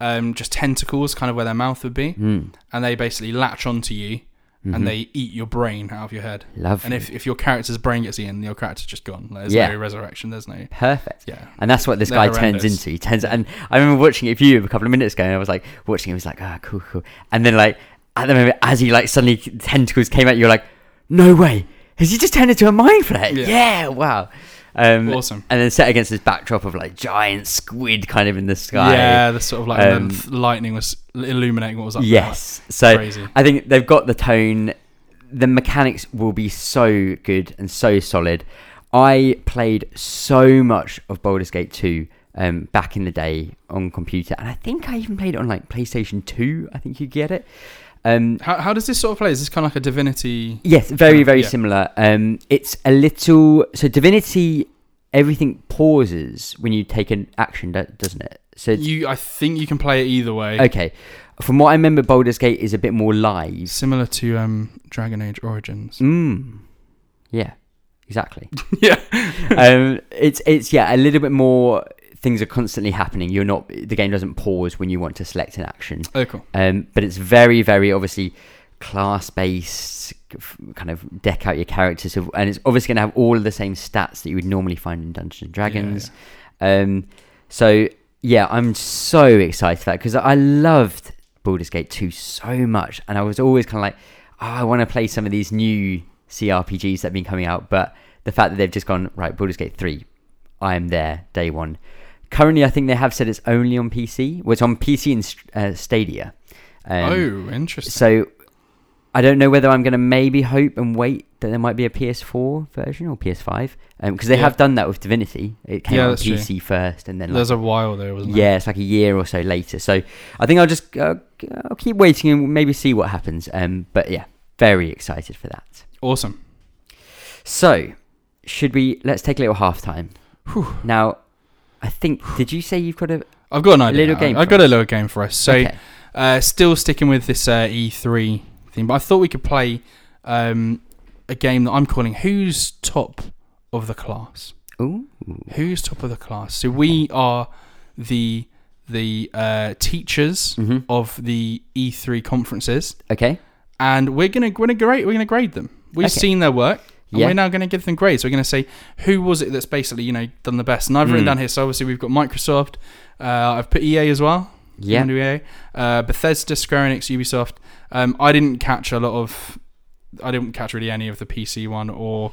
Speaker 2: um, just tentacles, kind of where their mouth would be,
Speaker 1: Mm.
Speaker 2: and they basically latch onto you,
Speaker 1: Mhm.
Speaker 2: and they eat your brain out of your head.
Speaker 1: Lovely.
Speaker 2: And if, if your character's brain gets eaten, your character's just gone. Like, There's
Speaker 1: Yeah.
Speaker 2: no resurrection. There's no
Speaker 1: Perfect.
Speaker 2: yeah.
Speaker 1: And that's what this
Speaker 2: They're
Speaker 1: guy turns
Speaker 2: horrendous.
Speaker 1: into. He turns and I remember watching it with you a couple of minutes ago and I was like watching it, I was like, ah, cool, cool. And then like at the moment as he like suddenly tentacles came out, you're like, No way. has he just turned into a mind flayer?
Speaker 2: Yeah.
Speaker 1: Yeah, wow. Um,
Speaker 2: Awesome.
Speaker 1: And then set against this backdrop of like giant squid kind of in the sky.
Speaker 2: Yeah, the sort of like
Speaker 1: Um,
Speaker 2: the th- lightning was illuminating what was up. there.
Speaker 1: Yes. So
Speaker 2: Crazy.
Speaker 1: I think they've got the tone. The mechanics will be so good and so solid. I played so much of Baldur's Gate 2 um, back in the day on computer, and I think I even played it on like PlayStation 2. I think you get it. Um,
Speaker 2: How, how does this sort of play? Is this kind of like a divinity?
Speaker 1: Yes, very, very
Speaker 2: Yeah.
Speaker 1: similar. Um, it's a little so divinity. Everything pauses when you take an action, do- doesn't it? So it's,
Speaker 2: You, I think you can play it either way.
Speaker 1: okay, from what I remember, Baldur's Gate is a bit more live.
Speaker 2: Similar to um, Dragon Age Origins.
Speaker 1: Mm. Yeah, exactly.
Speaker 2: yeah.
Speaker 1: um, it's it's yeah a little bit more. Things are constantly happening. You're not the game doesn't pause when you want to select an action.
Speaker 2: Oh, cool.
Speaker 1: Um, but it's very, very obviously class based, kind of deck out your characters. of- And it's obviously going to have all of the same stats that you would normally find in Dungeons and Dragons. Um, so, yeah, I'm so excited for that because I loved Baldur's Gate 2 so much. And I was always kind of like, oh, I want to play some of these new CRPGs that have been coming out. But the fact that they've just gone, right, Baldur's Gate 3, I am there day one. Currently, I think they have said it's only on PC. Well, it's on PC and st- uh, Stadia. Um,
Speaker 2: oh, interesting.
Speaker 1: So I don't know whether I'm going to maybe hope and wait that there might be a PS4 version or PS5 because um, they
Speaker 2: Yeah.
Speaker 1: have done that with Divinity. It came out
Speaker 2: Yeah,
Speaker 1: on
Speaker 2: that's true.
Speaker 1: PC first and then like,
Speaker 2: There's a while there, wasn't there?
Speaker 1: yeah, it's like a year or so later. So I think I'll just uh, I'll keep waiting and maybe see what happens. Um, but yeah, very excited for that.
Speaker 2: Awesome.
Speaker 1: So should we? Let's take a little half time
Speaker 2: Whew.
Speaker 1: now. I think did you say you've got a
Speaker 2: I've got an idea.
Speaker 1: Little
Speaker 2: now.
Speaker 1: game
Speaker 2: I've
Speaker 1: for
Speaker 2: got a
Speaker 1: us.
Speaker 2: little game for us. So,
Speaker 1: okay.
Speaker 2: uh, still sticking with this uh, E3 theme, but I thought we could play um, a game that I'm calling Who's Top of the Class?
Speaker 1: Ooh.
Speaker 2: Who's Top of the Class? So, we are the the uh, teachers
Speaker 1: hmm
Speaker 2: of the E3 conferences,
Speaker 1: Okay.
Speaker 2: and we're gonna we're gonna grade we're gonna grade them. We've
Speaker 1: Okay.
Speaker 2: seen their work. And
Speaker 1: Yeah.
Speaker 2: We're now going to give them grades. We're going to say who was it that's basically you know done the best. And I've written
Speaker 1: Mm.
Speaker 2: down here. So obviously we've got Microsoft. Uh, I've put EA as well.
Speaker 1: Yeah.
Speaker 2: EA, uh, Bethesda, Square Enix, Ubisoft. Um, I didn't catch a lot of. I didn't catch really any of the PC one or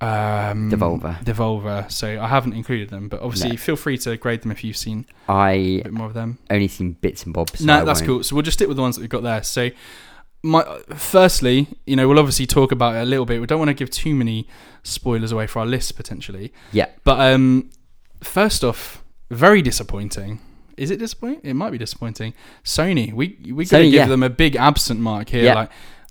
Speaker 2: um,
Speaker 1: Devolver.
Speaker 2: Devolver. So I haven't included them, but obviously
Speaker 1: No.
Speaker 2: feel free to grade them if you've seen
Speaker 1: I
Speaker 2: a bit more of them.
Speaker 1: only seen bits and bobs. so
Speaker 2: no,
Speaker 1: I
Speaker 2: that's
Speaker 1: won't-
Speaker 2: cool. So we'll just stick with the ones that we've got there. So, my firstly, you know, we'll obviously talk about it a little bit. We don't want to give too many spoilers away for our list potentially.
Speaker 1: Yeah.
Speaker 2: But um, first off, very disappointing. Is it disappointing? It might be disappointing. Sony, we we got to
Speaker 1: Sony,
Speaker 2: give
Speaker 1: yeah.
Speaker 2: them a big absent mark here.
Speaker 1: Yeah.
Speaker 2: Like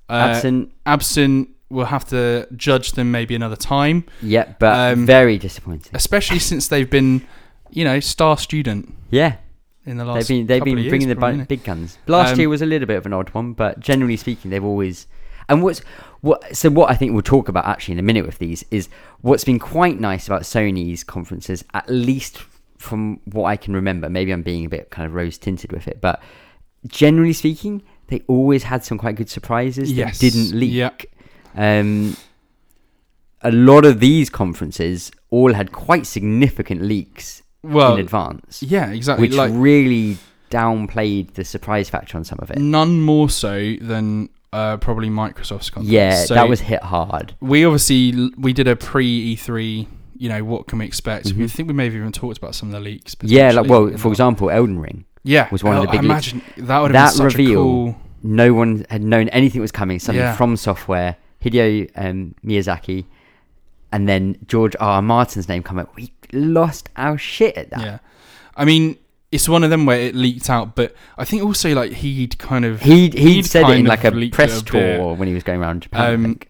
Speaker 2: uh, absent.
Speaker 1: Absent.
Speaker 2: We'll have to judge them maybe another time,
Speaker 1: Yeah, but
Speaker 2: um,
Speaker 1: very disappointing.
Speaker 2: especially since they've been, you know, star student
Speaker 1: Yeah,
Speaker 2: in the
Speaker 1: they've
Speaker 2: last.
Speaker 1: been they've
Speaker 2: couple
Speaker 1: been
Speaker 2: of
Speaker 1: bringing
Speaker 2: years
Speaker 1: the
Speaker 2: probably,
Speaker 1: bu-
Speaker 2: innit?
Speaker 1: big guns. Last
Speaker 2: Um,
Speaker 1: year was a little bit of an odd one, but generally speaking, they've always. And what's what? So what I think we'll talk about actually in a minute with these is what's been quite nice about Sony's conferences, at least from what I can remember. Maybe I'm being a bit kind of rose tinted with it, but generally speaking, they always had some quite good surprises
Speaker 2: Yes.
Speaker 1: that didn't leak.
Speaker 2: Yeah.
Speaker 1: Um, a lot of these conferences all had quite significant leaks
Speaker 2: Well,
Speaker 1: in advance,
Speaker 2: yeah, exactly.
Speaker 1: which
Speaker 2: like
Speaker 1: really downplayed the surprise factor on some of it.
Speaker 2: none more so than uh, probably Microsoft's conference.
Speaker 1: Yeah,
Speaker 2: So
Speaker 1: that was hit hard.
Speaker 2: we obviously we did a pre E3. You know what can we expect? We
Speaker 1: Mhm.
Speaker 2: think we may have even talked about some of the leaks.
Speaker 1: Yeah, like
Speaker 2: potentially.
Speaker 1: well, for example, Elden Ring.
Speaker 2: yeah,
Speaker 1: was one of the
Speaker 2: I-
Speaker 1: big
Speaker 2: I
Speaker 1: leaks.
Speaker 2: imagine that would have
Speaker 1: That
Speaker 2: been such
Speaker 1: reveal-
Speaker 2: a cool.
Speaker 1: No one had known anything was coming. Something
Speaker 2: Yeah.
Speaker 1: from software, Hideo um, Miyazaki, and then George R. R. Martin's name come up. We lost our shit at that.
Speaker 2: Yeah, I mean it's one of them where it leaked out, but I think also like he'd kind of
Speaker 1: He he
Speaker 2: He'd
Speaker 1: said it in
Speaker 2: kind
Speaker 1: like
Speaker 2: of
Speaker 1: a
Speaker 2: leaked
Speaker 1: press
Speaker 2: it a bit.
Speaker 1: tour when he was going around Japan.
Speaker 2: Um,
Speaker 1: I think.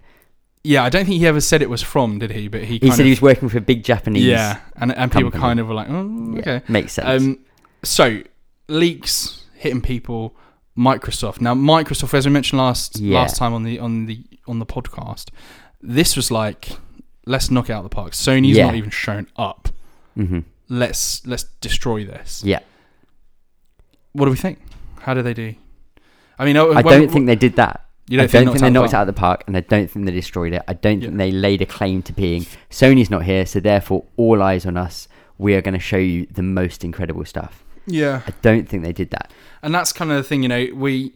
Speaker 2: yeah. I don't think he ever said it was from, did he? But he
Speaker 1: He
Speaker 2: kind
Speaker 1: said
Speaker 2: of,
Speaker 1: he was working for a big Japanese.
Speaker 2: yeah, and and people
Speaker 1: company.
Speaker 2: kind of were like, oh,
Speaker 1: Yeah,
Speaker 2: okay.
Speaker 1: makes sense.
Speaker 2: Um, so leaks hitting people. Microsoft. Now, Microsoft, as we mentioned last
Speaker 1: Yeah.
Speaker 2: last time on the on the on the podcast, this was like let's knock it out of the park. Sony's
Speaker 1: Yeah.
Speaker 2: not even shown up.
Speaker 1: hmm
Speaker 2: Let's let's destroy this.
Speaker 1: Yeah.
Speaker 2: What do we think? How do they do? I mean, oh,
Speaker 1: I don't think they did that.
Speaker 2: you don't
Speaker 1: I
Speaker 2: think,
Speaker 1: don't think
Speaker 2: they
Speaker 1: they
Speaker 2: knocked
Speaker 1: knocked it
Speaker 2: out.
Speaker 1: out of the park, and I don't think they destroyed it. I don't
Speaker 2: Yeah.
Speaker 1: think they laid a claim to being Sony's not here, so therefore all eyes on us. We are going to show you the most incredible stuff.
Speaker 2: the park. Yeah,
Speaker 1: I don't think they did that.
Speaker 2: and that's kind of the thing. You know, we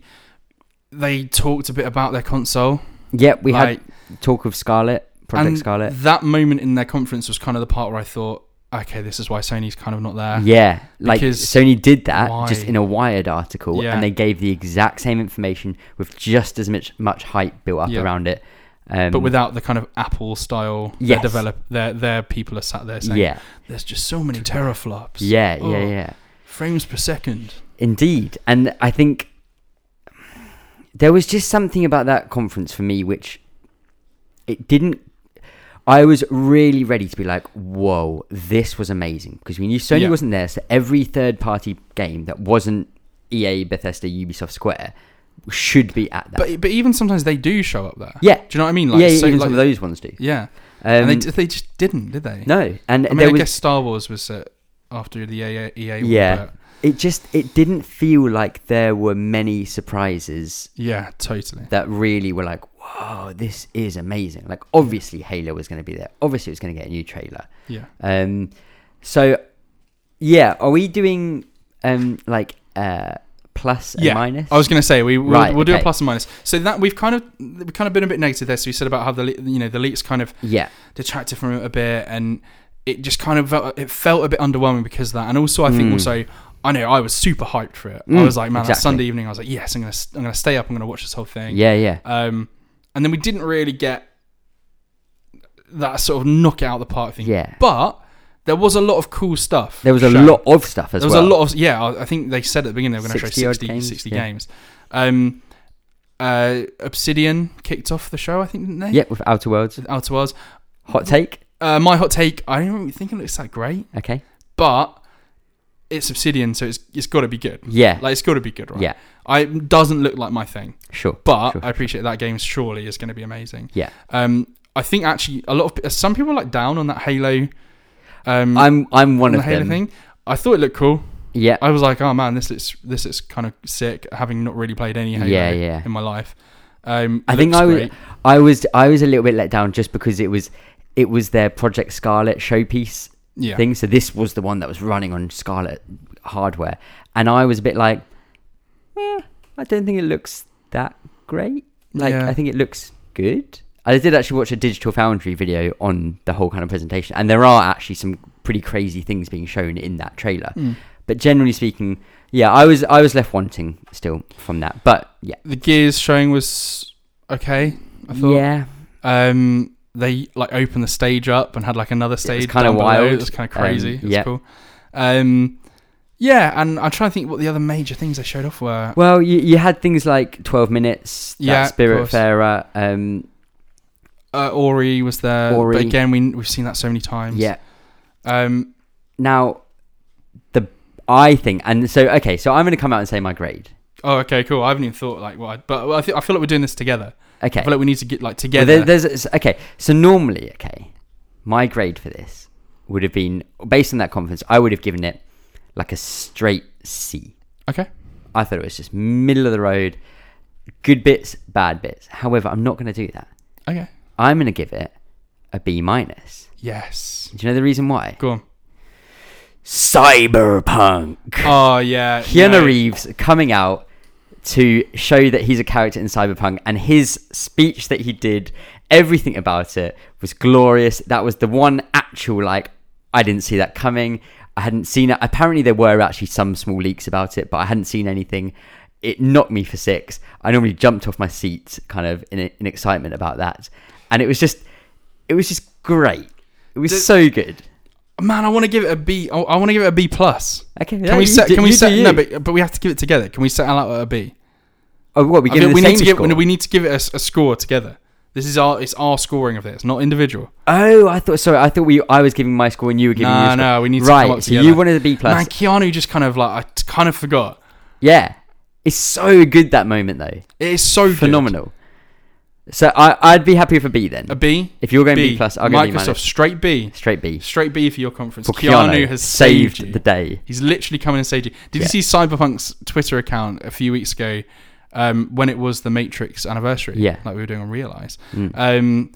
Speaker 2: they talked a bit about their console.
Speaker 1: Yep, we
Speaker 2: like,
Speaker 1: had talk of Scarlet, Project
Speaker 2: and
Speaker 1: Scarlet.
Speaker 2: That moment in their conference was kind of the part where I thought, okay, this is why Sony's kind of not there.
Speaker 1: Yeah, like
Speaker 2: because
Speaker 1: Sony did that
Speaker 2: why?
Speaker 1: just in a Wired article,
Speaker 2: Yeah.
Speaker 1: and they gave the exact same information with just as much much hype built up
Speaker 2: Yeah.
Speaker 1: around it. Um,
Speaker 2: But without the kind of Apple style,
Speaker 1: Yes.
Speaker 2: their develop their their people are sat there saying,
Speaker 1: yeah,
Speaker 2: "There's just so many teraflops,
Speaker 1: yeah, yeah,
Speaker 2: Oh.
Speaker 1: yeah,
Speaker 2: frames per second.
Speaker 1: indeed. And I think there was just something about that conference for me which it didn't. I was really ready to be like, "Whoa, this was amazing!" Because we knew Sony
Speaker 2: Yeah.
Speaker 1: wasn't there, so every third-party game that wasn't EA, Bethesda, Ubisoft, Square should be at that.
Speaker 2: But but even sometimes they do show up there.
Speaker 1: yeah,
Speaker 2: Do you know what I mean? Like,
Speaker 1: yeah,
Speaker 2: so,
Speaker 1: even
Speaker 2: like-
Speaker 1: some of those ones do.
Speaker 2: yeah.
Speaker 1: Um,
Speaker 2: and they, d- they just didn't, did they?
Speaker 1: no, and
Speaker 2: I mean,
Speaker 1: there
Speaker 2: I
Speaker 1: was
Speaker 2: guess Star Wars was uh, after the EA, EA one,
Speaker 1: Yeah.
Speaker 2: but
Speaker 1: it just it didn't feel like there were many surprises
Speaker 2: yeah, totally.
Speaker 1: that really were like, wow, this is amazing. Like obviously Halo was going to be there. Obviously it was going to get a new trailer.
Speaker 2: Yeah,
Speaker 1: Um, so yeah, are we doing um like uh plus and
Speaker 2: Yeah,
Speaker 1: minus?
Speaker 2: I was going to say we we'll,
Speaker 1: Right,
Speaker 2: we'll do a
Speaker 1: okay.
Speaker 2: plus and minus. So that we've kind of we've kind of been a bit negative there. So we said about how the le- you know the leaks kind of
Speaker 1: yeah,
Speaker 2: detracted from it a bit, and it just kind of felt, it felt a bit underwhelming because of that. And also, I think
Speaker 1: Mm.
Speaker 2: also I know I was super hyped for it. I
Speaker 1: Mm,
Speaker 2: was like, man, that
Speaker 1: exactly.
Speaker 2: Sunday evening, I was like, yes, I'm gonna s- I'm gonna stay up, I'm gonna watch this whole thing.
Speaker 1: yeah, yeah,
Speaker 2: Um, and then we didn't really get that sort of knock it out of the park thing.
Speaker 1: yeah.
Speaker 2: But there was a lot of cool stuff.
Speaker 1: There was a
Speaker 2: shown.
Speaker 1: lot of stuff as
Speaker 2: There was
Speaker 1: well.
Speaker 2: a lot of yeah. I- I think they said at the beginning they were going to show
Speaker 1: 60 odd
Speaker 2: 60
Speaker 1: games,
Speaker 2: games.
Speaker 1: yeah.
Speaker 2: games. Um, uh, Obsidian kicked off the show, I think, didn't they?
Speaker 1: Yeah, with Outer Worlds.
Speaker 2: With Outer Worlds.
Speaker 1: Hot take.
Speaker 2: Uh, my hot take: I don't really think it looks that great,
Speaker 1: Okay.
Speaker 2: but it's Obsidian, so it's it's got to be good.
Speaker 1: Yeah.
Speaker 2: Like it's got to be good, right?
Speaker 1: Yeah.
Speaker 2: I doesn't look like my thing,
Speaker 1: Sure.
Speaker 2: but
Speaker 1: Sure,
Speaker 2: I appreciate that game. Surely is going to be amazing.
Speaker 1: Yeah.
Speaker 2: Um, I think actually a lot of some people are, like down on that Halo. Um,
Speaker 1: I'm I'm one
Speaker 2: on the
Speaker 1: of
Speaker 2: Halo
Speaker 1: them.
Speaker 2: thing. I thought it looked cool.
Speaker 1: Yeah.
Speaker 2: I was like, oh man, this looks this is kind of sick. Having not really played any Halo
Speaker 1: Yeah, yeah.
Speaker 2: in my life, um,
Speaker 1: I think
Speaker 2: looks
Speaker 1: I was
Speaker 2: great.
Speaker 1: I was I was a little bit let down just because it was it was their Project Scarlet showpiece
Speaker 2: yeah,
Speaker 1: thing. So this was the one that was running on Scarlet hardware, and I was a bit like, eh, I don't think it looks that great. Like
Speaker 2: Yeah.
Speaker 1: I think it looks good. I did actually watch a Digital Foundry video on the whole kind of presentation, and there are actually some pretty crazy things being shown in that trailer.
Speaker 2: Mm.
Speaker 1: But generally speaking, yeah, I was I was left wanting still from that. But yeah,
Speaker 2: the Gears showing was okay. I thought.
Speaker 1: yeah,
Speaker 2: Um, they like opened the stage up and had like another stage.
Speaker 1: kinda
Speaker 2: down below.
Speaker 1: wild.
Speaker 2: It was kind of crazy.
Speaker 1: Um,
Speaker 2: it was
Speaker 1: yeah.
Speaker 2: cool. Um, yeah, and I'm trying to think what the other major things they showed off were.
Speaker 1: Well, you, you had things like 12 Minutes, that
Speaker 2: Yeah, of
Speaker 1: Spirit
Speaker 2: course.
Speaker 1: Fairer, um,
Speaker 2: Uh, Ori was there,
Speaker 1: Ori.
Speaker 2: but again, we we've seen that so many times.
Speaker 1: yeah.
Speaker 2: Um,
Speaker 1: Now, the I think, and so, okay, so I'm going to come out and say my grade.
Speaker 2: oh, okay, cool. I haven't even thought like what, I, but well, I, th- I feel like we're doing this together.
Speaker 1: Okay.
Speaker 2: I feel like we need to get like
Speaker 1: Well,
Speaker 2: together.
Speaker 1: there- there's, it's- okay, so normally, okay, my grade for this would have been, based on that conference, I would have given it like a straight C.
Speaker 2: okay.
Speaker 1: I thought it was just middle of the road, good bits, bad bits. However, I'm not going to do that.
Speaker 2: Okay.
Speaker 1: I'm going to give it a B minus.
Speaker 2: Yes.
Speaker 1: Do you know the reason why?
Speaker 2: Go on.
Speaker 1: Cyberpunk.
Speaker 2: Oh yeah.
Speaker 1: Keanu
Speaker 2: no.
Speaker 1: Reeves coming out to show that he's a character in Cyberpunk, and his speech that he did, everything about it was glorious. That was the one actual like I didn't see that coming. I hadn't seen it. Apparently, there were actually some small leaks about it, but I hadn't seen anything. It knocked me for six. I normally jumped off my seat, kind of in, in excitement about that, and it was just, it was just great. It was
Speaker 2: Did-
Speaker 1: so good.
Speaker 2: Man, I want to give it a B. I, want to give it a B plus.
Speaker 1: Okay,
Speaker 2: Can we set? Can we set? No, but, but we have to give it together. Can we settle out at a B?
Speaker 1: oh, what, we
Speaker 2: I feel
Speaker 1: give
Speaker 2: we
Speaker 1: the
Speaker 2: need
Speaker 1: same
Speaker 2: to give.
Speaker 1: score?
Speaker 2: We need to give it a s- a, score together. This is our. It's our scoring of this, not individual.
Speaker 1: Oh, I thought sorry. I thought we I was giving my score and you were giving.
Speaker 2: No,
Speaker 1: your score.
Speaker 2: no, we need to
Speaker 1: right.
Speaker 2: come up
Speaker 1: so
Speaker 2: together.
Speaker 1: you wanted a B plus.
Speaker 2: Man, Keanu just kind of like I t- kind of forgot.
Speaker 1: Yeah, it's so good that moment though.
Speaker 2: It is so good.
Speaker 1: Phenomenal. So I I'd be happy with a B then.
Speaker 2: A B.
Speaker 1: if you're going
Speaker 2: B
Speaker 1: B plus, I'll go B
Speaker 2: Microsoft
Speaker 1: minus.
Speaker 2: straight B.
Speaker 1: Straight B.
Speaker 2: Straight B for your conference.
Speaker 1: For
Speaker 2: Keanu, has saved, you.
Speaker 1: the day.
Speaker 2: He's literally coming and saved you. Did
Speaker 1: Yeah.
Speaker 2: you see Cyberpunk's Twitter account a few weeks ago um, when it was the Matrix anniversary?
Speaker 1: Yeah.
Speaker 2: Like we were doing on Realize.
Speaker 1: Mm.
Speaker 2: Um,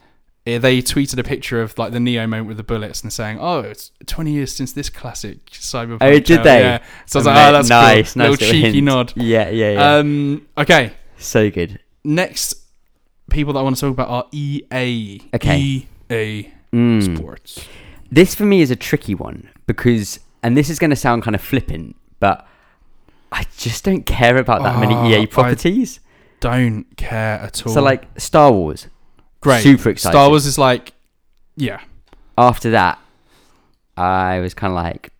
Speaker 2: eh, they tweeted a picture of like the Neo moment with the bullets and saying, "Oh, it's 20 years since this classic Cyberpunk."
Speaker 1: Oh, did
Speaker 2: trailer."
Speaker 1: they?
Speaker 2: Yeah. So I was
Speaker 1: Ama-
Speaker 2: like, "Oh, that's
Speaker 1: nice,
Speaker 2: cool.
Speaker 1: nice
Speaker 2: little cheeky
Speaker 1: hint.
Speaker 2: nod."
Speaker 1: Yeah, yeah, yeah.
Speaker 2: Um, okay,
Speaker 1: so good.
Speaker 2: next people that I want to talk about are EA.
Speaker 1: Okay.
Speaker 2: E EA
Speaker 1: Mm.
Speaker 2: Sports.
Speaker 1: This for me is a tricky one because, and this is going to sound kind of flippant, but I just don't care about that
Speaker 2: Ah,
Speaker 1: many
Speaker 2: I-
Speaker 1: EA properties.
Speaker 2: Don't care at all.
Speaker 1: So like Star Wars.
Speaker 2: great,
Speaker 1: super excited.
Speaker 2: Star Wars is like, yeah,
Speaker 1: After that, I was kind of like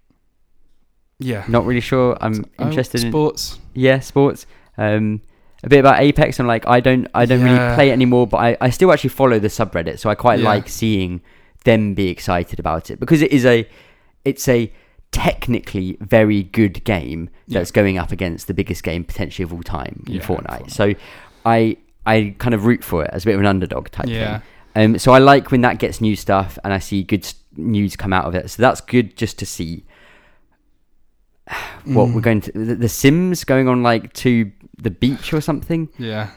Speaker 2: yeah.
Speaker 1: not really sure. I'm
Speaker 2: Oh,
Speaker 1: interested in
Speaker 2: sports.
Speaker 1: yeah sports. Um, a bit about Apex. I'm like I don't I don't really
Speaker 2: Yeah.
Speaker 1: play it anymore, but I, I still actually follow the subreddit, so I quite
Speaker 2: Yeah.
Speaker 1: like seeing them be excited about it because it is a it's a technically very good game
Speaker 2: Yeah.
Speaker 1: that's going up against the biggest game potentially of all time in
Speaker 2: Yeah,
Speaker 1: Fortnite.
Speaker 2: Fortnite.
Speaker 1: So I I kind of root for it as a bit of an underdog type
Speaker 2: Yeah.
Speaker 1: thing. Um, so I like when that gets new stuff and I see good s- news come out of it. So that's good just to see what
Speaker 2: Mm.
Speaker 1: we're going to the, the Sims going on like to the beach or something.
Speaker 2: Yeah.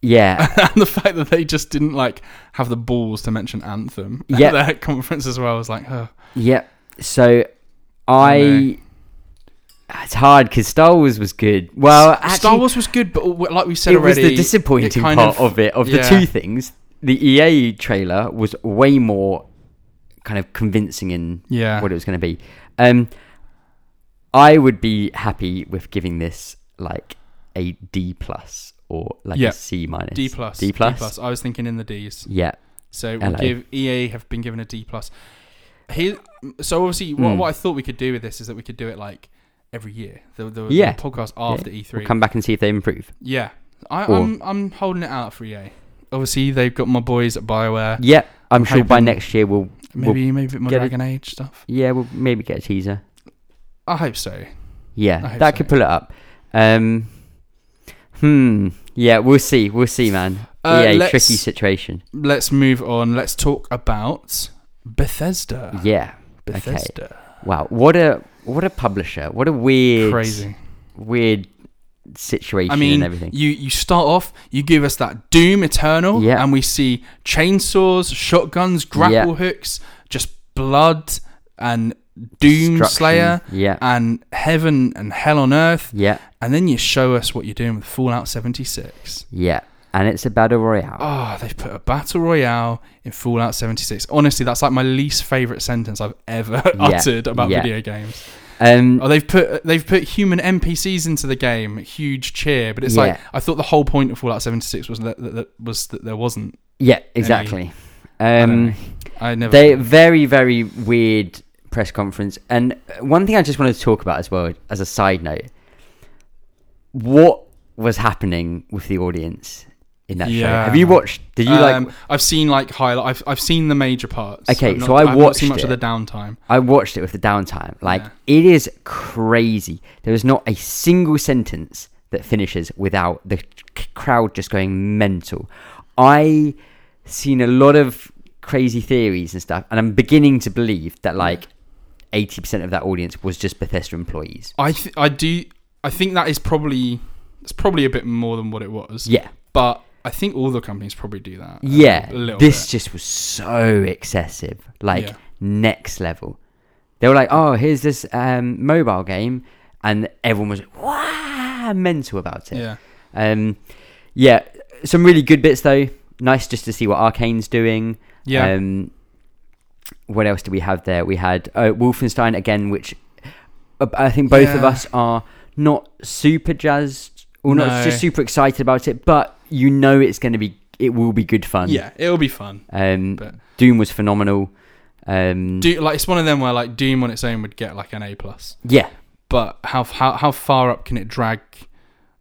Speaker 1: Yeah.
Speaker 2: and the fact that they just didn't like have the balls to mention Anthem at
Speaker 1: Yeah.
Speaker 2: their conference as well was like, oh,
Speaker 1: yep. So
Speaker 2: know.
Speaker 1: I it's hard cuz Star Wars was good. Well, actually
Speaker 2: Star Wars was good, but w- like we said
Speaker 1: it
Speaker 2: already,
Speaker 1: was the disappointing
Speaker 2: it kind
Speaker 1: part of, it of the
Speaker 2: yeah.
Speaker 1: two things. The EA trailer was way more kind of convincing in
Speaker 2: Yeah.
Speaker 1: what it was going to be. Um I would be happy with giving this like a D plus or like
Speaker 2: Yeah.
Speaker 1: a C minus.
Speaker 2: D plus,
Speaker 1: D plus.
Speaker 2: I was thinking in the D's.
Speaker 1: Yeah.
Speaker 2: So we'll
Speaker 1: Hello.
Speaker 2: give EA have been given a D plus. Here, so obviously, what,
Speaker 1: Mm.
Speaker 2: what I thought we could do with this is that we could do it like every year. The, the,
Speaker 1: Yeah.
Speaker 2: the podcast after E E3.
Speaker 1: We'll come back and see if they improve.
Speaker 2: yeah, I,
Speaker 1: Or-
Speaker 2: I'm I'm holding it out for EA. Obviously, they've got my boys at Bioware.
Speaker 1: Yeah, I'm
Speaker 2: I'm
Speaker 1: sure by
Speaker 2: hoping-
Speaker 1: next year we'll
Speaker 2: Maybe maybe my
Speaker 1: get it-
Speaker 2: Dragon Age stuff.
Speaker 1: yeah we'll maybe get a teaser.
Speaker 2: I hope so. I
Speaker 1: Yeah,
Speaker 2: hope
Speaker 1: that
Speaker 2: so.
Speaker 1: could pull it up. Um, hmm. Yeah, we'll see. We'll see, man.
Speaker 2: Uh,
Speaker 1: yeah,
Speaker 2: let's-
Speaker 1: tricky situation.
Speaker 2: Let's move on. Let's talk about Bethesda.
Speaker 1: yeah.
Speaker 2: Bethesda.
Speaker 1: Wow. What a what a publisher. What a weird
Speaker 2: Crazy.
Speaker 1: weird situation
Speaker 2: I mean,
Speaker 1: and everything.
Speaker 2: you you start off, you give us that Doom Eternal,
Speaker 1: Yeah.
Speaker 2: and we see chainsaws, shotguns, grapple
Speaker 1: Yeah.
Speaker 2: hooks, just blood and Doom
Speaker 1: Destruction.
Speaker 2: Slayer
Speaker 1: Yeah.
Speaker 2: and heaven and hell on earth,
Speaker 1: yeah.
Speaker 2: and then you show us what you're doing with Fallout 76.
Speaker 1: Yeah. And it's a battle royale.
Speaker 2: Oh, they've put a battle royale in Fallout 76. Honestly, that's like my least favorite sentence I've ever uttered about
Speaker 1: yeah.
Speaker 2: video games.
Speaker 1: Um.
Speaker 2: Oh, they've put they've put human NPCs into the game. Huge cheer, but it's like
Speaker 1: Yeah.
Speaker 2: I thought the whole point of Fallout 76 was that, that, that was that there wasn't.
Speaker 1: Yeah. Exactly.
Speaker 2: don't
Speaker 1: Um.
Speaker 2: know. I never.
Speaker 1: They very very weird press conference. And one thing I just wanted to talk about as well, as a side note, what was happening with the audience in that show?
Speaker 2: Yeah.
Speaker 1: Have you watched? Did you like?
Speaker 2: Um, I've seen like highlight. I've I've seen the major parts.
Speaker 1: Okay,
Speaker 2: I've
Speaker 1: so I
Speaker 2: I've not seen
Speaker 1: watched
Speaker 2: much of
Speaker 1: it.
Speaker 2: the downtime.
Speaker 1: I watched it with the downtime. Like
Speaker 2: Yeah.
Speaker 1: it is crazy. There is not a single sentence that finishes without the c- crowd just going mental. I seen a lot of crazy theories and stuff, and I'm beginning to believe
Speaker 2: Mm.
Speaker 1: that like. 80% of that audience was just Bethesda employees.
Speaker 2: I th- I do I think that is probably it's probably a bit more than what it was.
Speaker 1: Yeah.
Speaker 2: but I think all the companies probably do that. a
Speaker 1: Yeah.
Speaker 2: little- a little
Speaker 1: this
Speaker 2: bit.
Speaker 1: just was so excessive. Like
Speaker 2: Yeah.
Speaker 1: next level. They were like, "Oh, here's this um, mobile game." And everyone was wow, mental about it.
Speaker 2: Yeah,
Speaker 1: Um yeah, some really good bits though. Nice just to see what Arcane's doing.
Speaker 2: yeah.
Speaker 1: Um what else do we have there? We had uh, Wolfenstein again, which uh, I think both of
Speaker 2: Yeah.
Speaker 1: us are not super jazzed or not
Speaker 2: No.
Speaker 1: just super excited about it, but you know it's going to be it will be good fun.
Speaker 2: yeah, it'll be fun.
Speaker 1: Um,
Speaker 2: But-
Speaker 1: Doom was phenomenal. Um,
Speaker 2: Do like it's one of them where like Doom on its own would get like an A plus,
Speaker 1: yeah,
Speaker 2: but how how how far up can it drag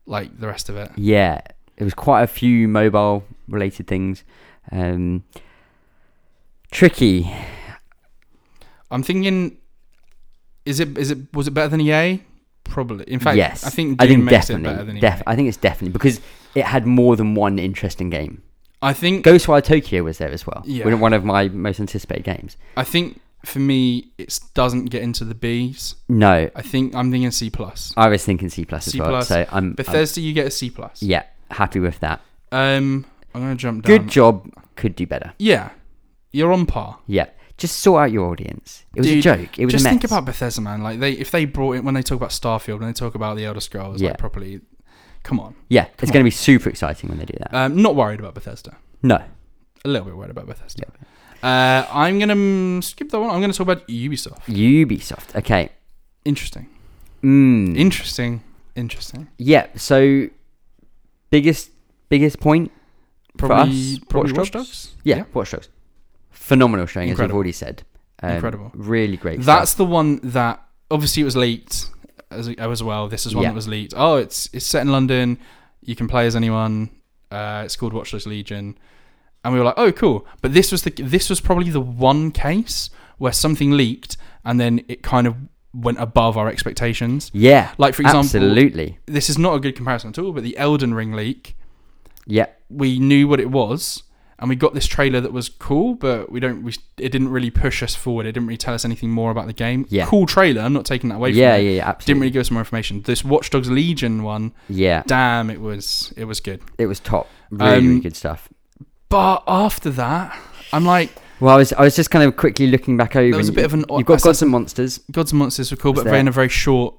Speaker 2: like the rest of it?
Speaker 1: yeah. It was quite a few mobile related things. Um, tricky.
Speaker 2: I'm thinking, is it is it was it better than EA? Probably. In fact,
Speaker 1: yes,
Speaker 2: I think Doom makes it better than E EA.
Speaker 1: def- I think it's definitely because it had more than one interesting game.
Speaker 2: I think
Speaker 1: Ghostwire Tokyo was there as well.
Speaker 2: Yeah.
Speaker 1: one of my most anticipated games.
Speaker 2: I think for me it doesn't get into the B's.
Speaker 1: No,
Speaker 2: I think I'm thinking C plus.
Speaker 1: I was thinking C plus as
Speaker 2: C++.
Speaker 1: well. So I'm, I'm
Speaker 2: Bethesda, you get a C plus.
Speaker 1: yeah happy with that.
Speaker 2: Um, I'm gonna jump down.
Speaker 1: Good job. Could do better.
Speaker 2: Yeah, you're on par.
Speaker 1: Yeah. Just sort out your audience. It was a
Speaker 2: Dude,
Speaker 1: joke. It was
Speaker 2: Just
Speaker 1: a mess.
Speaker 2: think about Bethesda, man. Like they, if they brought in when they talk about Starfield, when they talk about the Elder Scrolls,
Speaker 1: Yeah.
Speaker 2: like properly. Come on,
Speaker 1: yeah, it's going to be super exciting when they do that.
Speaker 2: um, not worried about Bethesda.
Speaker 1: No.
Speaker 2: a little bit worried about Bethesda. Uh, I'm gonna mm, skip that one. I'm gonna talk about Ubisoft.
Speaker 1: Ubisoft. Okay.
Speaker 2: Interesting,
Speaker 1: Mm.
Speaker 2: interesting, interesting.
Speaker 1: yeah. So biggest biggest point.
Speaker 2: Probably,
Speaker 1: us,
Speaker 2: probably
Speaker 1: Watch
Speaker 2: Watch
Speaker 1: Dogs?
Speaker 2: Dogs?
Speaker 1: Yeah. Watch Dogs. Phenomenal showing, as we've
Speaker 2: Incredible.
Speaker 1: already said. Um,
Speaker 2: Incredible.
Speaker 1: Really great.
Speaker 2: That's
Speaker 1: stuff.
Speaker 2: the one that obviously it was leaked as, oh, as well. This is one
Speaker 1: Yeah.
Speaker 2: that was leaked. Oh, it's it's set in London. You can play as anyone. Uh, it's called Watch Dogs Legion, and we were like, oh, cool. But this was the this was probably the one case where something leaked and then it kind of went above our expectations.
Speaker 1: yeah.
Speaker 2: Like for example,
Speaker 1: absolutely.
Speaker 2: this is not a good comparison at all. But the Elden Ring leak,
Speaker 1: Yeah.
Speaker 2: we knew what it was and we got this trailer that was cool but we don't we, it didn't really push us forward it didn't really tell us anything more about the game
Speaker 1: Yeah.
Speaker 2: cool trailer i'm not taking that away from
Speaker 1: Yeah, yeah.
Speaker 2: it.
Speaker 1: Yeah.
Speaker 2: didn't
Speaker 1: Absolutely.
Speaker 2: really give us more information this watch dogs legion one
Speaker 1: yeah.
Speaker 2: damn it was it was good
Speaker 1: It was top. Really, really
Speaker 2: Um,
Speaker 1: good stuff.
Speaker 2: but after that i'm like
Speaker 1: Well, I was I was just kind of quickly looking back over.
Speaker 2: there was a
Speaker 1: and
Speaker 2: bit of an
Speaker 1: You've got
Speaker 2: I
Speaker 1: Gods
Speaker 2: said
Speaker 1: and Monsters.
Speaker 2: gods and monsters were cool
Speaker 1: Was
Speaker 2: but very
Speaker 1: there.
Speaker 2: in a very short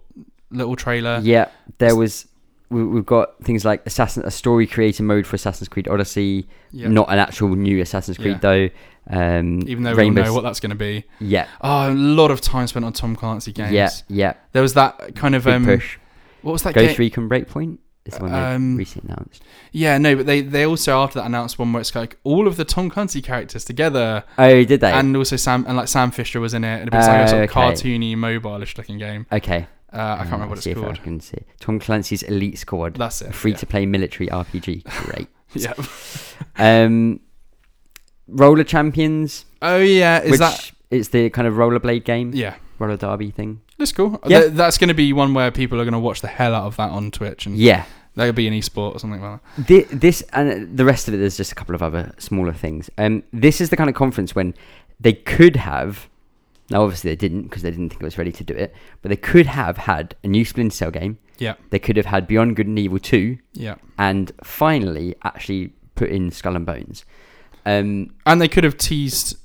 Speaker 2: little trailer
Speaker 1: yeah, there was. We, we've got things like Assassin, a story creator mode for Assassin's Creed Odyssey.
Speaker 2: Yeah.
Speaker 1: Not an actual new Assassin's Creed though. Um,
Speaker 2: even though we
Speaker 1: Rainbow
Speaker 2: all know
Speaker 1: S-
Speaker 2: what that's going to be
Speaker 1: yeah,
Speaker 2: oh a lot of time spent on tom clancy games
Speaker 1: yeah, yeah.
Speaker 2: there was that kind of
Speaker 1: Big
Speaker 2: um
Speaker 1: push.
Speaker 2: what was that game?
Speaker 1: Ghost Recon Breakpoint is the one they
Speaker 2: Um,
Speaker 1: recently announced.
Speaker 2: Yeah, no, but they, they also after that announced one where it's like all of the Tom Clancy characters together,
Speaker 1: Oh, did they?
Speaker 2: and also Sam and like Sam Fisher was in it, and it was like a sort of
Speaker 1: Oh, okay.
Speaker 2: cartoony, mobile-ish looking game.
Speaker 1: okay,
Speaker 2: Uh, I can't
Speaker 1: Um,
Speaker 2: remember what
Speaker 1: let's
Speaker 2: it's
Speaker 1: see if
Speaker 2: called.
Speaker 1: I can see. Tom Clancy's Elite Squad,
Speaker 2: That's it.
Speaker 1: free to play military RPG. Great.
Speaker 2: yeah. yeah.
Speaker 1: um, Roller Champions,
Speaker 2: Oh yeah, is
Speaker 1: which
Speaker 2: that
Speaker 1: it's the kind of rollerblade game,
Speaker 2: yeah?
Speaker 1: roller derby thing.
Speaker 2: That's cool.
Speaker 1: Yeah.
Speaker 2: Th- that's going to be one where people are going to watch the hell out of that on Twitch, and
Speaker 1: Yeah,
Speaker 2: that'll be an esport or something like that.
Speaker 1: Thi- this and the rest of it. There's just a couple of other smaller things. Um, this is the kind of conference when they could have. Now, obviously, they didn't because they didn't think it was ready to do it. But they could have had a new Splinter Cell game.
Speaker 2: Yeah.
Speaker 1: They could have had Beyond Good and Evil two,
Speaker 2: Yeah,
Speaker 1: and finally actually put in Skull and Bones. Um,
Speaker 2: and they could have teased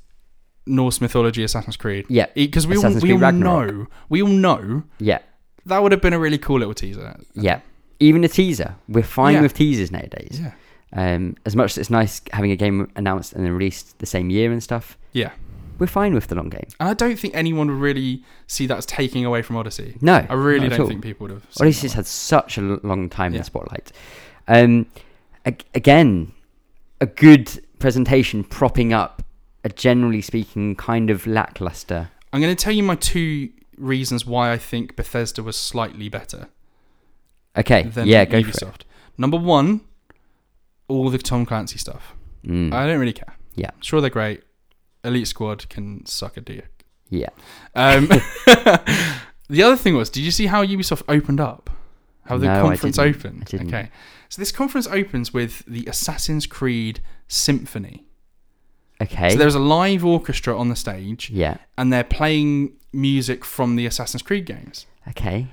Speaker 2: Norse mythology, Assassin's Creed,
Speaker 1: yeah,
Speaker 2: because we all,
Speaker 1: Assassin's
Speaker 2: we
Speaker 1: Creed
Speaker 2: all
Speaker 1: Ragnarok.
Speaker 2: know we all know
Speaker 1: yeah,
Speaker 2: that would have been a really cool little teaser.
Speaker 1: yeah. Even a teaser. We're fine
Speaker 2: Yeah.
Speaker 1: with teasers nowadays.
Speaker 2: Yeah.
Speaker 1: Um, as much as it's nice having a game announced and then released the same year and stuff,
Speaker 2: Yeah.
Speaker 1: we're fine with the long game.
Speaker 2: And I don't think anyone would really see that as taking away from Odyssey.
Speaker 1: No,
Speaker 2: I really
Speaker 1: not at
Speaker 2: don't
Speaker 1: all.
Speaker 2: think people would have. seen
Speaker 1: Odyssey
Speaker 2: that
Speaker 1: had such a l- long time in
Speaker 2: Yeah.
Speaker 1: the spotlight. Um, ag- again, a good presentation propping up a generally speaking kind of lackluster.
Speaker 2: one. I'm going to tell you my two reasons why I think Bethesda was slightly better
Speaker 1: Okay,
Speaker 2: than
Speaker 1: yeah, go for it.
Speaker 2: Ubisoft. Number one, all the Tom Clancy stuff.
Speaker 1: Mm,
Speaker 2: I don't really care.
Speaker 1: Yeah.
Speaker 2: Sure, they're great. Elite Squad can suck a dick.
Speaker 1: yeah,
Speaker 2: Um, the other thing was, did you see how Ubisoft opened up? How the
Speaker 1: No, I
Speaker 2: conference
Speaker 1: didn't.
Speaker 2: opened?
Speaker 1: I didn't.
Speaker 2: Okay. So this conference opens with the Assassin's Creed Symphony.
Speaker 1: okay,
Speaker 2: So there's a live orchestra on the stage,
Speaker 1: Eh? yeah,
Speaker 2: and they're playing music from the Assassin's Creed games.
Speaker 1: okay,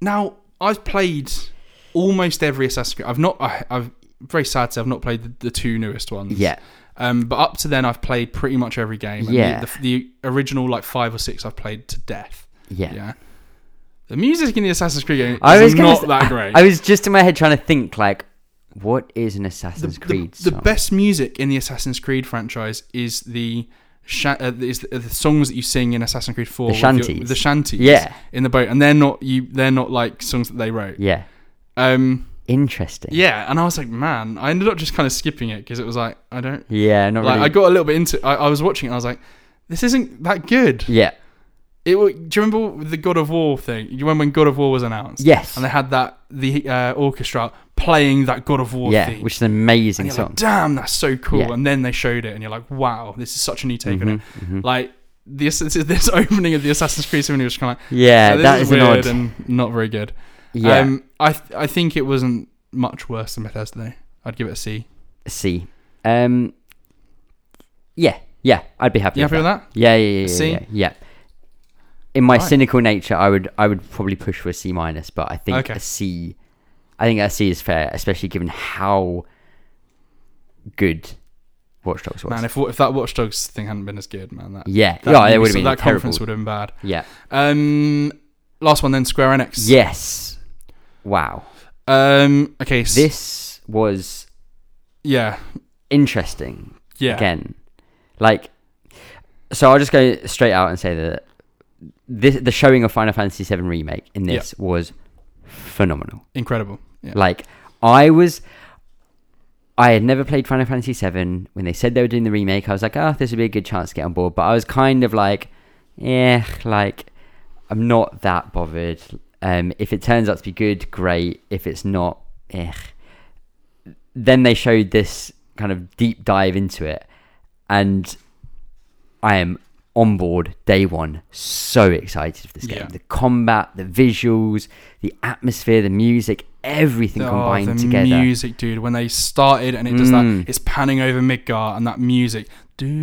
Speaker 2: Now, I've played almost every Assassin's Creed. I've not. I, I've very sad to say I've not played the, the two newest ones.
Speaker 1: yeah,
Speaker 2: Um, but up to then, I've played pretty much every game. and
Speaker 1: Yeah.
Speaker 2: The, the, the original like five or six I've played to death.
Speaker 1: yeah.
Speaker 2: Yeah. The music in the Assassin's Creed game
Speaker 1: I was
Speaker 2: is
Speaker 1: gonna
Speaker 2: not
Speaker 1: s-
Speaker 2: that great.
Speaker 1: I was just in my head trying to think like, what is an
Speaker 2: the,
Speaker 1: Assassin's
Speaker 2: the-
Speaker 1: Creed
Speaker 2: the
Speaker 1: song?
Speaker 2: best music in the Assassin's Creed franchise is the sha- uh, is the, the songs that you sing in Assassin's Creed Four.
Speaker 1: The
Speaker 2: with your-
Speaker 1: shanties.
Speaker 2: the shanties.
Speaker 1: Yeah,
Speaker 2: In the boat, and they're not you. They're not like songs that they wrote.
Speaker 1: yeah,
Speaker 2: Um.
Speaker 1: interesting.
Speaker 2: Yeah, and I was like, man, I ended up just kind of skipping it because it was like I don't.
Speaker 1: yeah, not
Speaker 2: Like
Speaker 1: really.
Speaker 2: I got a little bit into. I, I was watching it. and I was like, this isn't that good.
Speaker 1: yeah,
Speaker 2: It. wa- Do you remember the God of War thing? You remember when God of War was announced?
Speaker 1: yes,
Speaker 2: And they had that the uh, orchestra playing that God of War
Speaker 1: yeah,
Speaker 2: theme.
Speaker 1: which is an amazing
Speaker 2: and you're
Speaker 1: song.
Speaker 2: like, damn, that's so cool.
Speaker 1: Yeah.
Speaker 2: And then they showed it, and you're like, wow, this is such a new take on it.
Speaker 1: Mhm, mhm.
Speaker 2: Like this, this, this opening of the Assassin's Creed Symphony was kind of like,
Speaker 1: yeah,
Speaker 2: "Oh, this
Speaker 1: that is, an
Speaker 2: weird
Speaker 1: odd.
Speaker 2: and not very good.
Speaker 1: yeah,
Speaker 2: Um, I th- I think it wasn't much worse than Bethesda. Though. I'd give it a C.
Speaker 1: C. Um, yeah, yeah, I'd be happy.
Speaker 2: You
Speaker 1: with
Speaker 2: happy with that?
Speaker 1: Yeah, yeah, yeah, yeah,
Speaker 2: C?
Speaker 1: yeah, yeah. In my
Speaker 2: Right.
Speaker 1: cynical nature, I would I would probably push for a C minus, but I think
Speaker 2: Okay.
Speaker 1: a C, I think a C is fair, especially given how good Watch Dogs was.
Speaker 2: Man, if if that Watch Dogs thing hadn't been as good, man, that
Speaker 1: yeah,
Speaker 2: that
Speaker 1: yeah, it
Speaker 2: Ubisoft-
Speaker 1: would have been
Speaker 2: that
Speaker 1: terrible.
Speaker 2: conference would have been bad.
Speaker 1: Yeah.
Speaker 2: Um, last one then, Square Enix.
Speaker 1: Yes. Wow.
Speaker 2: Um, okay. s-
Speaker 1: This was
Speaker 2: Yeah.
Speaker 1: interesting.
Speaker 2: Yeah.
Speaker 1: again. Like, so I'll just go straight out and say that this the showing of Final Fantasy VII remake in
Speaker 2: Yeah.
Speaker 1: this was phenomenal.
Speaker 2: Incredible. Yeah.
Speaker 1: Like, I was. I had never played Final Fantasy VII. When they said they were doing the remake, I was like, "Ah, this would be a good chance to get on board." But I was kind of like, "Yeah, like, I'm not that bothered. Um, if it turns out to be good, great. If it's not, eh." Then they showed this kind of deep dive into it, and I am on board day one. So excited for this game.
Speaker 2: Yeah.
Speaker 1: The combat, the visuals, the atmosphere, the music, everything
Speaker 2: Oh,
Speaker 1: combined
Speaker 2: the
Speaker 1: together.
Speaker 2: music, dude. When they started and it does
Speaker 1: Mm.
Speaker 2: that, it's panning over Midgar and that music,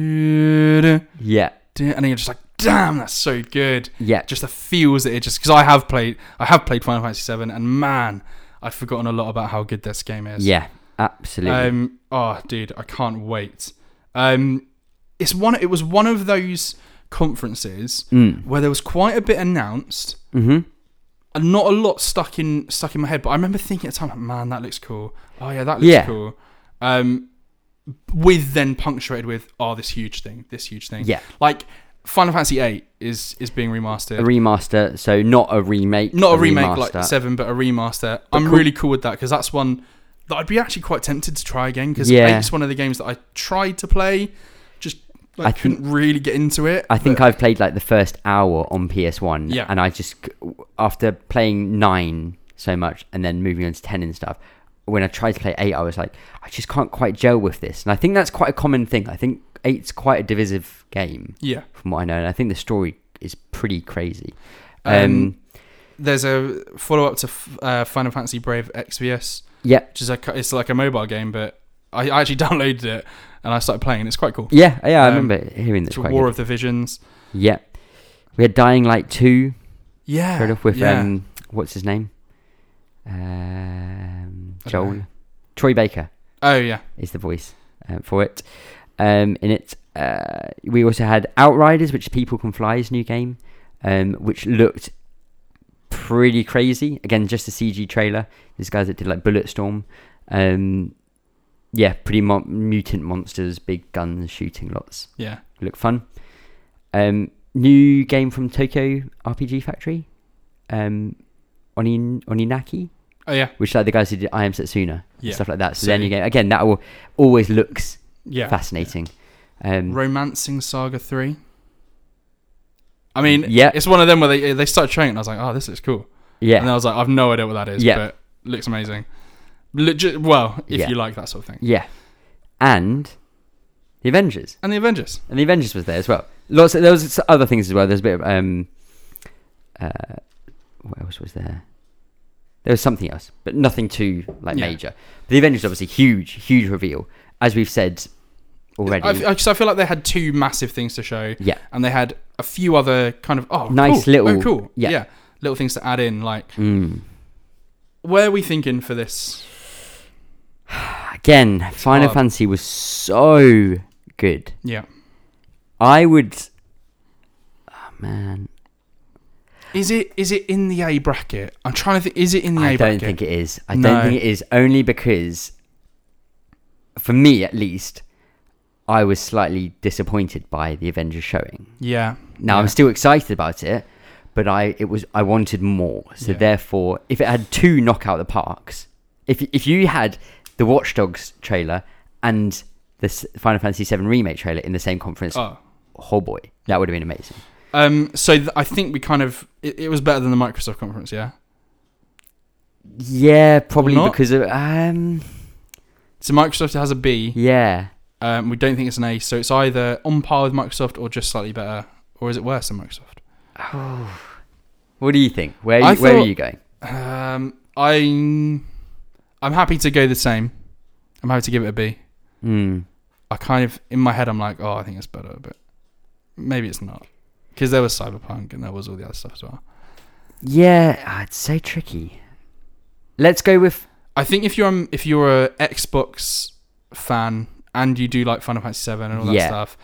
Speaker 2: dude,
Speaker 1: Yeah,
Speaker 2: dude, and then you're just like, damn, that's so good.
Speaker 1: yeah,
Speaker 2: Just the feels that it just because I have played, I have played Final Fantasy VII, and man, I'd forgotten a lot about how good this game is.
Speaker 1: yeah, absolutely.
Speaker 2: Um, oh, dude, I can't wait. Um, it's one. It was one of those conferences where there was quite a bit announced
Speaker 1: Mm, mm-hmm.
Speaker 2: and not a lot stuck in stuck in my head. But I remember thinking at the time, like, man, that looks cool. Oh yeah, that looks
Speaker 1: Yeah.
Speaker 2: cool. Um, with then punctuated with, oh, this huge thing, this huge thing.
Speaker 1: Yeah,
Speaker 2: Like Final Fantasy VIII is is being remastered.
Speaker 1: a remaster. So not a remake.
Speaker 2: not a remake like
Speaker 1: remaster.
Speaker 2: Seven, but a remaster. I'm
Speaker 1: cool.
Speaker 2: really cool with that because that's one that I'd be actually quite tempted to try again because
Speaker 1: Yeah.
Speaker 2: it's one of the games that I tried to play, just like,
Speaker 1: I think-
Speaker 2: couldn't really get into it.
Speaker 1: I think
Speaker 2: but-
Speaker 1: I've played like the first hour on PS1,
Speaker 2: Yeah.
Speaker 1: and I just after playing nine so much and then moving on to ten and stuff. When I tried to play eight, I was like, I just can't quite gel with this, and I think that's quite a common thing. I think eight's quite a divisive game,
Speaker 2: yeah.
Speaker 1: from what I know, and I think the story is pretty crazy. Um,
Speaker 2: Um, There's a follow up to f- uh, Final Fantasy Brave XVS,
Speaker 1: yeah,
Speaker 2: which is a co- it's like a mobile game, but I I actually downloaded it and I started playing. It's quite cool.
Speaker 1: yeah, yeah. I
Speaker 2: Um,
Speaker 1: remember hearing this.
Speaker 2: It's a
Speaker 1: Quite
Speaker 2: War
Speaker 1: good.
Speaker 2: of the Visions.
Speaker 1: yeah, we had Dying Light two
Speaker 2: Yeah.
Speaker 1: Straight off with
Speaker 2: yeah.
Speaker 1: um, what's his name? Um,
Speaker 2: I don't
Speaker 1: Joel,
Speaker 2: know.
Speaker 1: Troy Baker
Speaker 2: oh yeah.
Speaker 1: is the voice um, for it. Um, in it, uh, we also had Outriders, which is People Can Fly's new game, um, which looked pretty crazy. Again, just a CG trailer. These guys that did like Bulletstorm. Um, yeah, pretty mo- mutant monsters, big guns, shooting lots.
Speaker 2: Yeah.
Speaker 1: Look fun. Um, new game from Tokyo RPG Factory, um, Onin- Oninaki,
Speaker 2: Oh yeah.
Speaker 1: which are the guys who did I Am Setsuna
Speaker 2: Yeah.
Speaker 1: and stuff like that. So,
Speaker 2: So-
Speaker 1: then you get again that will, always looks
Speaker 2: Yeah.
Speaker 1: fascinating. Um,
Speaker 2: Romancing Saga 3. I mean,
Speaker 1: Yeah.
Speaker 2: it's one of them where they they started showing it and I was like, oh, this looks cool.
Speaker 1: yeah,
Speaker 2: And then I was like, I've no idea what that is,
Speaker 1: Yeah.
Speaker 2: but looks amazing. Legit, well, if
Speaker 1: Yeah.
Speaker 2: you like that sort of thing.
Speaker 1: yeah, and the Avengers
Speaker 2: And the Avengers.
Speaker 1: and the Avengers was there as well. Lots of, there was other things as well. There's a bit of um, uh, what else was there? There was something else, but nothing too like
Speaker 2: Yeah.
Speaker 1: major. But the Avengers obviously huge, huge reveal as we've said already.
Speaker 2: I, I, so I feel like they had two massive things to show.
Speaker 1: Yeah.
Speaker 2: And they had a few other kind of, oh,
Speaker 1: Nice
Speaker 2: cool.
Speaker 1: little-
Speaker 2: Oh, cool.
Speaker 1: yeah.
Speaker 2: yeah. Little things to add in. Like,
Speaker 1: Mm.
Speaker 2: where are we thinking for this?
Speaker 1: Again, Final
Speaker 2: hard.
Speaker 1: Fantasy was so good.
Speaker 2: Yeah.
Speaker 1: I would. Oh, man,
Speaker 2: Is it is it in the A bracket? I'm trying to think. Is it in the
Speaker 1: I
Speaker 2: A
Speaker 1: don't
Speaker 2: bracket?
Speaker 1: think it is. I
Speaker 2: No.
Speaker 1: don't think it is only because, for me at least, I was slightly disappointed by the Avengers showing.
Speaker 2: Yeah.
Speaker 1: Now
Speaker 2: yeah.
Speaker 1: I'm still excited about it, but I it was I wanted more. So
Speaker 2: Yeah.
Speaker 1: therefore, if it had two knockout the parks, if if you had the Watch Dogs trailer and the S- Final Fantasy VII remake trailer in the same conference, oh,
Speaker 2: Oh.
Speaker 1: boy, that would have been amazing.
Speaker 2: Um, so th- I think we kind of it, it was better than the Microsoft conference, yeah.
Speaker 1: Yeah, probably
Speaker 2: not?
Speaker 1: because of um
Speaker 2: So Microsoft has a B.
Speaker 1: yeah.
Speaker 2: Um, we don't think it's an A, so it's either on par with Microsoft or just slightly better, or is it worse than Microsoft?
Speaker 1: Oh. What do you think? Where
Speaker 2: I
Speaker 1: you, where are
Speaker 2: thought-
Speaker 1: you going?
Speaker 2: Um, I I'm happy to go the same. I'm happy to give it a B.
Speaker 1: Mm.
Speaker 2: I kind of in my head I'm like, oh, I think it's better, but maybe it's not because there was Cyberpunk and there was all the other stuff as well.
Speaker 1: Yeah, ah, it's so tricky. Let's go with
Speaker 2: I think if you're um, if you're a Xbox fan and you do like Final Fantasy Seven and all that
Speaker 1: Yeah.
Speaker 2: stuff,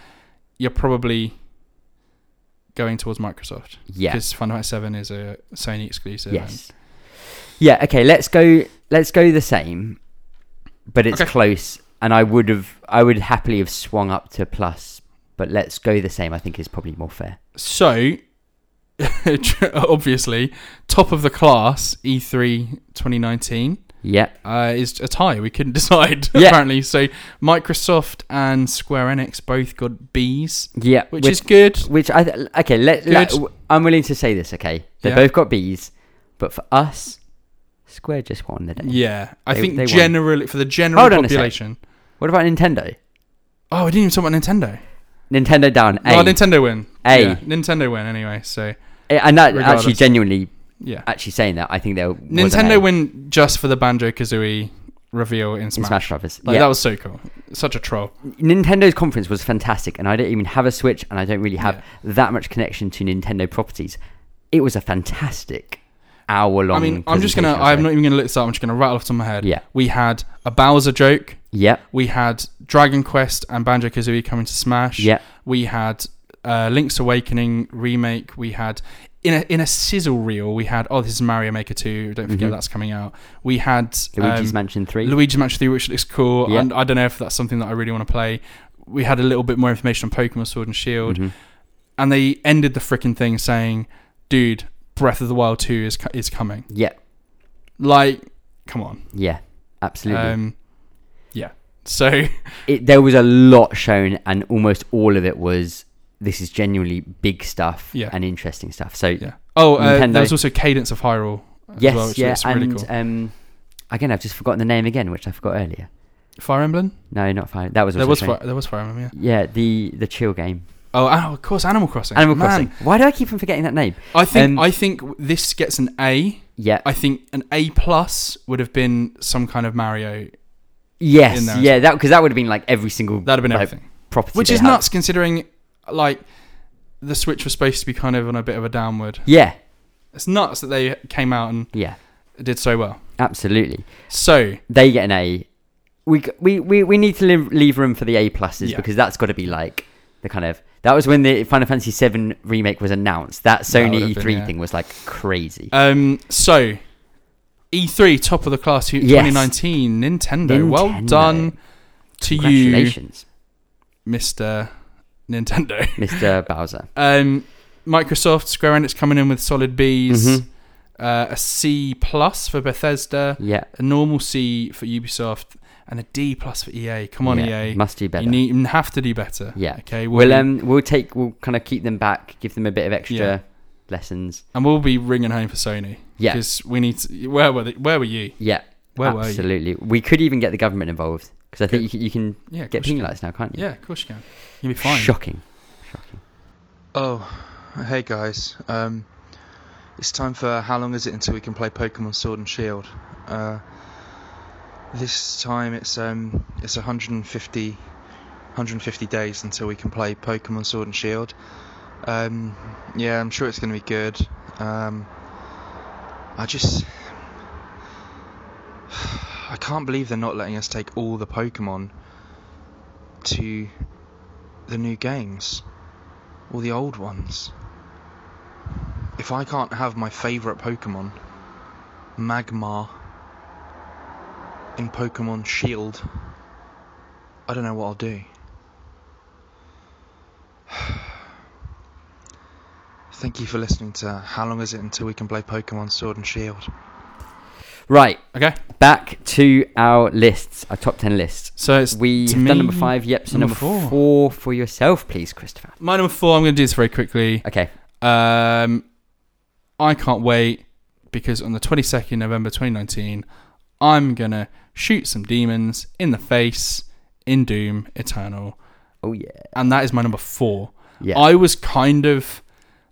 Speaker 2: you're probably going towards Microsoft
Speaker 1: yeah.
Speaker 2: because Final Fantasy Seven is a Sony exclusive.
Speaker 1: Yes. Yeah. Okay. Let's go. Let's go the same, but it's
Speaker 2: Okay.
Speaker 1: close and I would have, I would happily have swung up to plus, but let's go the same. I think is probably more fair.
Speaker 2: So, obviously, top of the class E E3 2019
Speaker 1: Yeah,
Speaker 2: uh, is a tie. We couldn't decide
Speaker 1: Yeah.
Speaker 2: apparently. So Microsoft and Square Enix both got Bs,
Speaker 1: yeah,
Speaker 2: which is good.
Speaker 1: which I th- okay. Let, let
Speaker 2: Good.
Speaker 1: I'm willing to say this. Okay, they
Speaker 2: Yeah.
Speaker 1: both got Bs, but for us, Square just won the day.
Speaker 2: Yeah, I
Speaker 1: They-
Speaker 2: think
Speaker 1: they won.
Speaker 2: generally for the general
Speaker 1: Hold on a sec.
Speaker 2: population.
Speaker 1: What about Nintendo?
Speaker 2: Oh, I didn't even talk about Nintendo.
Speaker 1: Nintendo down A,
Speaker 2: Oh, Nintendo win.
Speaker 1: A.
Speaker 2: Yeah, Nintendo win anyway. So
Speaker 1: Eh, and that actually
Speaker 2: regardless.
Speaker 1: genuinely,
Speaker 2: yeah,
Speaker 1: actually saying that, I think they'll
Speaker 2: Nintendo win just for the Banjo Kazooie reveal in
Speaker 1: in
Speaker 2: Smash.
Speaker 1: Smash Brothers.
Speaker 2: Like
Speaker 1: yeah,
Speaker 2: that was so cool. Such a troll.
Speaker 1: Nintendo's conference was fantastic, and I don't even have a Switch, and I don't really have
Speaker 2: Yeah.
Speaker 1: that much connection to Nintendo properties. It was a fantastic hour long.
Speaker 2: I mean, I'm just gonna. I'm not even gonna look this up. I'm just gonna rattle off the top of my head.
Speaker 1: Yeah.
Speaker 2: We had a Bowser joke.
Speaker 1: Yep.
Speaker 2: We had Dragon Quest and Banjo Kazooie coming to Smash.
Speaker 1: Yeah.
Speaker 2: We had uh, Link's Awakening remake. We had in a in a sizzle reel. We had oh, this is Mario Maker two. Don't forget
Speaker 1: Mhm.
Speaker 2: that's coming out. We had
Speaker 1: Luigi's
Speaker 2: um,
Speaker 1: Mansion Three.
Speaker 2: Luigi's Mansion three, which looks cool.
Speaker 1: Yeah.
Speaker 2: And I don't know if that's something that I really want to play. We had a little bit more information on Pokemon Sword and Shield
Speaker 1: Mhm.
Speaker 2: and they ended the freaking thing saying, "Dude, Breath of the Wild 2 is co- is coming."
Speaker 1: Yeah.
Speaker 2: Like, come on.
Speaker 1: Yeah. Absolutely.
Speaker 2: Um yeah. So,
Speaker 1: it, there was a lot shown, and almost all of it was this is genuinely big stuff
Speaker 2: Yeah.
Speaker 1: and interesting stuff. So
Speaker 2: yeah. Oh, uh,
Speaker 1: Nintendo.
Speaker 2: there was also Cadence of Hyrule as
Speaker 1: yes,
Speaker 2: well, which
Speaker 1: yeah,
Speaker 2: looks really
Speaker 1: and
Speaker 2: cool.
Speaker 1: um, again, I've just forgotten the name again, which I forgot earlier.
Speaker 2: Fire Emblem?
Speaker 1: No, not fine. That was
Speaker 2: There
Speaker 1: also
Speaker 2: was
Speaker 1: shown.
Speaker 2: fire, there was Fire Emblem, yeah.
Speaker 1: Yeah, the the chill game,
Speaker 2: Oh, and of course Animal Crossing.
Speaker 1: Animal
Speaker 2: Man,
Speaker 1: Crossing. Why do I keep on forgetting that name?
Speaker 2: I think
Speaker 1: Um,
Speaker 2: I think this gets an A.
Speaker 1: Yeah,
Speaker 2: I think an A plus would have been some kind of Mario. in
Speaker 1: Yes,
Speaker 2: there as
Speaker 1: yeah, that because that would have been like every single
Speaker 2: That'd have been
Speaker 1: Like,
Speaker 2: everything.
Speaker 1: property,
Speaker 2: Which
Speaker 1: they
Speaker 2: is
Speaker 1: had.
Speaker 2: nuts considering like the Switch was supposed to be kind of on a bit of a downward
Speaker 1: Yeah,
Speaker 2: It's nuts that they came out and
Speaker 1: yeah,
Speaker 2: did so well.
Speaker 1: absolutely.
Speaker 2: So
Speaker 1: They get an A. We g- we we, we need to leave, leave room for the A pluses
Speaker 2: Yeah.
Speaker 1: because that's got to be like the kind of that was when the Final Fantasy VII remake was announced. That Sony
Speaker 2: would have
Speaker 1: E3
Speaker 2: been, yeah.
Speaker 1: thing was like crazy.
Speaker 2: um so E3 top of the class who-
Speaker 1: Yes.
Speaker 2: 2019 Nintendo. Well
Speaker 1: Nintendo.
Speaker 2: done to you
Speaker 1: Congratulations,
Speaker 2: Mr. Nintendo.
Speaker 1: Mr. Bowser.
Speaker 2: Um Microsoft Square Enix coming in with solid B's.
Speaker 1: Mhm.
Speaker 2: Uh, a C plus for Bethesda,
Speaker 1: Yeah,
Speaker 2: a normal C for Ubisoft, and a D plus for EA. Come on, E
Speaker 1: yeah,
Speaker 2: EA,
Speaker 1: must do better.
Speaker 2: you need you have to do better.
Speaker 1: Yeah.
Speaker 2: okay.
Speaker 1: we'll
Speaker 2: We'll, be-
Speaker 1: um we'll take we'll kind of keep them back, give them a bit of extra
Speaker 2: Yeah.
Speaker 1: lessons.
Speaker 2: and we'll be ringing home for Sony.
Speaker 1: Yeah.
Speaker 2: because we need. To, where were they, Where were you?
Speaker 1: Yeah,
Speaker 2: Where were you?
Speaker 1: absolutely. We could even get the government involved because I think you can, you can
Speaker 2: Yeah, of
Speaker 1: get
Speaker 2: course you
Speaker 1: penalised now, can't
Speaker 2: can.
Speaker 1: you?
Speaker 2: Yeah, of course you can. You'll be fine.
Speaker 1: Shocking. Shocking.
Speaker 3: Oh, hey guys. Um, it's time for how long is it until we can play Pokemon Sword and Shield? Uh, this time it's um it's 150 150 days until we can play Pokemon Sword and Shield. Um, yeah, I'm sure it's going to be good. Um, I just I can't believe they're not letting us take all the Pokemon to the new games or the old ones. If I can't have my favourite Pokemon, Magmar, in Pokemon Shield, I don't know what I'll do. Thank you for listening to How Long Is It Until We Can Play Pokemon Sword and Shield?
Speaker 1: Right,
Speaker 2: Okay,
Speaker 1: back to our lists, our top 10 lists.
Speaker 2: so it's
Speaker 1: We
Speaker 2: to
Speaker 1: have
Speaker 2: me-
Speaker 1: done number five, yep, so number,
Speaker 2: number
Speaker 1: four.
Speaker 2: four.
Speaker 1: for yourself, please, Christopher.
Speaker 2: my number four. I'm going to do this very quickly.
Speaker 1: Okay,
Speaker 2: Um, I can't wait because on the 22nd November 2019, I'm gonna shoot some demons in the face in Doom Eternal,
Speaker 1: oh yeah.
Speaker 2: and that is my number four.
Speaker 1: Yeah,
Speaker 2: I was kind of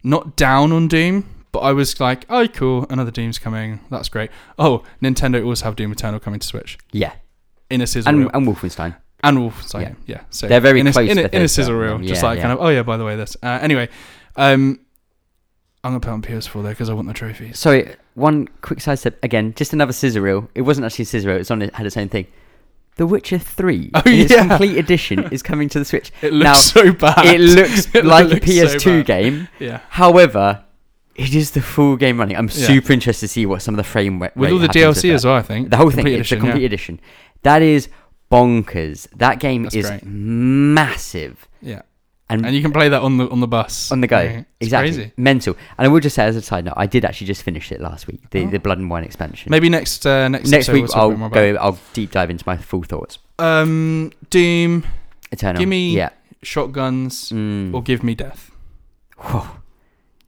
Speaker 2: not down on Doom, but I was like, "Oh, cool, another Doom's coming. That's great." Oh, Nintendo also have Doom Eternal coming to Switch
Speaker 1: yeah.
Speaker 2: in a sizzle
Speaker 1: And,
Speaker 2: reel.
Speaker 1: and Wolfenstein.
Speaker 2: and Wolfenstein. Yeah, yeah. So
Speaker 1: They're very
Speaker 2: in a,
Speaker 1: close,
Speaker 2: in a, in
Speaker 1: Bethesda
Speaker 2: a sizzle
Speaker 1: and
Speaker 2: reel,
Speaker 1: them.
Speaker 2: just
Speaker 1: Yeah,
Speaker 2: like
Speaker 1: yeah.
Speaker 2: kind of. Oh yeah, by the way, this. Uh, anyway, um, I'm gonna put on PS4 there because I want the trophies.
Speaker 1: Sorry, one quick side step. Again, just another scissor reel. It wasn't actually a scissor reel, it's on, it had its own thing. The Witcher 3,
Speaker 2: Oh,
Speaker 1: in its
Speaker 2: yeah.
Speaker 1: complete edition, is coming to the Switch.
Speaker 2: It looks
Speaker 1: Now,
Speaker 2: so bad.
Speaker 1: It looks
Speaker 2: It
Speaker 1: like
Speaker 2: looks
Speaker 1: a
Speaker 2: so
Speaker 1: PS2
Speaker 2: bad.
Speaker 1: game.
Speaker 2: Yeah.
Speaker 1: However, it is the full game running. I'm
Speaker 2: Yeah.
Speaker 1: super interested to see what some of the framework
Speaker 2: With all the DLC as well, I think
Speaker 1: The whole thing,
Speaker 2: Complete
Speaker 1: it's the
Speaker 2: edition,
Speaker 1: complete
Speaker 2: yeah.
Speaker 1: edition. That is bonkers. That game
Speaker 2: That's
Speaker 1: is
Speaker 2: great.
Speaker 1: massive
Speaker 2: Yeah.
Speaker 1: and,
Speaker 2: And you can play that on the on the bus.
Speaker 1: on the go.
Speaker 2: Yeah, it's
Speaker 1: exactly.
Speaker 2: crazy.
Speaker 1: Mental. And I will just say as a side note, I did actually just finish it last week, the,
Speaker 2: Oh.
Speaker 1: the Blood and Wine expansion.
Speaker 2: Maybe next uh, next,
Speaker 1: Next
Speaker 2: episode
Speaker 1: week
Speaker 2: we'll talk a bit more
Speaker 1: I'll
Speaker 2: about
Speaker 1: go I'll deep dive into my full thoughts.
Speaker 2: it. Um, Doom,
Speaker 1: Eternal.
Speaker 2: Give me-
Speaker 1: Yeah.
Speaker 2: shotguns,
Speaker 1: Mm.
Speaker 2: or give me death.
Speaker 1: Whoa.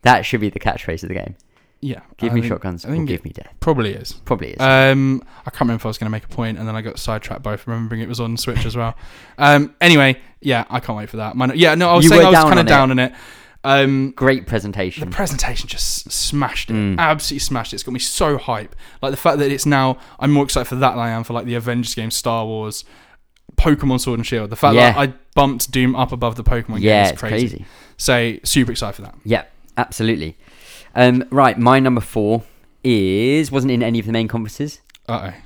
Speaker 1: That should be the catchphrase of the game.
Speaker 2: Yeah,
Speaker 1: Give
Speaker 2: I
Speaker 1: me
Speaker 2: think-
Speaker 1: shotguns
Speaker 2: I
Speaker 1: or
Speaker 2: think
Speaker 1: give me death.
Speaker 2: Probably is.
Speaker 1: Probably is.
Speaker 2: Um, I can't remember if I was going to make a point, and then I got sidetracked by remembering it was on Switch as well. Um, anyway, yeah, I can't wait for that. Mine, yeah, no, I was
Speaker 1: You
Speaker 2: saying
Speaker 1: were
Speaker 2: I was
Speaker 1: down on
Speaker 2: kind of
Speaker 1: it. Hmm.
Speaker 2: down on it. Um,
Speaker 1: Great
Speaker 2: the
Speaker 1: presentation.
Speaker 2: presentation just s- smashed it,
Speaker 1: Mm.
Speaker 2: absolutely smashed it. It's got me so hype. Like the fact that it's now, I'm more excited for that than I am for like the Avengers game, Star Wars, Pokemon Sword and Shield. The fact that
Speaker 1: Yeah.
Speaker 2: I bumped Doom up above the Pokemon
Speaker 1: yeah,
Speaker 2: game is
Speaker 1: it's
Speaker 2: crazy.
Speaker 1: crazy.
Speaker 2: So super excited for that.
Speaker 1: Yeah, absolutely. Um, right, my number four is wasn't in any of the main conferences.
Speaker 2: Uh oh.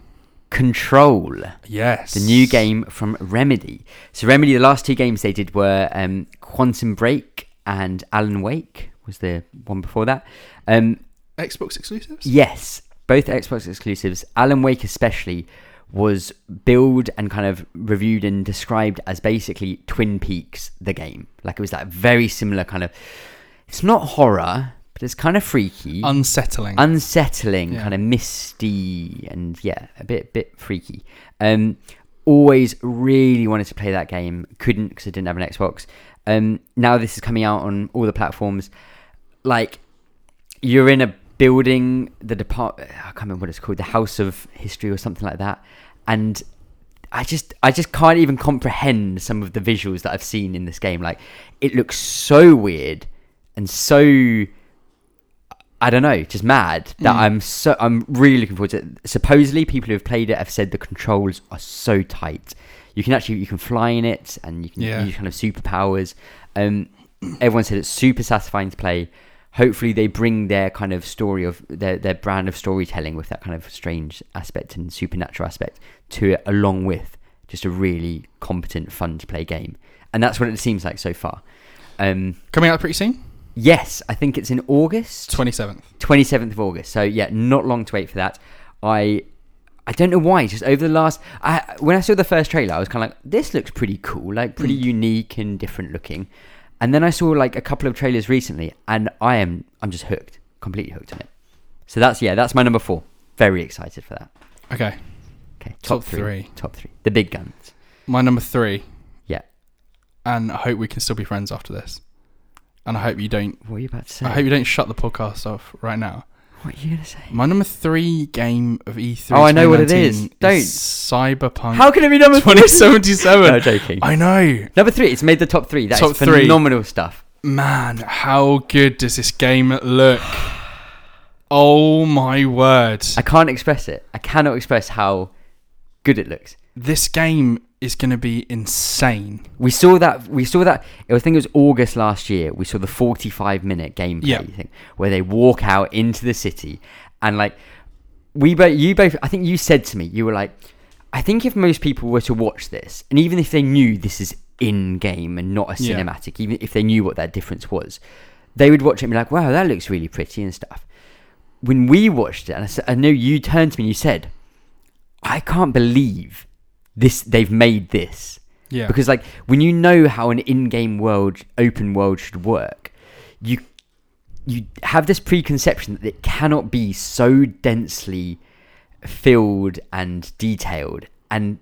Speaker 1: Control,
Speaker 2: Yes.
Speaker 1: the new game from Remedy. So Remedy, the last two games they did were um, Quantum Break and Alan Wake was the one before that. Um,
Speaker 2: Xbox exclusives.
Speaker 1: Yes, both Xbox exclusives. Alan Wake especially was billed and kind of reviewed and described as basically Twin Peaks, the game. Like it was that very similar kind of. It's not horror, but it's kind of freaky,
Speaker 2: Unsettling.
Speaker 1: unsettling,
Speaker 2: Yeah.
Speaker 1: kind of misty, and yeah, a bit bit freaky. Um, always really wanted to play that game, couldn't because I didn't have an Xbox. Um, now this is coming out on all the platforms. Like you're in a building, the depart I can't remember what it's called, the House of History or something like that. And I just I just can't even comprehend some of the visuals that I've seen in this game. Like it looks so weird and so I don't know, just mad that
Speaker 2: Mm.
Speaker 1: I'm so I'm really looking forward to it. Supposedly people who have played it have said the controls are so tight. You can actually you can fly in it and you can
Speaker 2: Yeah.
Speaker 1: use kind of superpowers. Um everyone said it's super satisfying to play. Hopefully, they bring their kind of story of their, their brand of storytelling with that kind of strange aspect and supernatural aspect to it, along with just a really competent, fun to play game. And that's what it seems like so far. Um,
Speaker 2: Coming out pretty soon.
Speaker 1: yes, I think it's in August,
Speaker 2: Twenty seventh.
Speaker 1: 27th of August. So, yeah, not long to wait for that. I. I don't know why. Just over the last, I, when I saw the first trailer, I was kind of like, "This looks pretty cool, like pretty
Speaker 2: Hmm.
Speaker 1: unique and different looking." And then I saw like a couple of trailers recently, and I am I'm just hooked, completely hooked on it. So that's yeah, that's my number four. Very excited for that.
Speaker 2: Okay.
Speaker 1: Okay, top,
Speaker 2: Top
Speaker 1: three,
Speaker 2: three.
Speaker 1: top three, the big guns.
Speaker 2: My number three.
Speaker 1: Yeah.
Speaker 2: And I hope we can still be friends after this. And I hope you don't.
Speaker 1: What are you about to say?
Speaker 2: I hope you don't shut the podcast off right now.
Speaker 1: what are you gonna say?
Speaker 2: My number three game of E E3.
Speaker 1: Oh, I know what it is.
Speaker 2: 2019
Speaker 1: Don't.
Speaker 2: Cyberpunk.
Speaker 1: How can it be number three?
Speaker 2: 2077.
Speaker 1: No joking.
Speaker 2: I know,
Speaker 1: Number three. It's made the top three. That's
Speaker 2: Top three.
Speaker 1: phenomenal stuff.
Speaker 2: man. How good does this game look? Oh my word!
Speaker 1: I can't express it. I cannot express how good it looks.
Speaker 2: This game is going to be insane.
Speaker 1: We saw that. We saw that. It was, I think it was August last year. We saw the forty-five minute gameplay
Speaker 2: Yeah.
Speaker 1: thing where they walk out into the city and like we both. You both. I think you said to me, you were like, I think if most people were to watch this, and even if they knew this is in game and not a
Speaker 2: Yeah.
Speaker 1: cinematic, even if they knew what that difference was, they would watch it and be like, wow, that looks really pretty and stuff. When we watched it, and I, s- I know you turned to me and you said, I can't believe this. They've made this.
Speaker 2: Yeah,
Speaker 1: Because like when you know how an in-game world, open world should work, you you have this preconception that it cannot be so densely filled and detailed, and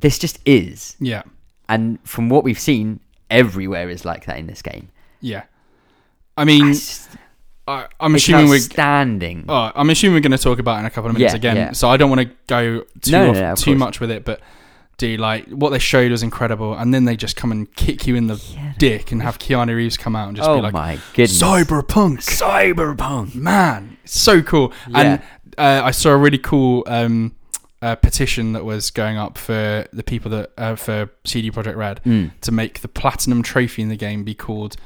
Speaker 1: this just is.
Speaker 2: yeah,
Speaker 1: And from what we've seen, everywhere is like that in this game.
Speaker 2: yeah. I mean,
Speaker 1: It's,
Speaker 2: I, I'm
Speaker 1: it's
Speaker 2: assuming we're
Speaker 1: outstanding.
Speaker 2: Oh, I'm assuming we're going to talk about it in a couple of minutes
Speaker 1: Yeah,
Speaker 2: again.
Speaker 1: yeah.
Speaker 2: So I don't want to go too
Speaker 1: No, no,
Speaker 2: off,
Speaker 1: no, of
Speaker 2: too
Speaker 1: course.
Speaker 2: much with it, but do like what they showed was incredible, and then they just come and kick you in the dick and have Keanu Reeves come out and just
Speaker 1: oh
Speaker 2: be like,
Speaker 1: my goodness!
Speaker 2: "Cyberpunk,
Speaker 1: Cyberpunk.
Speaker 2: man, it's so cool." And uh, I saw a really cool um, uh, petition that was going up for the people that uh, for CD Projekt Red
Speaker 1: Mm.
Speaker 2: to make the platinum trophy in the game be called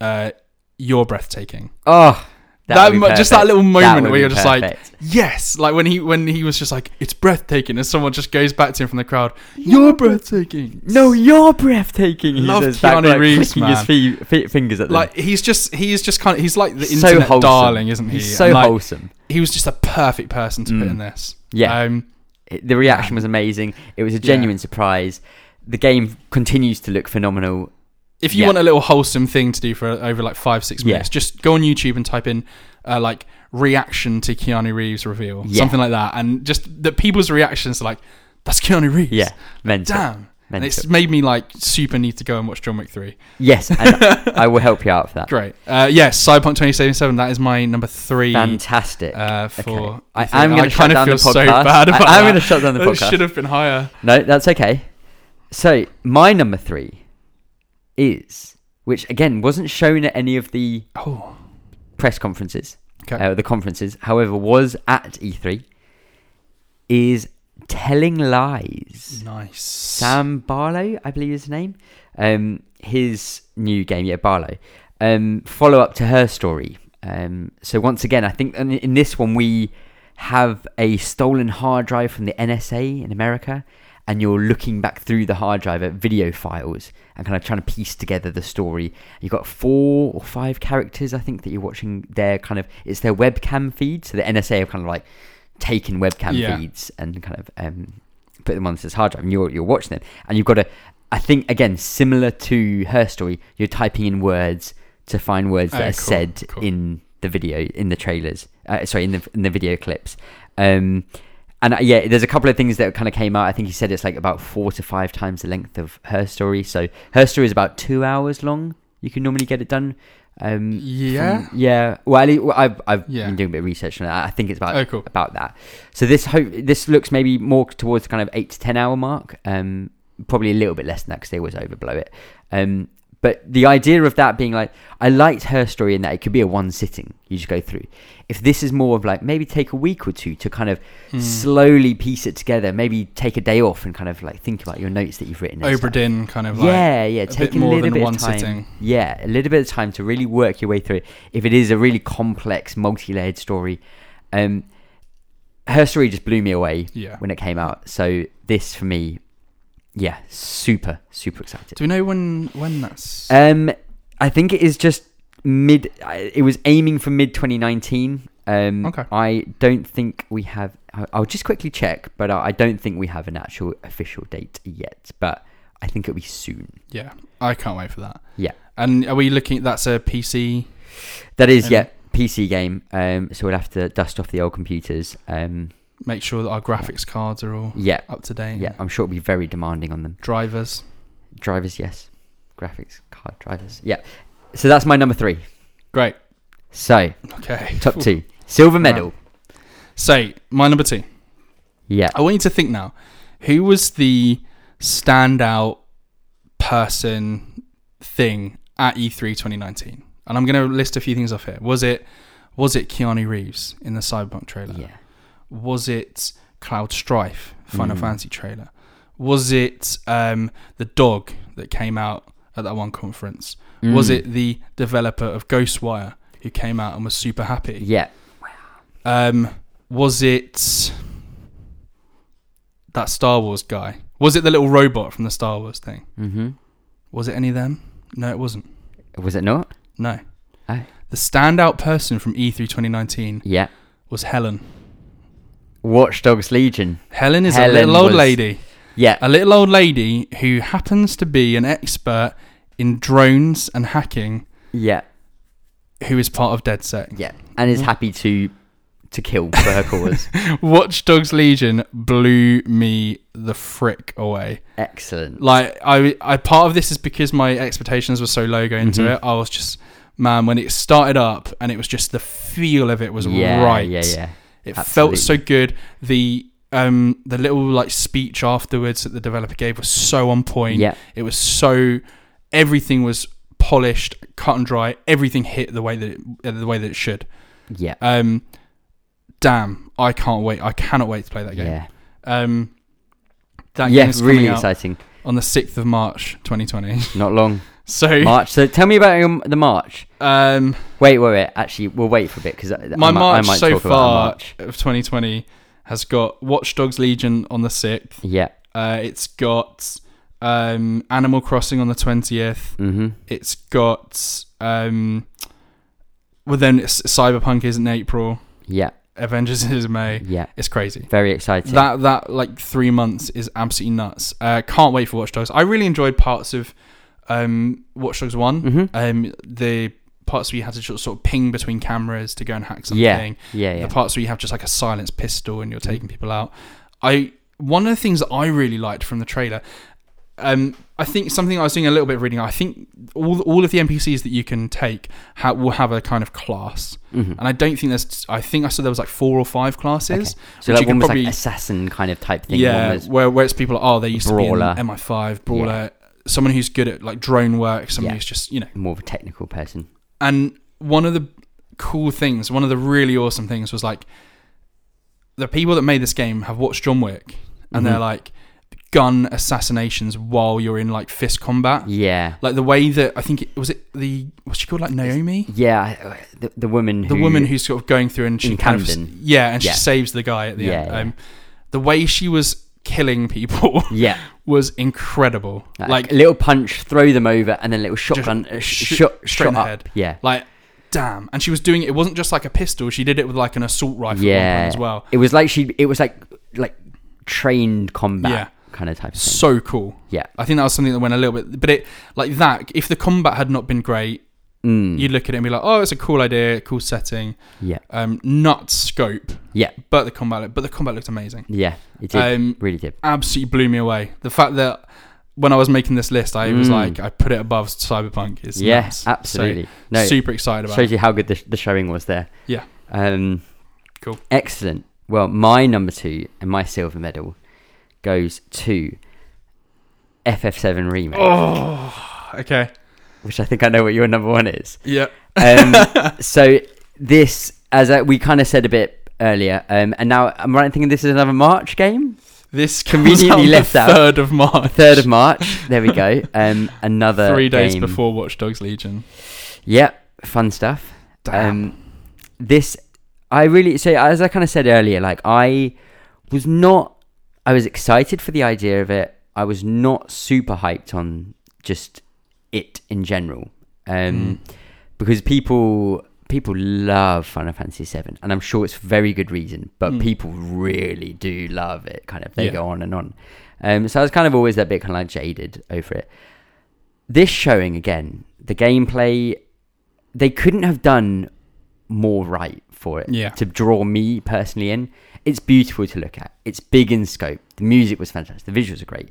Speaker 2: uh, "You're Breathtaking."
Speaker 1: Oh,
Speaker 2: That
Speaker 1: would be
Speaker 2: mo- just that
Speaker 1: perfect.
Speaker 2: little moment
Speaker 1: would
Speaker 2: where
Speaker 1: be
Speaker 2: you're just like,
Speaker 1: perfect.
Speaker 2: Yes, like when he when he was just like it's breathtaking, and someone just goes back to him from the crowd. You're breathtaking.
Speaker 1: No, you're breathtaking. He
Speaker 2: Love
Speaker 1: says back,
Speaker 2: Keanu
Speaker 1: like,
Speaker 2: Reeves,
Speaker 1: clicking his
Speaker 2: man.
Speaker 1: fee- fi- fingers at them.
Speaker 2: like he's just he's just kind of he's like the
Speaker 1: So
Speaker 2: internet
Speaker 1: wholesome.
Speaker 2: darling, isn't he?
Speaker 1: he's so
Speaker 2: And, like,
Speaker 1: wholesome.
Speaker 2: He was just a perfect person to
Speaker 1: Mm.
Speaker 2: put in this.
Speaker 1: Yeah.
Speaker 2: Um,
Speaker 1: It- The reaction was amazing. It was a genuine surprise. The game continues to look phenomenal.
Speaker 2: if you
Speaker 1: Yeah.
Speaker 2: want a little wholesome thing to do for over like five six
Speaker 1: Yeah.
Speaker 2: minutes, just go on YouTube and type in uh, like reaction to Keanu Reeves reveal,
Speaker 1: Yeah.
Speaker 2: something like that, and just the people's reactions are like, "That's Keanu Reeves."
Speaker 1: Yeah, mental.
Speaker 2: damn. And
Speaker 1: Mental.
Speaker 2: it's made me like super need to go and watch John Wick three.
Speaker 1: Yes, and I will help you out for that.
Speaker 2: Great. Uh, yes, Cyberpunk twenty seventy seven. That is my number three.
Speaker 1: Fantastic.
Speaker 2: Uh, for
Speaker 1: Okay. I am
Speaker 2: I
Speaker 1: going to shut
Speaker 2: kinda
Speaker 1: down the
Speaker 2: feel
Speaker 1: podcast.
Speaker 2: so bad about
Speaker 1: I am
Speaker 2: that.
Speaker 1: going to shut down the
Speaker 2: It should
Speaker 1: podcast.
Speaker 2: have been higher.
Speaker 1: No, that's okay. So my number three is, which again wasn't shown at any of the
Speaker 2: Oh,
Speaker 1: press conferences,
Speaker 2: okay.
Speaker 1: uh, the conferences. However, was at E3. Is telling lies.
Speaker 2: nice.
Speaker 1: Sam Barlow, I believe his name. Um, his new game, yeah, Barlow. Um, follow up to her story. Um, so once again, I think in, in this one we have a stolen hard drive from the NSA in America, and you're looking back through the hard drive at video files and kind of trying to piece together the story. You've got four or five characters, I think, that you're watching. Their kind of it's their webcam feed. So the NSA have kind of like taken webcam
Speaker 2: Yeah.
Speaker 1: feeds feeds and kind of um, put them onto this hard drive, and you're you're watching them, and you've got to. I think again, similar to her story, you're typing in words to find words that
Speaker 2: Oh,
Speaker 1: are
Speaker 2: cool,
Speaker 1: said
Speaker 2: cool.
Speaker 1: in the video, in the trailers. Uh, sorry, in the in the video clips. Um, and uh, yeah, there's a couple of things that kind of came out. I think he said it's like about four to five times the length of her story. So her story is about two hours long. You can normally get it done. Um,
Speaker 2: Yeah.
Speaker 1: from- yeah. Well, at least, well, I've I've
Speaker 2: Yeah.
Speaker 1: been doing a bit of research on that. I think it's about
Speaker 2: Oh, cool.
Speaker 1: about that. So this hope this looks maybe more towards the kind of eight to ten hour mark. Um, probably a little bit less than that because they always overblow it. Um, but the idea of that being like, I liked her story in that it could be a one sitting you just go through. If this is more of like maybe take a week or two to kind of
Speaker 2: Hmm. Mm.
Speaker 1: slowly piece it together, maybe take a day off and kind of like think about your notes that you've written. and
Speaker 2: Obra
Speaker 1: stuff.
Speaker 2: Dinn kind of like
Speaker 1: yeah, yeah,
Speaker 2: a bit
Speaker 1: taking a
Speaker 2: more
Speaker 1: little
Speaker 2: than
Speaker 1: bit
Speaker 2: one
Speaker 1: of time.
Speaker 2: sitting.
Speaker 1: Yeah, a little bit of time to really work your way through it. If it is a really complex, multi-layered story, um, her story just blew me away
Speaker 2: Yeah.
Speaker 1: when it came out. So this for me, yeah, super, super excited.
Speaker 2: Do we know when when that's?
Speaker 1: Um, I think it is just mid. I- It was aiming for mid 2019. Um,
Speaker 2: Okay.
Speaker 1: I don't think we have. I- I'll just quickly check, but I I don't think we have an actual official date yet. But I think it'll be soon.
Speaker 2: yeah, I can't wait for that.
Speaker 1: Yeah.
Speaker 2: And are we looking? That's a PC.
Speaker 1: That is,
Speaker 2: Um,
Speaker 1: yeah, PC game. Um, so we'll have to dust off the old computers. Um,
Speaker 2: Make sure that our graphics cards are all
Speaker 1: yeah,
Speaker 2: up to date.
Speaker 1: yeah. I'm sure it'll be very demanding on them.
Speaker 2: Drivers.
Speaker 1: Drivers, yes. Graphics card drivers, yeah. So that's my number three.
Speaker 2: Great.
Speaker 1: So
Speaker 2: Okay.
Speaker 1: top two, silver medal.
Speaker 2: So my number two.
Speaker 1: Yeah.
Speaker 2: I want you to think now. Who was the standout person thing at E E3 2019? And I'm going to list a few things off here. Was it was it Keanu Reeves in the Cyberpunk trailer?
Speaker 1: Yeah.
Speaker 2: Was it Cloud Strife Final
Speaker 1: Mm.
Speaker 2: Fantasy trailer? Was it um, the dog that came out at that one conference? Was
Speaker 1: Mm.
Speaker 2: it the developer of Ghostwire who came out and was super happy?
Speaker 1: Yeah.
Speaker 2: Um, was it that Star Wars guy? Was it the little robot from the Star Wars thing?
Speaker 1: hmm
Speaker 2: Mm-hmm. Was it any of them? No, it wasn't.
Speaker 1: Was it not?
Speaker 2: No.
Speaker 1: Oh.
Speaker 2: The standout person from E E3 2019
Speaker 1: Yeah.
Speaker 2: was Helen.
Speaker 1: Watch Dogs Legion.
Speaker 2: Helen is
Speaker 1: Helen
Speaker 2: a little old
Speaker 1: was-
Speaker 2: lady.
Speaker 1: Yeah.
Speaker 2: A little old lady who happens to be an expert in drones and hacking
Speaker 1: yeah.
Speaker 2: who is part of DedSec.
Speaker 1: Yeah. And
Speaker 2: Mm.
Speaker 1: is happy to to kill for her cause.
Speaker 2: Watch Dogs Legion blew me the frick away.
Speaker 1: Excellent.
Speaker 2: like I, I part of this is because my expectations were so low going into
Speaker 1: Mhm.
Speaker 2: it. I was just man when it started up and it was just the feel of it was
Speaker 1: yeah,
Speaker 2: right.
Speaker 1: Yeah, yeah.
Speaker 2: It
Speaker 1: absolutely.
Speaker 2: felt so good. The um the little like speech afterwards that the developer gave was so on point.
Speaker 1: Yeah.
Speaker 2: It was so everything was polished, cut and dry. Everything hit the way that it, uh, the way that it should.
Speaker 1: Yeah.
Speaker 2: Um damn, I can't wait. I cannot wait to play that game.
Speaker 1: Yeah.
Speaker 2: Um that game
Speaker 1: Yeah,
Speaker 2: is
Speaker 1: really
Speaker 2: coming out
Speaker 1: exciting.
Speaker 2: on the 6th of March 2020.
Speaker 1: Not long.
Speaker 2: So
Speaker 1: March. So tell me about your, the March.
Speaker 2: um,
Speaker 1: Wait, wait, wait. Actually, we'll wait for a bit because
Speaker 2: my
Speaker 1: I, might- I
Speaker 2: March
Speaker 1: might
Speaker 2: so
Speaker 1: talk about our
Speaker 2: far
Speaker 1: March.
Speaker 2: of 2020 has got Watch Dogs Legion on the 6th.
Speaker 1: Yeah.
Speaker 2: Uh, it's got um, Animal Crossing on the 20th.
Speaker 1: Mm-hmm.
Speaker 2: It's got um, well then it's Cyberpunk is in April.
Speaker 1: Yeah.
Speaker 2: Avengers is May.
Speaker 1: Yeah,
Speaker 2: It's crazy.
Speaker 1: very exciting.
Speaker 2: That that like three months is absolutely nuts. Uh, can't wait for Watch Dogs. I really enjoyed parts of um, Watch Dogs One.
Speaker 1: Mhm.
Speaker 2: Um, the parts where you had to sort of ping between cameras to go and hack something.
Speaker 1: Yeah, yeah, yeah. Mm-hmm.
Speaker 2: The parts where you have just like a silenced pistol and you're taking people out. I one of the things that I really liked from the trailer. Um, I think something I was doing a little bit of reading. I think all all of the NPCs that you can take ha- will have a kind of class,
Speaker 1: Mhm.
Speaker 2: and I don't think there's. I think I saw there was like four or five classes.
Speaker 1: So like
Speaker 2: which you can
Speaker 1: one was
Speaker 2: probably-
Speaker 1: like assassin kind of type thing.
Speaker 2: Yeah,
Speaker 1: One was,
Speaker 2: where where it's people like, oh, they used
Speaker 1: Brawler.
Speaker 2: to be an MI5 brawler, someone who's good at like drone work, someone
Speaker 1: Yeah.
Speaker 2: who's just you know.
Speaker 1: more of a technical person.
Speaker 2: And one of the cool things, one of the really awesome things was like, the people that made this game have watched John Wick, and
Speaker 1: Mhm.
Speaker 2: they're like, gun assassinations while you're in like fist combat.
Speaker 1: Yeah,
Speaker 2: Like the way that I think it was it the what's she called like Naomi,
Speaker 1: yeah. I- The, the woman.
Speaker 2: the
Speaker 1: who,
Speaker 2: woman who's sort of going through and she
Speaker 1: In
Speaker 2: kind of
Speaker 1: Camden.
Speaker 2: yeah, and
Speaker 1: Yeah.
Speaker 2: she saves the guy at the
Speaker 1: Yeah,
Speaker 2: end.
Speaker 1: yeah.
Speaker 2: Um, the way she was killing people
Speaker 1: Yeah,
Speaker 2: was incredible.
Speaker 1: like,
Speaker 2: Like,
Speaker 1: a little punch, throw them over, and then a little shotgun uh,
Speaker 2: sh-
Speaker 1: sh- shot
Speaker 2: straight
Speaker 1: shot
Speaker 2: in the
Speaker 1: up.
Speaker 2: head.
Speaker 1: Yeah,
Speaker 2: like, damn. And she was doing it. It wasn't just like a pistol. She did it with like an assault rifle. at one
Speaker 1: yeah.
Speaker 2: point as well.
Speaker 1: It was like she. It was like like trained combat kind of type of thing.
Speaker 2: So cool.
Speaker 1: Yeah.
Speaker 2: I think that was something that went a little bit, but it like that. If the combat had not been great,
Speaker 1: Mm.
Speaker 2: you'd look at it and be like, oh, it's a cool idea, cool setting,
Speaker 1: yeah,
Speaker 2: um, nuts scope.
Speaker 1: Yeah.
Speaker 2: But the combat, but the combat looked amazing.
Speaker 1: yeah. It did.
Speaker 2: Um,
Speaker 1: really did.
Speaker 2: absolutely blew me away. The fact that when I was making this list, I was
Speaker 1: Mm.
Speaker 2: like, I put it above Cyberpunk. Is
Speaker 1: Yes,
Speaker 2: nuts. So,
Speaker 1: absolutely. no,
Speaker 2: super excited about.
Speaker 1: shows
Speaker 2: it.
Speaker 1: you how good the, the showing was there.
Speaker 2: Yeah.
Speaker 1: Um,
Speaker 2: Cool.
Speaker 1: Excellent. Well, my number two and my silver medal goes to FF7 Remake,
Speaker 2: Oh, okay.
Speaker 1: which I think I know what your number one is.
Speaker 2: Yeah.
Speaker 1: Um, so this, as I, we kind of said a bit earlier, um, and now I'm right in thinking this is another March game,
Speaker 2: This
Speaker 1: Conveniently
Speaker 2: conveniently
Speaker 1: left out.
Speaker 2: left out third of March,
Speaker 1: third of March. there we go. Um, another
Speaker 2: three days
Speaker 1: game.
Speaker 2: before Watch Dogs Legion.
Speaker 1: Yep, fun stuff.
Speaker 2: Damn.
Speaker 1: Um, this, I really so as I kind of said earlier, like I was not. I was excited for the idea of it. I was not super hyped on just it in general, um,
Speaker 2: Hmm.
Speaker 1: because people people love Final Fantasy VII, and I'm sure it's very good reason. But
Speaker 2: Mm.
Speaker 1: people really do love it. Kind of they
Speaker 2: Yeah.
Speaker 1: go on and on. Um, so I was kind of always that bit kind of like jaded over it. This showing again, the gameplay, they couldn't have done more right for it
Speaker 2: Yeah.
Speaker 1: to draw me personally in. It's beautiful to look at. It's big in scope. The music was fantastic. The visuals are great.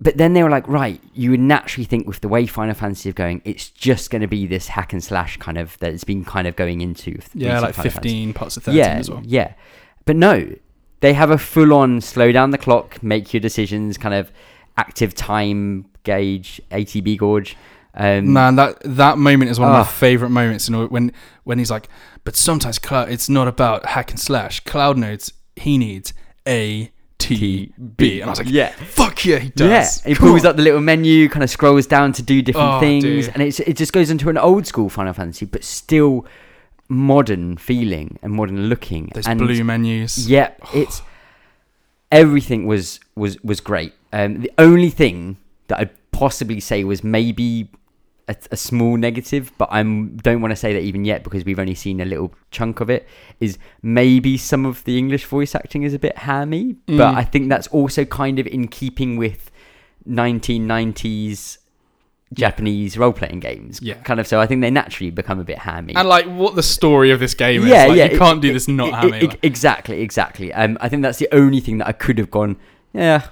Speaker 1: But then they were like, right, you would naturally think with the way Final Fantasy is going, it's just going to be this hack and slash kind of that it's been kind of going into. with
Speaker 2: Yeah,
Speaker 1: recent
Speaker 2: like
Speaker 1: Final Fantasy.
Speaker 2: fifteen parts of thirteen
Speaker 1: yeah,
Speaker 2: as well.
Speaker 1: Yeah. But no, they have a full on slow down the clock, make your decisions, kind of active time gauge, ATB gorge. Um,
Speaker 2: Man, that that moment is one of
Speaker 1: Ah.
Speaker 2: my favorite moments. You know, when when he's like, but sometimes cloud, it's not about hack and slash. Cloud nodes, he needs A T B, and I was like,
Speaker 1: yeah.
Speaker 2: fuck yeah, he does.
Speaker 1: Yeah, he
Speaker 2: Come
Speaker 1: pulls
Speaker 2: on.
Speaker 1: up the little menu, kind of scrolls down to do different
Speaker 2: Oh,
Speaker 1: things,
Speaker 2: dude.
Speaker 1: and it's, it just goes into an old school Final Fantasy, but still modern feeling and modern looking.
Speaker 2: Those
Speaker 1: and
Speaker 2: blue menus.
Speaker 1: yeah, it's everything was was was great. Um, the only thing that I'd possibly say was maybe a, a small negative, but I don't want to say that even yet because we've only seen a little chunk of it. Is maybe some of the English voice acting is a bit hammy, but
Speaker 2: Mm.
Speaker 1: I think that's also kind of in keeping with 1990s. Japanese role playing games,
Speaker 2: Yeah.
Speaker 1: kind of. So I think they naturally become a bit hammy.
Speaker 2: And like, what the story of this game is? Like, you
Speaker 1: it-
Speaker 2: can't do
Speaker 1: it-
Speaker 2: this not
Speaker 1: it-
Speaker 2: having.
Speaker 1: it-
Speaker 2: like-
Speaker 1: exactly, exactly. Um, I think that's the only thing that I could have gone, yeah,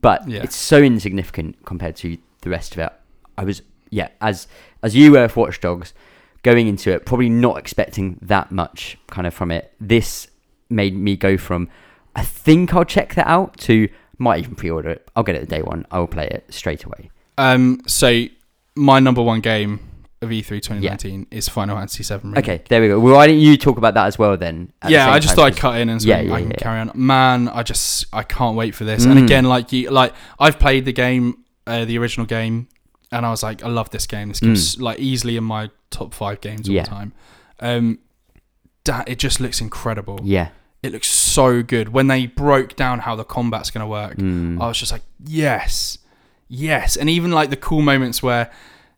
Speaker 1: but
Speaker 2: Yeah.
Speaker 1: it's so insignificant compared to the rest of it. I was, yeah, as as you were with Watch Dogs, going into it, probably not expecting that much kind of from it. This made me go from, I think I'll check that out to might even pre-order it. I'll get it day one. I'll play it straight away.
Speaker 2: um, so my number one game of E E3 2019 is Final Fantasy VII. Remake.
Speaker 1: Okay, there we go. Well, why don't you talk about that as well then? at the
Speaker 2: yeah,
Speaker 1: same
Speaker 2: I just
Speaker 1: time,
Speaker 2: thought I'd
Speaker 1: 'cause-
Speaker 2: cut in and so
Speaker 1: Yeah,
Speaker 2: I
Speaker 1: yeah,
Speaker 2: can
Speaker 1: yeah.
Speaker 2: carry on. Man, I just I can't wait for this.
Speaker 1: Mm.
Speaker 2: And again, like you, like I've played the game, uh, the original game, and I was like, I love this game. This game's like easily in my top five games all
Speaker 1: Mm. Yeah.
Speaker 2: the time. Um, that it just looks incredible.
Speaker 1: Yeah.
Speaker 2: It looks so good. When they broke down how the combat's gonna work,
Speaker 1: Mm.
Speaker 2: I was just like, yes, yes. And even like the cool moments where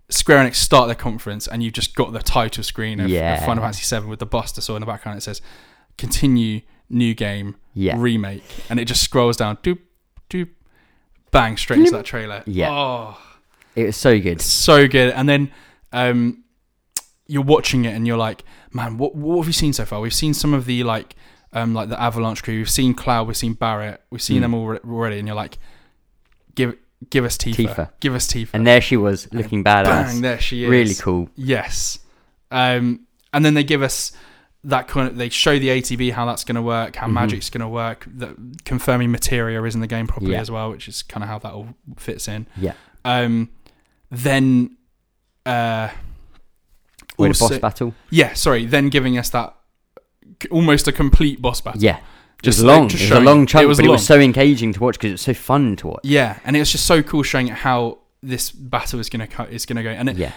Speaker 2: Square Enix start their conference and you've just got the title screen of, of
Speaker 1: Yeah.
Speaker 2: Final Fantasy VII with the Buster Sword in the background. It says, continue, new game,
Speaker 1: Yeah.
Speaker 2: remake, and it just scrolls down, doop, doop, bang, straight into that trailer.
Speaker 1: Yeah.
Speaker 2: Oh,
Speaker 1: It was so good.
Speaker 2: it's so good. And then um, you're watching it and you're like, man, what what have we seen so far? We've seen some of the like um, like the Avalanche crew. We've seen Cloud. We've seen Barrett. We've seen
Speaker 1: Mm.
Speaker 2: them all already. And you're like, give give us Tifa.
Speaker 1: Tifa.
Speaker 2: Give us Tifa.
Speaker 1: And there she was, looking badass.
Speaker 2: bang, there she is.
Speaker 1: really cool.
Speaker 2: Yes. Um, and then they give us that kind of, they show the ATV how that's going to work, how
Speaker 1: Mhm.
Speaker 2: magic's going to work, the, confirming materia is in the game properly
Speaker 1: Yeah.
Speaker 2: as well, which is kind of how that all fits in.
Speaker 1: Yeah.
Speaker 2: Um, then, uh,
Speaker 1: With a
Speaker 2: also-
Speaker 1: boss battle.
Speaker 2: yeah, sorry, then giving us that c- almost a complete boss battle.
Speaker 1: Yeah.
Speaker 2: Just
Speaker 1: Just
Speaker 2: like-
Speaker 1: long.
Speaker 2: just
Speaker 1: it was a
Speaker 2: showing-
Speaker 1: long chunk,
Speaker 2: it was
Speaker 1: but it was
Speaker 2: long.
Speaker 1: so engaging to watch because it was so fun to watch.
Speaker 2: Yeah, and it was just so cool showing how this battle is going to is going to go, and it,
Speaker 1: Yeah.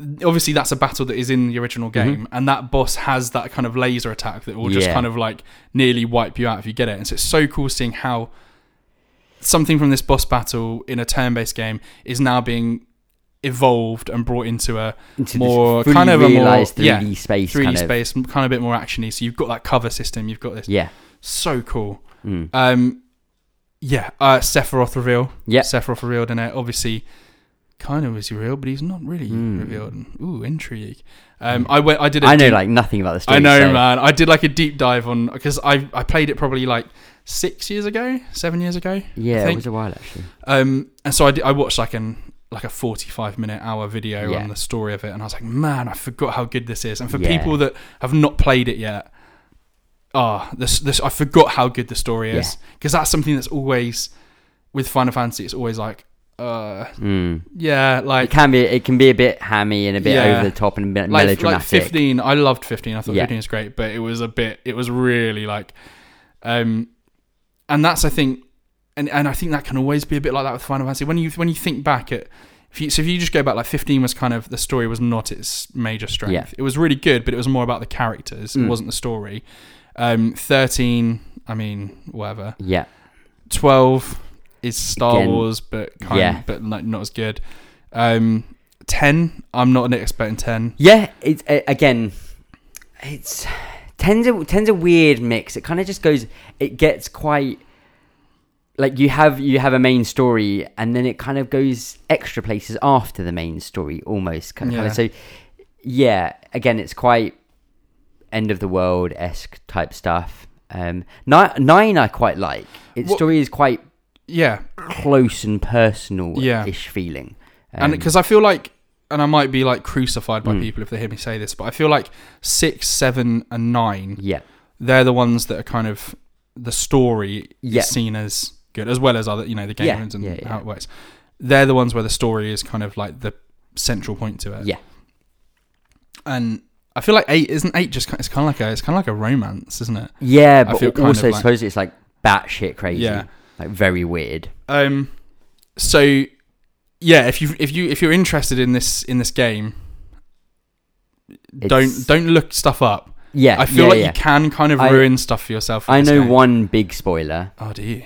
Speaker 1: Mm-hmm.
Speaker 2: obviously that's a battle that is in the original game and that boss has that kind of laser attack that will just
Speaker 1: Yeah.
Speaker 2: kind of like nearly wipe you out if you get it and so it's so cool seeing how something from this boss battle in a turn-based game is now being evolved and brought into a
Speaker 1: Into
Speaker 2: More
Speaker 1: this fully
Speaker 2: kind of a more-
Speaker 1: realized 3D
Speaker 2: yeah,
Speaker 1: space
Speaker 2: 3d
Speaker 1: kind of.
Speaker 2: space kind of a bit more actiony so you've got that cover system you've got this
Speaker 1: Yeah.
Speaker 2: so cool
Speaker 1: Mm.
Speaker 2: um yeah uh sephiroth reveal
Speaker 1: Yep.
Speaker 2: sephiroth revealed in it obviously kind of is revealed but he's not really
Speaker 1: Mm.
Speaker 2: revealed ooh intrigue um i went i did a
Speaker 1: Hmm. I know
Speaker 2: deep-
Speaker 1: like nothing about the story.
Speaker 2: I know,
Speaker 1: so-
Speaker 2: man. I did like a deep dive on because I I played it probably like six years ago, seven years ago.
Speaker 1: Yeah, it
Speaker 2: think-
Speaker 1: was a while actually.
Speaker 2: Um, and so I, did, I watched like an like a forty five minute hour video
Speaker 1: Yeah.
Speaker 2: on the story of it, and I was like, man, I forgot how good this is. And for
Speaker 1: Yeah.
Speaker 2: people that have not played it yet, ah, this this I forgot how good the story is because that's something that's always with Final Fantasy. It's always like, uh,
Speaker 1: Mm.
Speaker 2: yeah,
Speaker 1: It
Speaker 2: like
Speaker 1: can be it can be a bit hammy and a bit
Speaker 2: Yeah.
Speaker 1: over the top and a bit
Speaker 2: like, like
Speaker 1: melodramatic.
Speaker 2: 15 i loved 15 i thought
Speaker 1: Yeah.
Speaker 2: 15 was great but it was a bit it was really like um and that's i think and and i think that can always be a bit like that with final fantasy when you when you think back at if you, so if you just go back like 15 was kind of the story was not its major strength
Speaker 1: Yeah.
Speaker 2: it was really good but it was more about the characters
Speaker 1: Mm.
Speaker 2: it wasn't the story um 13 i mean whatever
Speaker 1: Yeah,
Speaker 2: 12 is Star
Speaker 1: Again,
Speaker 2: Wars, but kind
Speaker 1: yeah.
Speaker 2: but like not as good. Um, 10, I'm not an expert in 10.
Speaker 1: yeah. It's a again, it's tends a tends a weird mix. It kind of just goes. It gets quite like you have you have a main story and then it kind of goes extra places after the main story almost. Kind of,
Speaker 2: Yeah.
Speaker 1: so yeah. Again, it's quite end of the world esque type stuff. Um, nine, nine I quite like. Its
Speaker 2: What-
Speaker 1: story is quite
Speaker 2: Yeah,
Speaker 1: close and personal ish
Speaker 2: Yeah.
Speaker 1: feeling.
Speaker 2: and
Speaker 1: Um,
Speaker 2: because I feel like, and I might be like crucified by
Speaker 1: Mm.
Speaker 2: people if they hear me say this, but I feel like six, seven, and nine,
Speaker 1: yeah,
Speaker 2: they're the ones that are kind of the story
Speaker 1: Yeah.
Speaker 2: is seen as good, as well as other, you know, the
Speaker 1: Yeah,
Speaker 2: games and
Speaker 1: yeah, yeah.
Speaker 2: how it works. They're the ones where the story is kind of like the central point to it.
Speaker 1: Yeah.
Speaker 2: and I feel like eight isn't eight just ki- it's kind of like a it's kind of like a romance, isn't it?
Speaker 1: yeah,
Speaker 2: I
Speaker 1: but
Speaker 2: feel
Speaker 1: also
Speaker 2: kind of like-
Speaker 1: suppose it's like batshit crazy,
Speaker 2: Yeah.
Speaker 1: like very weird.
Speaker 2: Um, so yeah, if you if you if you're interested in this in this game,
Speaker 1: It's-
Speaker 2: don't don't look stuff up.
Speaker 1: Yeah,
Speaker 2: I feel
Speaker 1: yeah,
Speaker 2: like
Speaker 1: yeah.
Speaker 2: you can kind of
Speaker 1: I-
Speaker 2: ruin stuff for yourself. in
Speaker 1: I
Speaker 2: this
Speaker 1: know
Speaker 2: game.
Speaker 1: one big spoiler.
Speaker 2: Oh, do you?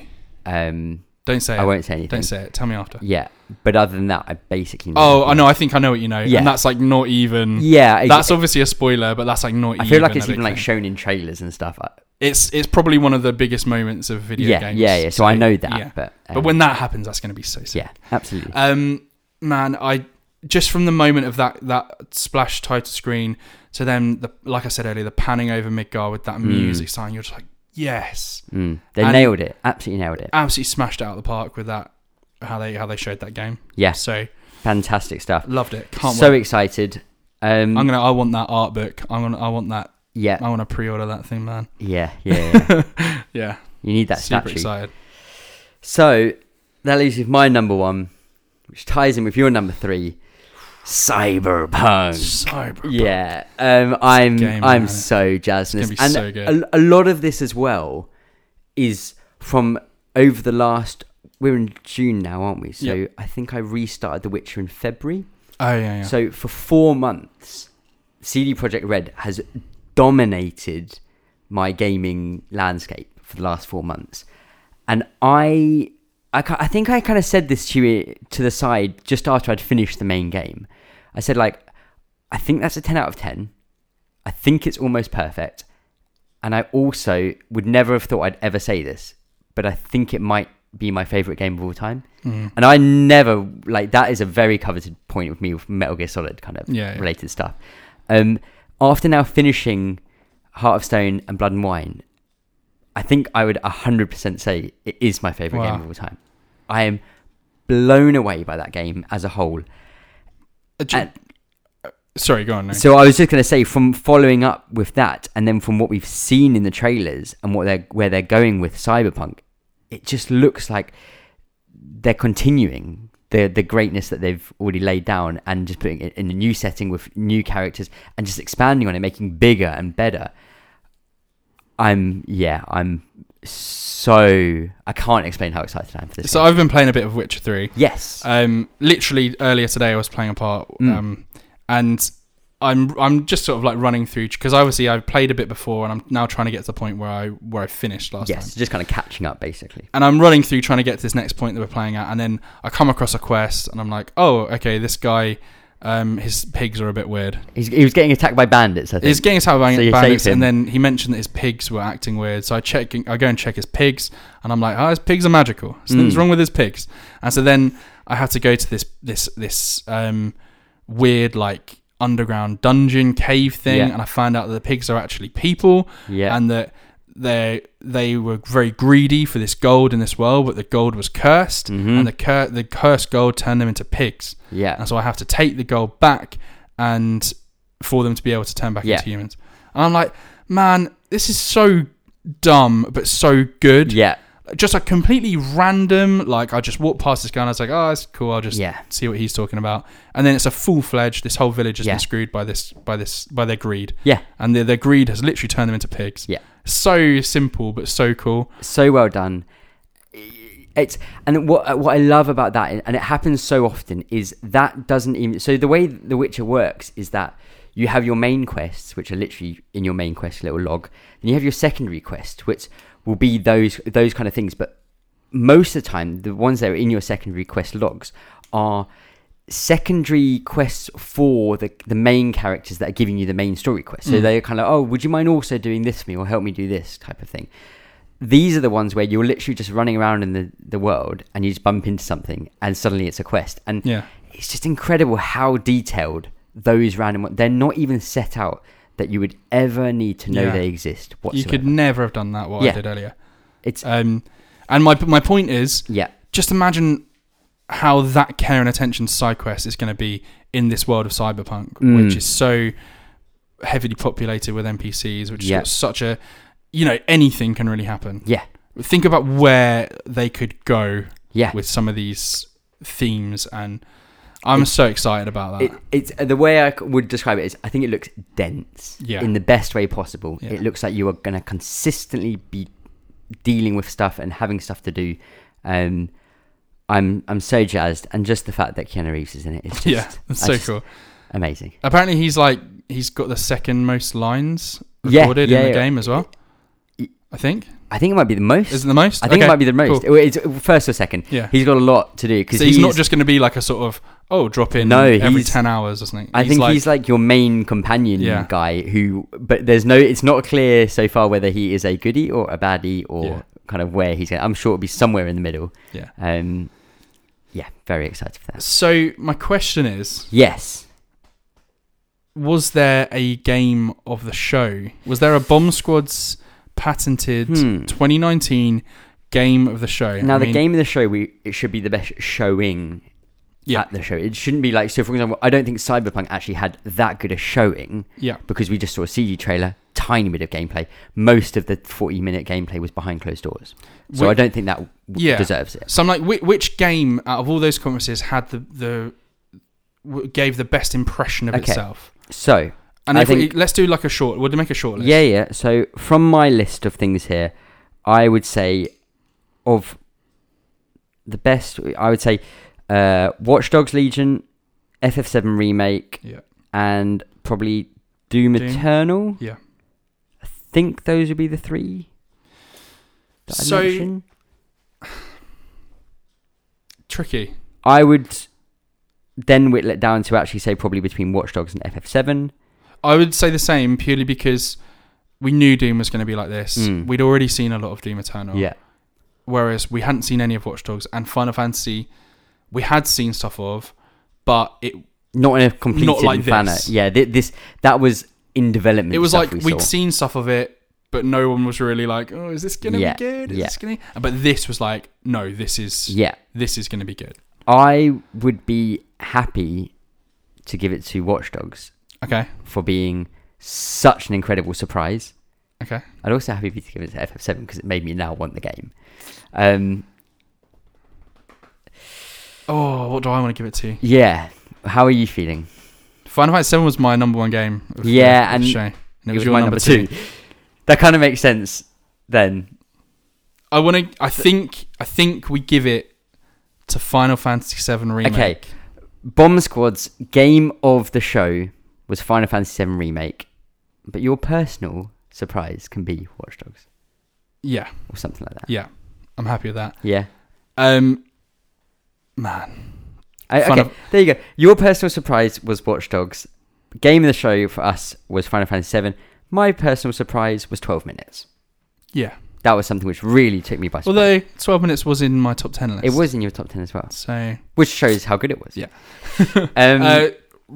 Speaker 1: Um,
Speaker 2: Don't say.
Speaker 1: I
Speaker 2: it.
Speaker 1: won't say anything.
Speaker 2: Don't say it. Tell me after.
Speaker 1: Yeah, but other than that, I basically. Know
Speaker 2: Oh, I know. I think I know what you know.
Speaker 1: Yeah.
Speaker 2: And that's like not even.
Speaker 1: Yeah, ex-
Speaker 2: That's obviously a spoiler, but that's like not.
Speaker 1: I feel like
Speaker 2: even
Speaker 1: it's
Speaker 2: a
Speaker 1: even
Speaker 2: big
Speaker 1: like
Speaker 2: thing.
Speaker 1: shown in trailers and stuff. I-
Speaker 2: it's it's probably one of the biggest moments of video
Speaker 1: yeah,
Speaker 2: games.
Speaker 1: yeah, yeah. So I know that,
Speaker 2: yeah.
Speaker 1: but um,
Speaker 2: But when that happens, that's going to be so sick.
Speaker 1: yeah, absolutely.
Speaker 2: Um, man, I just from the moment of that that splash title screen to then the like I said earlier, the panning over Midgar with that
Speaker 1: Mm.
Speaker 2: music sign, you're just like, yes,
Speaker 1: Mm, they
Speaker 2: and-
Speaker 1: nailed it. Absolutely nailed it.
Speaker 2: absolutely smashed it out of the park with that how they how they showed that game.
Speaker 1: Yeah,
Speaker 2: So
Speaker 1: fantastic stuff.
Speaker 2: loved it. Can't
Speaker 1: so
Speaker 2: wait.
Speaker 1: excited. Um,
Speaker 2: I'm gonna. I want that art book. I'm gonna. I want that.
Speaker 1: yeah,
Speaker 2: I want to pre-order that thing, man.
Speaker 1: yeah, yeah, yeah.
Speaker 2: Yeah.
Speaker 1: You need that
Speaker 2: super
Speaker 1: statue.
Speaker 2: excited.
Speaker 1: So that leaves you with my number one, which ties in with your number three, Cyberpunk.
Speaker 2: Cyber.
Speaker 1: Um, Yeah, um, I'm
Speaker 2: game,
Speaker 1: I'm
Speaker 2: man.
Speaker 1: so jazzed. on
Speaker 2: It's
Speaker 1: this.
Speaker 2: gonna
Speaker 1: and
Speaker 2: be so good.
Speaker 1: A, a lot of this as well is from over the last. We're in June now, aren't we? So
Speaker 2: Yep.
Speaker 1: I think I restarted The Witcher in February.
Speaker 2: Oh yeah. yeah.
Speaker 1: So for four months, CD Projekt Red has dominated my gaming landscape for the last four months, and I, I, ca- I think I kind of said this to you to the side just after I'd finished the main game. I said like, I think that's a ten out of ten. I think it's almost perfect, and I also would never have thought I'd ever say this, but I think it might be my favorite game of all time.
Speaker 2: Mm.
Speaker 1: And I never like that is a very coveted point with me with Metal Gear Solid kind of
Speaker 2: Yeah, yeah.
Speaker 1: related stuff. Um, after now finishing Heart of Stone and Blood and Wine, I think I would hundred percent say it is my favorite
Speaker 2: Wow.
Speaker 1: game of all time. I am blown away by that game as a whole.
Speaker 2: Uh, do you-
Speaker 1: And-
Speaker 2: uh, sorry, go on. No.
Speaker 1: So I was just going to say, from following up with that, and then from what we've seen in the trailers and what they're where they're going with Cyberpunk, it just looks like they're continuing the the greatness that they've already laid down and just putting it in a new setting with new characters and just expanding on it, making bigger and better. I'm yeah, I'm so I can't explain how excited I am for this.
Speaker 2: so
Speaker 1: game.
Speaker 2: I've been playing a bit of Witcher Three.
Speaker 1: yes,
Speaker 2: Um, literally earlier today, I was playing a part,
Speaker 1: Mm.
Speaker 2: um, and I'm I'm just sort of like running through because obviously I've played a bit before, and I'm now trying to get to the point where I where I finished last
Speaker 1: yes,
Speaker 2: time.
Speaker 1: just kind of catching up basically.
Speaker 2: And I'm running through trying to get to this next point that we're playing at, and then I come across a quest, and I'm like, oh, okay, this guy, um, his pigs are a bit weird.
Speaker 1: He's, he was getting attacked by bandits. I think
Speaker 2: His gang attacked by
Speaker 1: So you
Speaker 2: bandits,
Speaker 1: save him.
Speaker 2: and then he mentioned that his pigs were acting weird. So I check, I go and check his pigs, and I'm like, oh, his pigs are magical. Something's
Speaker 1: Mm.
Speaker 2: wrong with his pigs. And so then I have to go to this this this um, weird like underground dungeon cave thing,
Speaker 1: Yeah.
Speaker 2: and I find out that the pigs are actually people,
Speaker 1: yeah,
Speaker 2: and that they they were very greedy for this gold in this world, but the gold was cursed,
Speaker 1: Mhm.
Speaker 2: and the cur- the cursed gold turned them into pigs.
Speaker 1: yeah.
Speaker 2: And so I have to take the gold back and for them to be able to turn back
Speaker 1: Yeah.
Speaker 2: into humans. And I'm like, man, this is so dumb but so good.
Speaker 1: Yeah,
Speaker 2: Just like completely random. Like I just walked past this guy and I was like, oh, it's cool. I'll just
Speaker 1: yeah,
Speaker 2: see what he's talking about. And then it's a full fledged. This whole village has
Speaker 1: Yeah.
Speaker 2: been screwed by this by this by their greed.
Speaker 1: Yeah.
Speaker 2: And their, their greed has literally turned them into pigs.
Speaker 1: Yeah.
Speaker 2: So simple but so cool.
Speaker 1: so well done. It's and what what I love about that, and it happens so often, is that doesn't even. So the way The Witcher works is that you have your main quests, which are literally in your main quest little log, and you have your secondary quest, which will be those those kind of things. But most of the time, the ones that are in your secondary quest logs are secondary quests for the the main characters that are giving you the main story quest. So
Speaker 2: Mm.
Speaker 1: they're kind of like, oh, would you mind also doing this for me or help me do this type of thing. These are the ones where you're literally just running around in the, the world and you just bump into something and suddenly it's a quest. And
Speaker 2: Yeah.
Speaker 1: it's just incredible how detailed those random ones, they're not even set out that you would ever need to know
Speaker 2: Yeah.
Speaker 1: they exist
Speaker 2: You
Speaker 1: whatsoever.
Speaker 2: could never have done that what I
Speaker 1: Yeah.
Speaker 2: did earlier.
Speaker 1: it's,
Speaker 2: Um and my my point is
Speaker 1: yeah,
Speaker 2: just imagine how that care and attention side quest is going to be in this world of cyberpunk,
Speaker 1: Mm.
Speaker 2: which is so heavily populated with NPCs, which
Speaker 1: Yeah.
Speaker 2: is such a you know anything can really happen.
Speaker 1: Yeah.
Speaker 2: think about where they could go
Speaker 1: yeah.
Speaker 2: with some of these themes, and I'm so excited about that.
Speaker 1: It, it's uh, the way I c- would describe it is I think it looks dense
Speaker 2: Yeah.
Speaker 1: in the best way possible.
Speaker 2: Yeah.
Speaker 1: It looks like you are going to consistently be dealing with stuff and having stuff to do. Um, I'm I'm so jazzed, and just the fact that Keanu Reeves is in it is just
Speaker 2: yeah, that's
Speaker 1: I
Speaker 2: so
Speaker 1: just-
Speaker 2: cool.
Speaker 1: amazing.
Speaker 2: Apparently, he's like he's got the second most lines
Speaker 1: Yeah,
Speaker 2: recorded
Speaker 1: yeah,
Speaker 2: in the
Speaker 1: yeah.
Speaker 2: game as well.
Speaker 1: Y-
Speaker 2: I think
Speaker 1: I think it might be the most.
Speaker 2: is it the most?
Speaker 1: I think
Speaker 2: Okay,
Speaker 1: it might be the most.
Speaker 2: cool.
Speaker 1: Well, It's uh, first or second.
Speaker 2: Yeah,
Speaker 1: He's got a lot to do because
Speaker 2: So he's not just going to be like a sort of oh drop in
Speaker 1: No,
Speaker 2: every
Speaker 1: he's-
Speaker 2: ten hours or something.
Speaker 1: I think he's like your main companion
Speaker 2: Yeah.
Speaker 1: guy who, but there's no, it's not clear so far whether he is a goodie or a baddie or
Speaker 2: Yeah.
Speaker 1: kind of where he's going. I'm sure it'll be somewhere in the middle.
Speaker 2: Yeah.
Speaker 1: Um, yeah, very excited for that.
Speaker 2: So my question is:
Speaker 1: Yes.
Speaker 2: Was there a game of the show? Was there a Bomb Squad's patented
Speaker 1: Hmm.
Speaker 2: 2019 game of the show?
Speaker 1: Now
Speaker 2: I
Speaker 1: the
Speaker 2: mean,
Speaker 1: game of the show, we it should be the best showing
Speaker 2: Yeah.
Speaker 1: at the show. It shouldn't be like so. For example, I don't think Cyberpunk actually had that good a showing
Speaker 2: Yeah,
Speaker 1: because we just saw a CG trailer, tiny bit of gameplay. Most of the 40 minute gameplay was behind closed doors, so
Speaker 2: Whi-
Speaker 1: I don't think that w-
Speaker 2: Yeah.
Speaker 1: deserves it.
Speaker 2: So I'm like, which, which game out of all those conferences had the the w- gave the best impression of
Speaker 1: Okay.
Speaker 2: itself?
Speaker 1: So
Speaker 2: And
Speaker 1: I
Speaker 2: if we,
Speaker 1: think-
Speaker 2: let's do like a short. We'll make a short list.
Speaker 1: Yeah, yeah. So from my list of things here, I would say of the best, I would say uh, Watch Dogs Legion, FF7 Remake,
Speaker 2: Yeah.
Speaker 1: and probably Doom,
Speaker 2: Doom.
Speaker 1: Eternal.
Speaker 2: Yeah.
Speaker 1: I think those would be the three that I
Speaker 2: So-
Speaker 1: mentioned.
Speaker 2: Tricky.
Speaker 1: I would then whittle it down to actually say probably between Watch Dogs and FF7.
Speaker 2: I would say the same purely because we knew Doom was going to be like this.
Speaker 1: Mm.
Speaker 2: We'd already seen a lot of Doom Eternal.
Speaker 1: Yeah.
Speaker 2: Whereas we hadn't seen any of Watch Dogs and Final Fantasy, we had seen stuff of, but it
Speaker 1: Not in a completed
Speaker 2: Not like
Speaker 1: manner.
Speaker 2: this.
Speaker 1: Yeah, thi- this that was in development.
Speaker 2: it was
Speaker 1: stuff
Speaker 2: like
Speaker 1: we
Speaker 2: we would
Speaker 1: saw.
Speaker 2: seen stuff of it, but no one was really like, "Oh, is this gonna
Speaker 1: Yeah,
Speaker 2: be good? Is
Speaker 1: yeah.
Speaker 2: this gonna?" But this was like, "No, this is
Speaker 1: Yeah,
Speaker 2: this is gonna be good."
Speaker 1: I would be happy to give it to Watch Dogs
Speaker 2: Okay,
Speaker 1: for being such an incredible surprise.
Speaker 2: okay.
Speaker 1: I'd also happy to give it to FF7 because it made me now want the game. Um,
Speaker 2: Oh, what do I want to give it to?
Speaker 1: yeah, how are you feeling?
Speaker 2: Final Fight Seven was my number one game. of the-
Speaker 1: Yeah,
Speaker 2: of the
Speaker 1: and
Speaker 2: show, and it, was, your number, two.
Speaker 1: That kind of makes sense then.
Speaker 2: I want to. I think. I think we give it to Final Fantasy Seven remake.
Speaker 1: Okay, Bomb Squad's game of the show was Final Fantasy VII Remake, but your personal surprise can be Watch Dogs
Speaker 2: Yeah,
Speaker 1: or something like that.
Speaker 2: yeah. I'm happy with that.
Speaker 1: Yeah.
Speaker 2: Um, man,
Speaker 1: I,
Speaker 2: Fun
Speaker 1: okay,
Speaker 2: of-
Speaker 1: there you go. Your personal surprise was Watch Dogs. Game of the show for us was Final Fantasy VII. My personal surprise was 12 minutes.
Speaker 2: yeah.
Speaker 1: That was something which really took me by surprise.
Speaker 2: Although Twelve Minutes was in my top ten list.
Speaker 1: it was in your top 10 as well,
Speaker 2: so.
Speaker 1: which shows how good it was.
Speaker 2: Yeah.
Speaker 1: um,
Speaker 2: uh,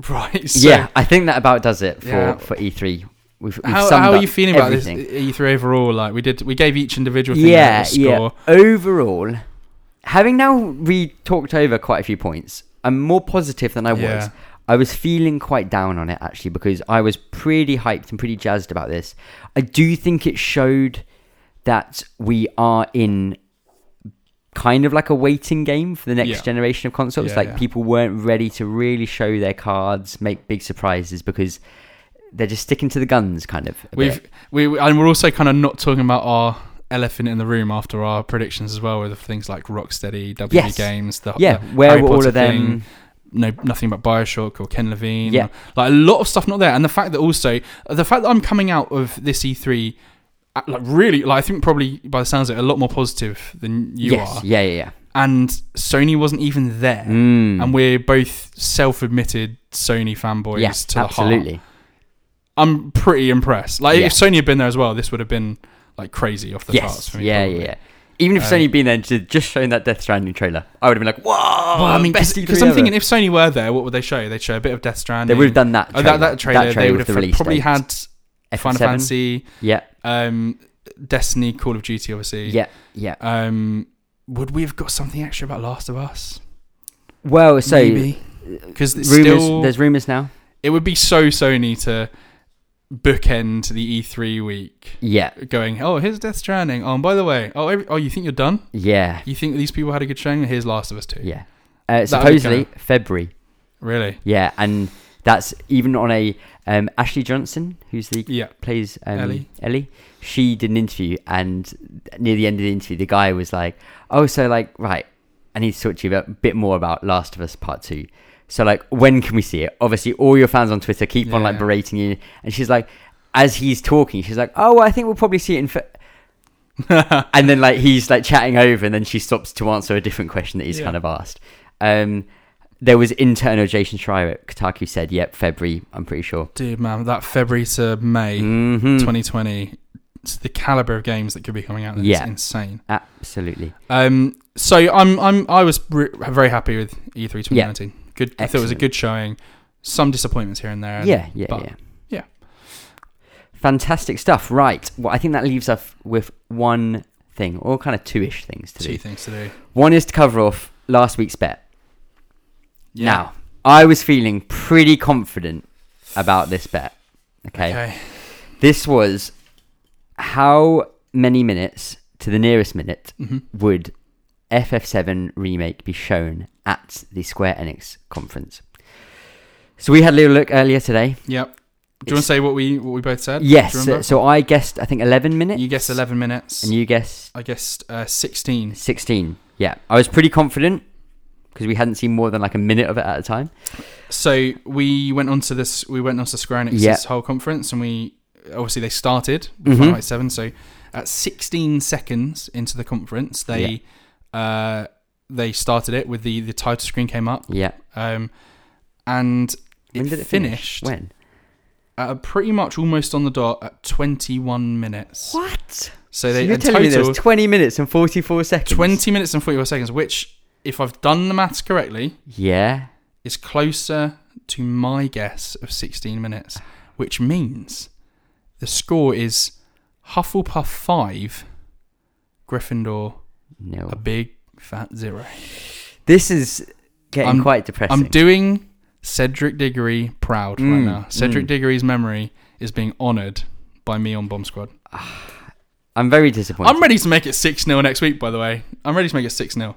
Speaker 2: right. So
Speaker 1: yeah, I think that about does it for,
Speaker 2: Yeah.
Speaker 1: for E3. We've, we've
Speaker 2: how,
Speaker 1: summed
Speaker 2: how are
Speaker 1: up
Speaker 2: you feeling
Speaker 1: everything.
Speaker 2: about this E3 overall? Like we did, we gave each individual thing
Speaker 1: Yeah,
Speaker 2: a
Speaker 1: yeah.
Speaker 2: score.
Speaker 1: Overall, having now re talked over quite a few points, I'm more positive than I
Speaker 2: Yeah.
Speaker 1: was. I was feeling quite down on it actually because I was pretty hyped and pretty jazzed about this. I do think it showed that we are in kind of like a waiting game for the next
Speaker 2: Yeah.
Speaker 1: generation of consoles.
Speaker 2: Yeah,
Speaker 1: like
Speaker 2: yeah.
Speaker 1: people weren't ready to really show their cards, make big surprises because they're just sticking to the guns kind of. a bit.
Speaker 2: We've we we- and we're also kind of not talking about our elephant in the room after our predictions as well with things like Rocksteady, W
Speaker 1: Yes.
Speaker 2: Games, the
Speaker 1: yeah,
Speaker 2: the
Speaker 1: where
Speaker 2: uh, Harry
Speaker 1: were all
Speaker 2: Potter
Speaker 1: of them?
Speaker 2: thing, no, nothing about Bioshock or Ken Levine.
Speaker 1: Yeah.
Speaker 2: or- like a lot of stuff not there, and the fact that also the fact that I'm coming out of this E3. uh, Like really, like I think probably by the sounds of it, a lot more positive than you
Speaker 1: yes,
Speaker 2: are.
Speaker 1: yeah, yeah,
Speaker 2: And Sony wasn't even there.
Speaker 1: yeah. Mm.
Speaker 2: and we're both self-admitted Sony fanboys
Speaker 1: yeah,
Speaker 2: to the heart.
Speaker 1: absolutely.
Speaker 2: I'm pretty impressed. Like
Speaker 1: Yeah.
Speaker 2: if Sony had been there as well, this would have been like crazy off the charts
Speaker 1: Yes,
Speaker 2: for me.
Speaker 1: yeah, yeah,
Speaker 2: probably.
Speaker 1: yeah. Even if
Speaker 2: Um,
Speaker 1: Sony had been there and ju- just shown that Death Stranding trailer, I would have been like, "Whoa!"
Speaker 2: Well, I mean,
Speaker 1: Oh, best E3
Speaker 2: because I'm
Speaker 1: ever.
Speaker 2: thinking if Sony were there, what would they show? They'd show a bit of Death Stranding.
Speaker 1: they would have done that.
Speaker 2: Oh,
Speaker 1: Trailer,
Speaker 2: that, that trailer. they would
Speaker 1: with the
Speaker 2: have
Speaker 1: release
Speaker 2: probably
Speaker 1: date.
Speaker 2: had Final
Speaker 1: FF7.
Speaker 2: Fantasy,
Speaker 1: Yeah,
Speaker 2: um, Destiny, Call of Duty, obviously.
Speaker 1: yeah, yeah.
Speaker 2: Um, would we have got something extra about Last of Us?
Speaker 1: Well, so uh,
Speaker 2: Maybe. Because
Speaker 1: rumors.
Speaker 2: it's still
Speaker 1: There's rumors now.
Speaker 2: it would be so Sony to bookend the E3 week
Speaker 1: Yeah,
Speaker 2: going, oh, here's Death Stranding. Oh, and by the way, oh, every, oh, you think you're done?
Speaker 1: yeah,
Speaker 2: You think these people had a good showing? Here's Last of Us 2.
Speaker 1: yeah. Uh,
Speaker 2: That would be
Speaker 1: supposedly February.
Speaker 2: Really?
Speaker 1: Yeah, and that's even on a um, Ashley Johnson, who's the
Speaker 2: Yeah.
Speaker 1: plays um,
Speaker 2: Ellie.
Speaker 1: Ellie. She did an interview, and near the end of the interview, the guy was like, "Oh, so like, right? I need to talk to you about, a bit more about Last of Us Part Two. So like, when can we see it? Obviously, all your fans on Twitter keep on
Speaker 2: Yeah.
Speaker 1: like berating you, and she's like, as he's talking, she's like, "Oh, I think we'll probably see it in." Fe-. and then like he's like chatting over, and then she stops to answer a different question that he's
Speaker 2: Yeah.
Speaker 1: kind of asked. Um, there was internal Jason Schreier at Kotaku said, "Yep, February. I'm pretty sure."
Speaker 2: Dude, man, that February to May
Speaker 1: Mhm.
Speaker 2: 2020, it's the caliber of games that could be coming out there
Speaker 1: Yeah.
Speaker 2: is insane.
Speaker 1: Absolutely.
Speaker 2: Um, so I'm, I'm, I was re- very happy with E E3 2019. Good, I thought it was a
Speaker 1: Excellent.
Speaker 2: good showing. Some disappointments here and there.
Speaker 1: yeah, yeah,
Speaker 2: but-
Speaker 1: yeah.
Speaker 2: yeah.
Speaker 1: Fantastic stuff. Right. Well, I think that leaves us with one thing, or kind of two ish things to
Speaker 2: Two
Speaker 1: do.
Speaker 2: things to do.
Speaker 1: One is to cover off last week's bet.
Speaker 2: Yeah.
Speaker 1: Now, I was feeling pretty confident about this bet. Okay.
Speaker 2: Okay.
Speaker 1: This was how many minutes to the nearest minute
Speaker 2: Mhm.
Speaker 1: would FF7 remake be shown at the Square Enix conference? So we had a little look earlier today.
Speaker 2: Yep. Do you want to
Speaker 1: It's-
Speaker 2: say what we what we both said? Do you
Speaker 1: Yes. So,
Speaker 2: remember?
Speaker 1: so I guessed, I think, 11 minutes.
Speaker 2: You guessed 11 minutes.
Speaker 1: And you guessed
Speaker 2: I guessed uh, 16.
Speaker 1: 16. Yeah. I was pretty confident because we hadn't seen more than like a minute of it at a time.
Speaker 2: So we went on to this. We went on to Square Enix's
Speaker 1: Yeah.
Speaker 2: whole conference, and we obviously they started with Final
Speaker 1: Mhm.
Speaker 2: Fight Seven. So at 16 seconds into the conference, they uh, they started it with the the title screen came up,
Speaker 1: Yeah.
Speaker 2: um, and
Speaker 1: When
Speaker 2: it
Speaker 1: did it
Speaker 2: finished
Speaker 1: When?
Speaker 2: uh, pretty much almost on the dot at 21 minutes.
Speaker 1: What?
Speaker 2: So
Speaker 1: So
Speaker 2: they
Speaker 1: you're
Speaker 2: in
Speaker 1: telling me there
Speaker 2: total
Speaker 1: was 20 minutes and 44 seconds?
Speaker 2: 20 minutes and 44 seconds, which, if I've done the maths correctly,
Speaker 1: Yeah.
Speaker 2: is closer to my guess of 16 minutes, which means the score is Hufflepuff 5, Gryffindor,
Speaker 1: No.
Speaker 2: a big fat zero.
Speaker 1: This is getting
Speaker 2: I'm-
Speaker 1: quite depressing.
Speaker 2: I'm doing Cedric Diggory proud right
Speaker 1: Mm,
Speaker 2: now. Cedric
Speaker 1: mm.
Speaker 2: Diggory's memory is being honoured by me on Bomb Squad.
Speaker 1: I'm very disappointed.
Speaker 2: I'm ready to make it 6 0 next week, by the way. I'm ready to make it 6 0.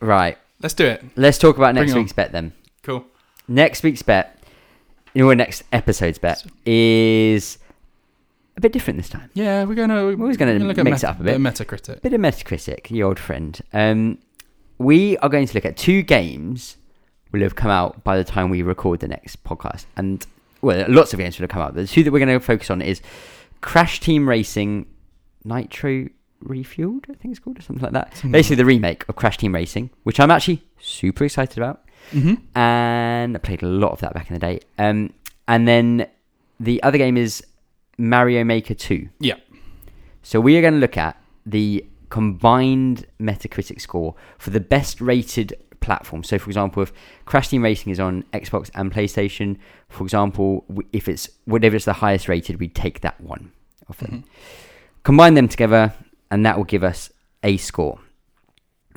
Speaker 1: right.
Speaker 2: Let's do it.
Speaker 1: Let's talk about next
Speaker 2: Bring it
Speaker 1: week's bet then.
Speaker 2: Cool.
Speaker 1: Next week's bet, or next episode's bet, is a bit different this time.
Speaker 2: Yeah, we're going to. We're
Speaker 1: always gonna
Speaker 2: look at
Speaker 1: mix
Speaker 2: Meta-
Speaker 1: it up a bit.
Speaker 2: Metacritic.
Speaker 1: Bit of Metacritic, your old friend. Um, we are going to look at two games will have come out by the time we record the next podcast, and well, lots of games will have come out. The two that we're going to focus on is Crash Team Racing Nitro Refueled, I think it's called, or something like that.
Speaker 2: Something like
Speaker 1: Basically, the remake of Crash Team Racing, which I'm actually super excited about,
Speaker 2: hmm
Speaker 1: and I played a lot of that back in the day. Um, and then the other game is Mario Maker Two.
Speaker 2: Yeah.
Speaker 1: So we are going to look at the combined Metacritic score for the best rated platform. So, for example, if Crash Team Racing is on Xbox and PlayStation, for example, w- if it's whatever it's the highest rated, we take that one of them.
Speaker 2: Mhm.
Speaker 1: Combine them together, and that will give us a score.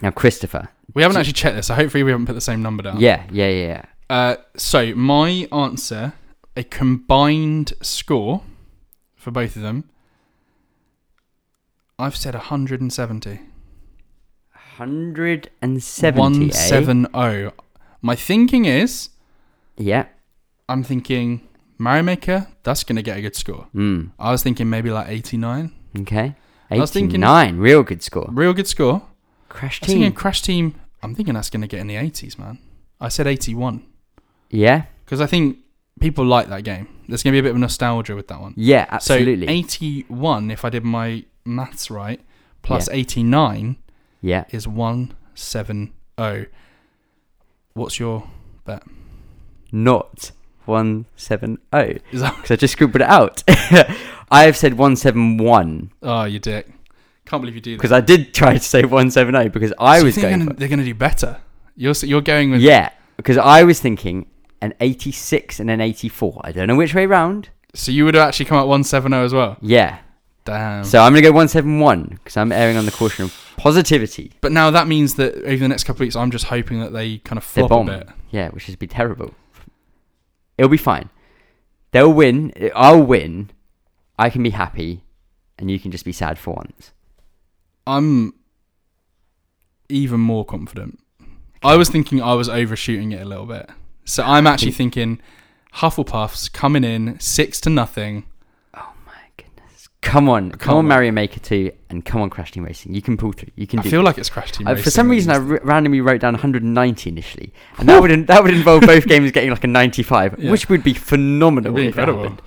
Speaker 1: Now, Christopher,
Speaker 2: We haven't actually checked this, so hopefully we haven't put the same number down.
Speaker 1: yeah, yeah, yeah, yeah.
Speaker 2: Uh, so my answer, a combined score for both of them. I've said 170.
Speaker 1: 170.
Speaker 2: 170. oh. My thinking is,
Speaker 1: Yeah.
Speaker 2: I'm thinking Mario Maker, that's going to get a good score.
Speaker 1: Mm.
Speaker 2: I was thinking maybe like 89.
Speaker 1: Okay.
Speaker 2: was thinking-
Speaker 1: 89. Real good score.
Speaker 2: Real good score.
Speaker 1: Crash
Speaker 2: I was thinking
Speaker 1: Team.
Speaker 2: Crash Team, I'm thinking that's going to get in the 80s, man. I said 81.
Speaker 1: Yeah.
Speaker 2: Because I think people like that game. There's going to be a bit of nostalgia with that one.
Speaker 1: Yeah, absolutely.
Speaker 2: So 81, if I did my maths right, plus 89
Speaker 1: yeah.
Speaker 2: is 170. What's your bet?
Speaker 1: not 170 because
Speaker 2: Is that,
Speaker 1: I just scribbled it out. I have said 171
Speaker 2: oh, you dick. Can't believe you do that.
Speaker 1: because I did try to say 170 because I
Speaker 2: So you
Speaker 1: was
Speaker 2: think
Speaker 1: going
Speaker 2: they're
Speaker 1: for
Speaker 2: gonna, they're going to do better. You're, s- you're going with.
Speaker 1: Yeah, because I was thinking an 86 and an 84. I don't know which way round.
Speaker 2: So you would have actually come out 170 as well.
Speaker 1: Yeah.
Speaker 2: Damn.
Speaker 1: So I'm going to go 171 because I'm erring on the caution of positivity.
Speaker 2: but now that means that over the next couple of weeks, I'm just hoping that they kind of
Speaker 1: They
Speaker 2: flop a
Speaker 1: bomb.
Speaker 2: bit.
Speaker 1: Yeah, which would be terrible. It'll be fine. They'll win. I'll win. I can be happy and you can just be sad for once.
Speaker 2: I'm even more confident. I was thinking I was overshooting it a little bit. So I'm actually thinking Hufflepuff's coming in six to nothing.
Speaker 1: Come on, come
Speaker 2: can't
Speaker 1: on,
Speaker 2: wait.
Speaker 1: Mario Maker 2, and come on, Crash Team Racing. You can pull through. You can
Speaker 2: I
Speaker 1: do.
Speaker 2: feel like it's Crash Team
Speaker 1: Uh,
Speaker 2: Racing.
Speaker 1: for some reason, I r- randomly wrote down 190 initially, and that would that would involve both games getting like a 95,
Speaker 2: Yeah.
Speaker 1: which would be phenomenal.
Speaker 2: It'd be
Speaker 1: if it
Speaker 2: incredible.
Speaker 1: happened.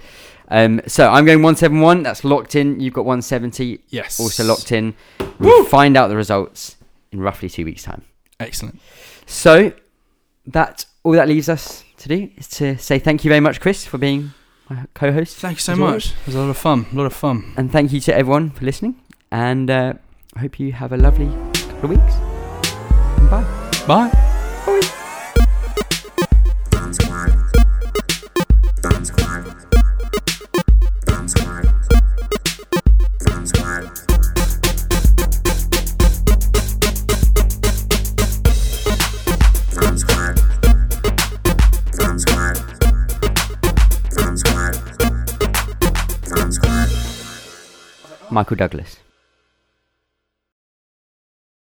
Speaker 1: Um, so I'm going 171. That's locked in. You've got 170,
Speaker 2: yes.
Speaker 1: also locked in. We'll find out the results in roughly two weeks' time.
Speaker 2: Excellent.
Speaker 1: So that all that leaves us to do is to say thank you very much, Chris, for being my co-host.
Speaker 2: Thank you so
Speaker 1: as always.
Speaker 2: much. It was a lot of fun. A lot of fun.
Speaker 1: And thank you to everyone for listening. And uh, I hope you have a lovely couple of weeks. And bye.
Speaker 2: Bye.
Speaker 1: Michael Douglas.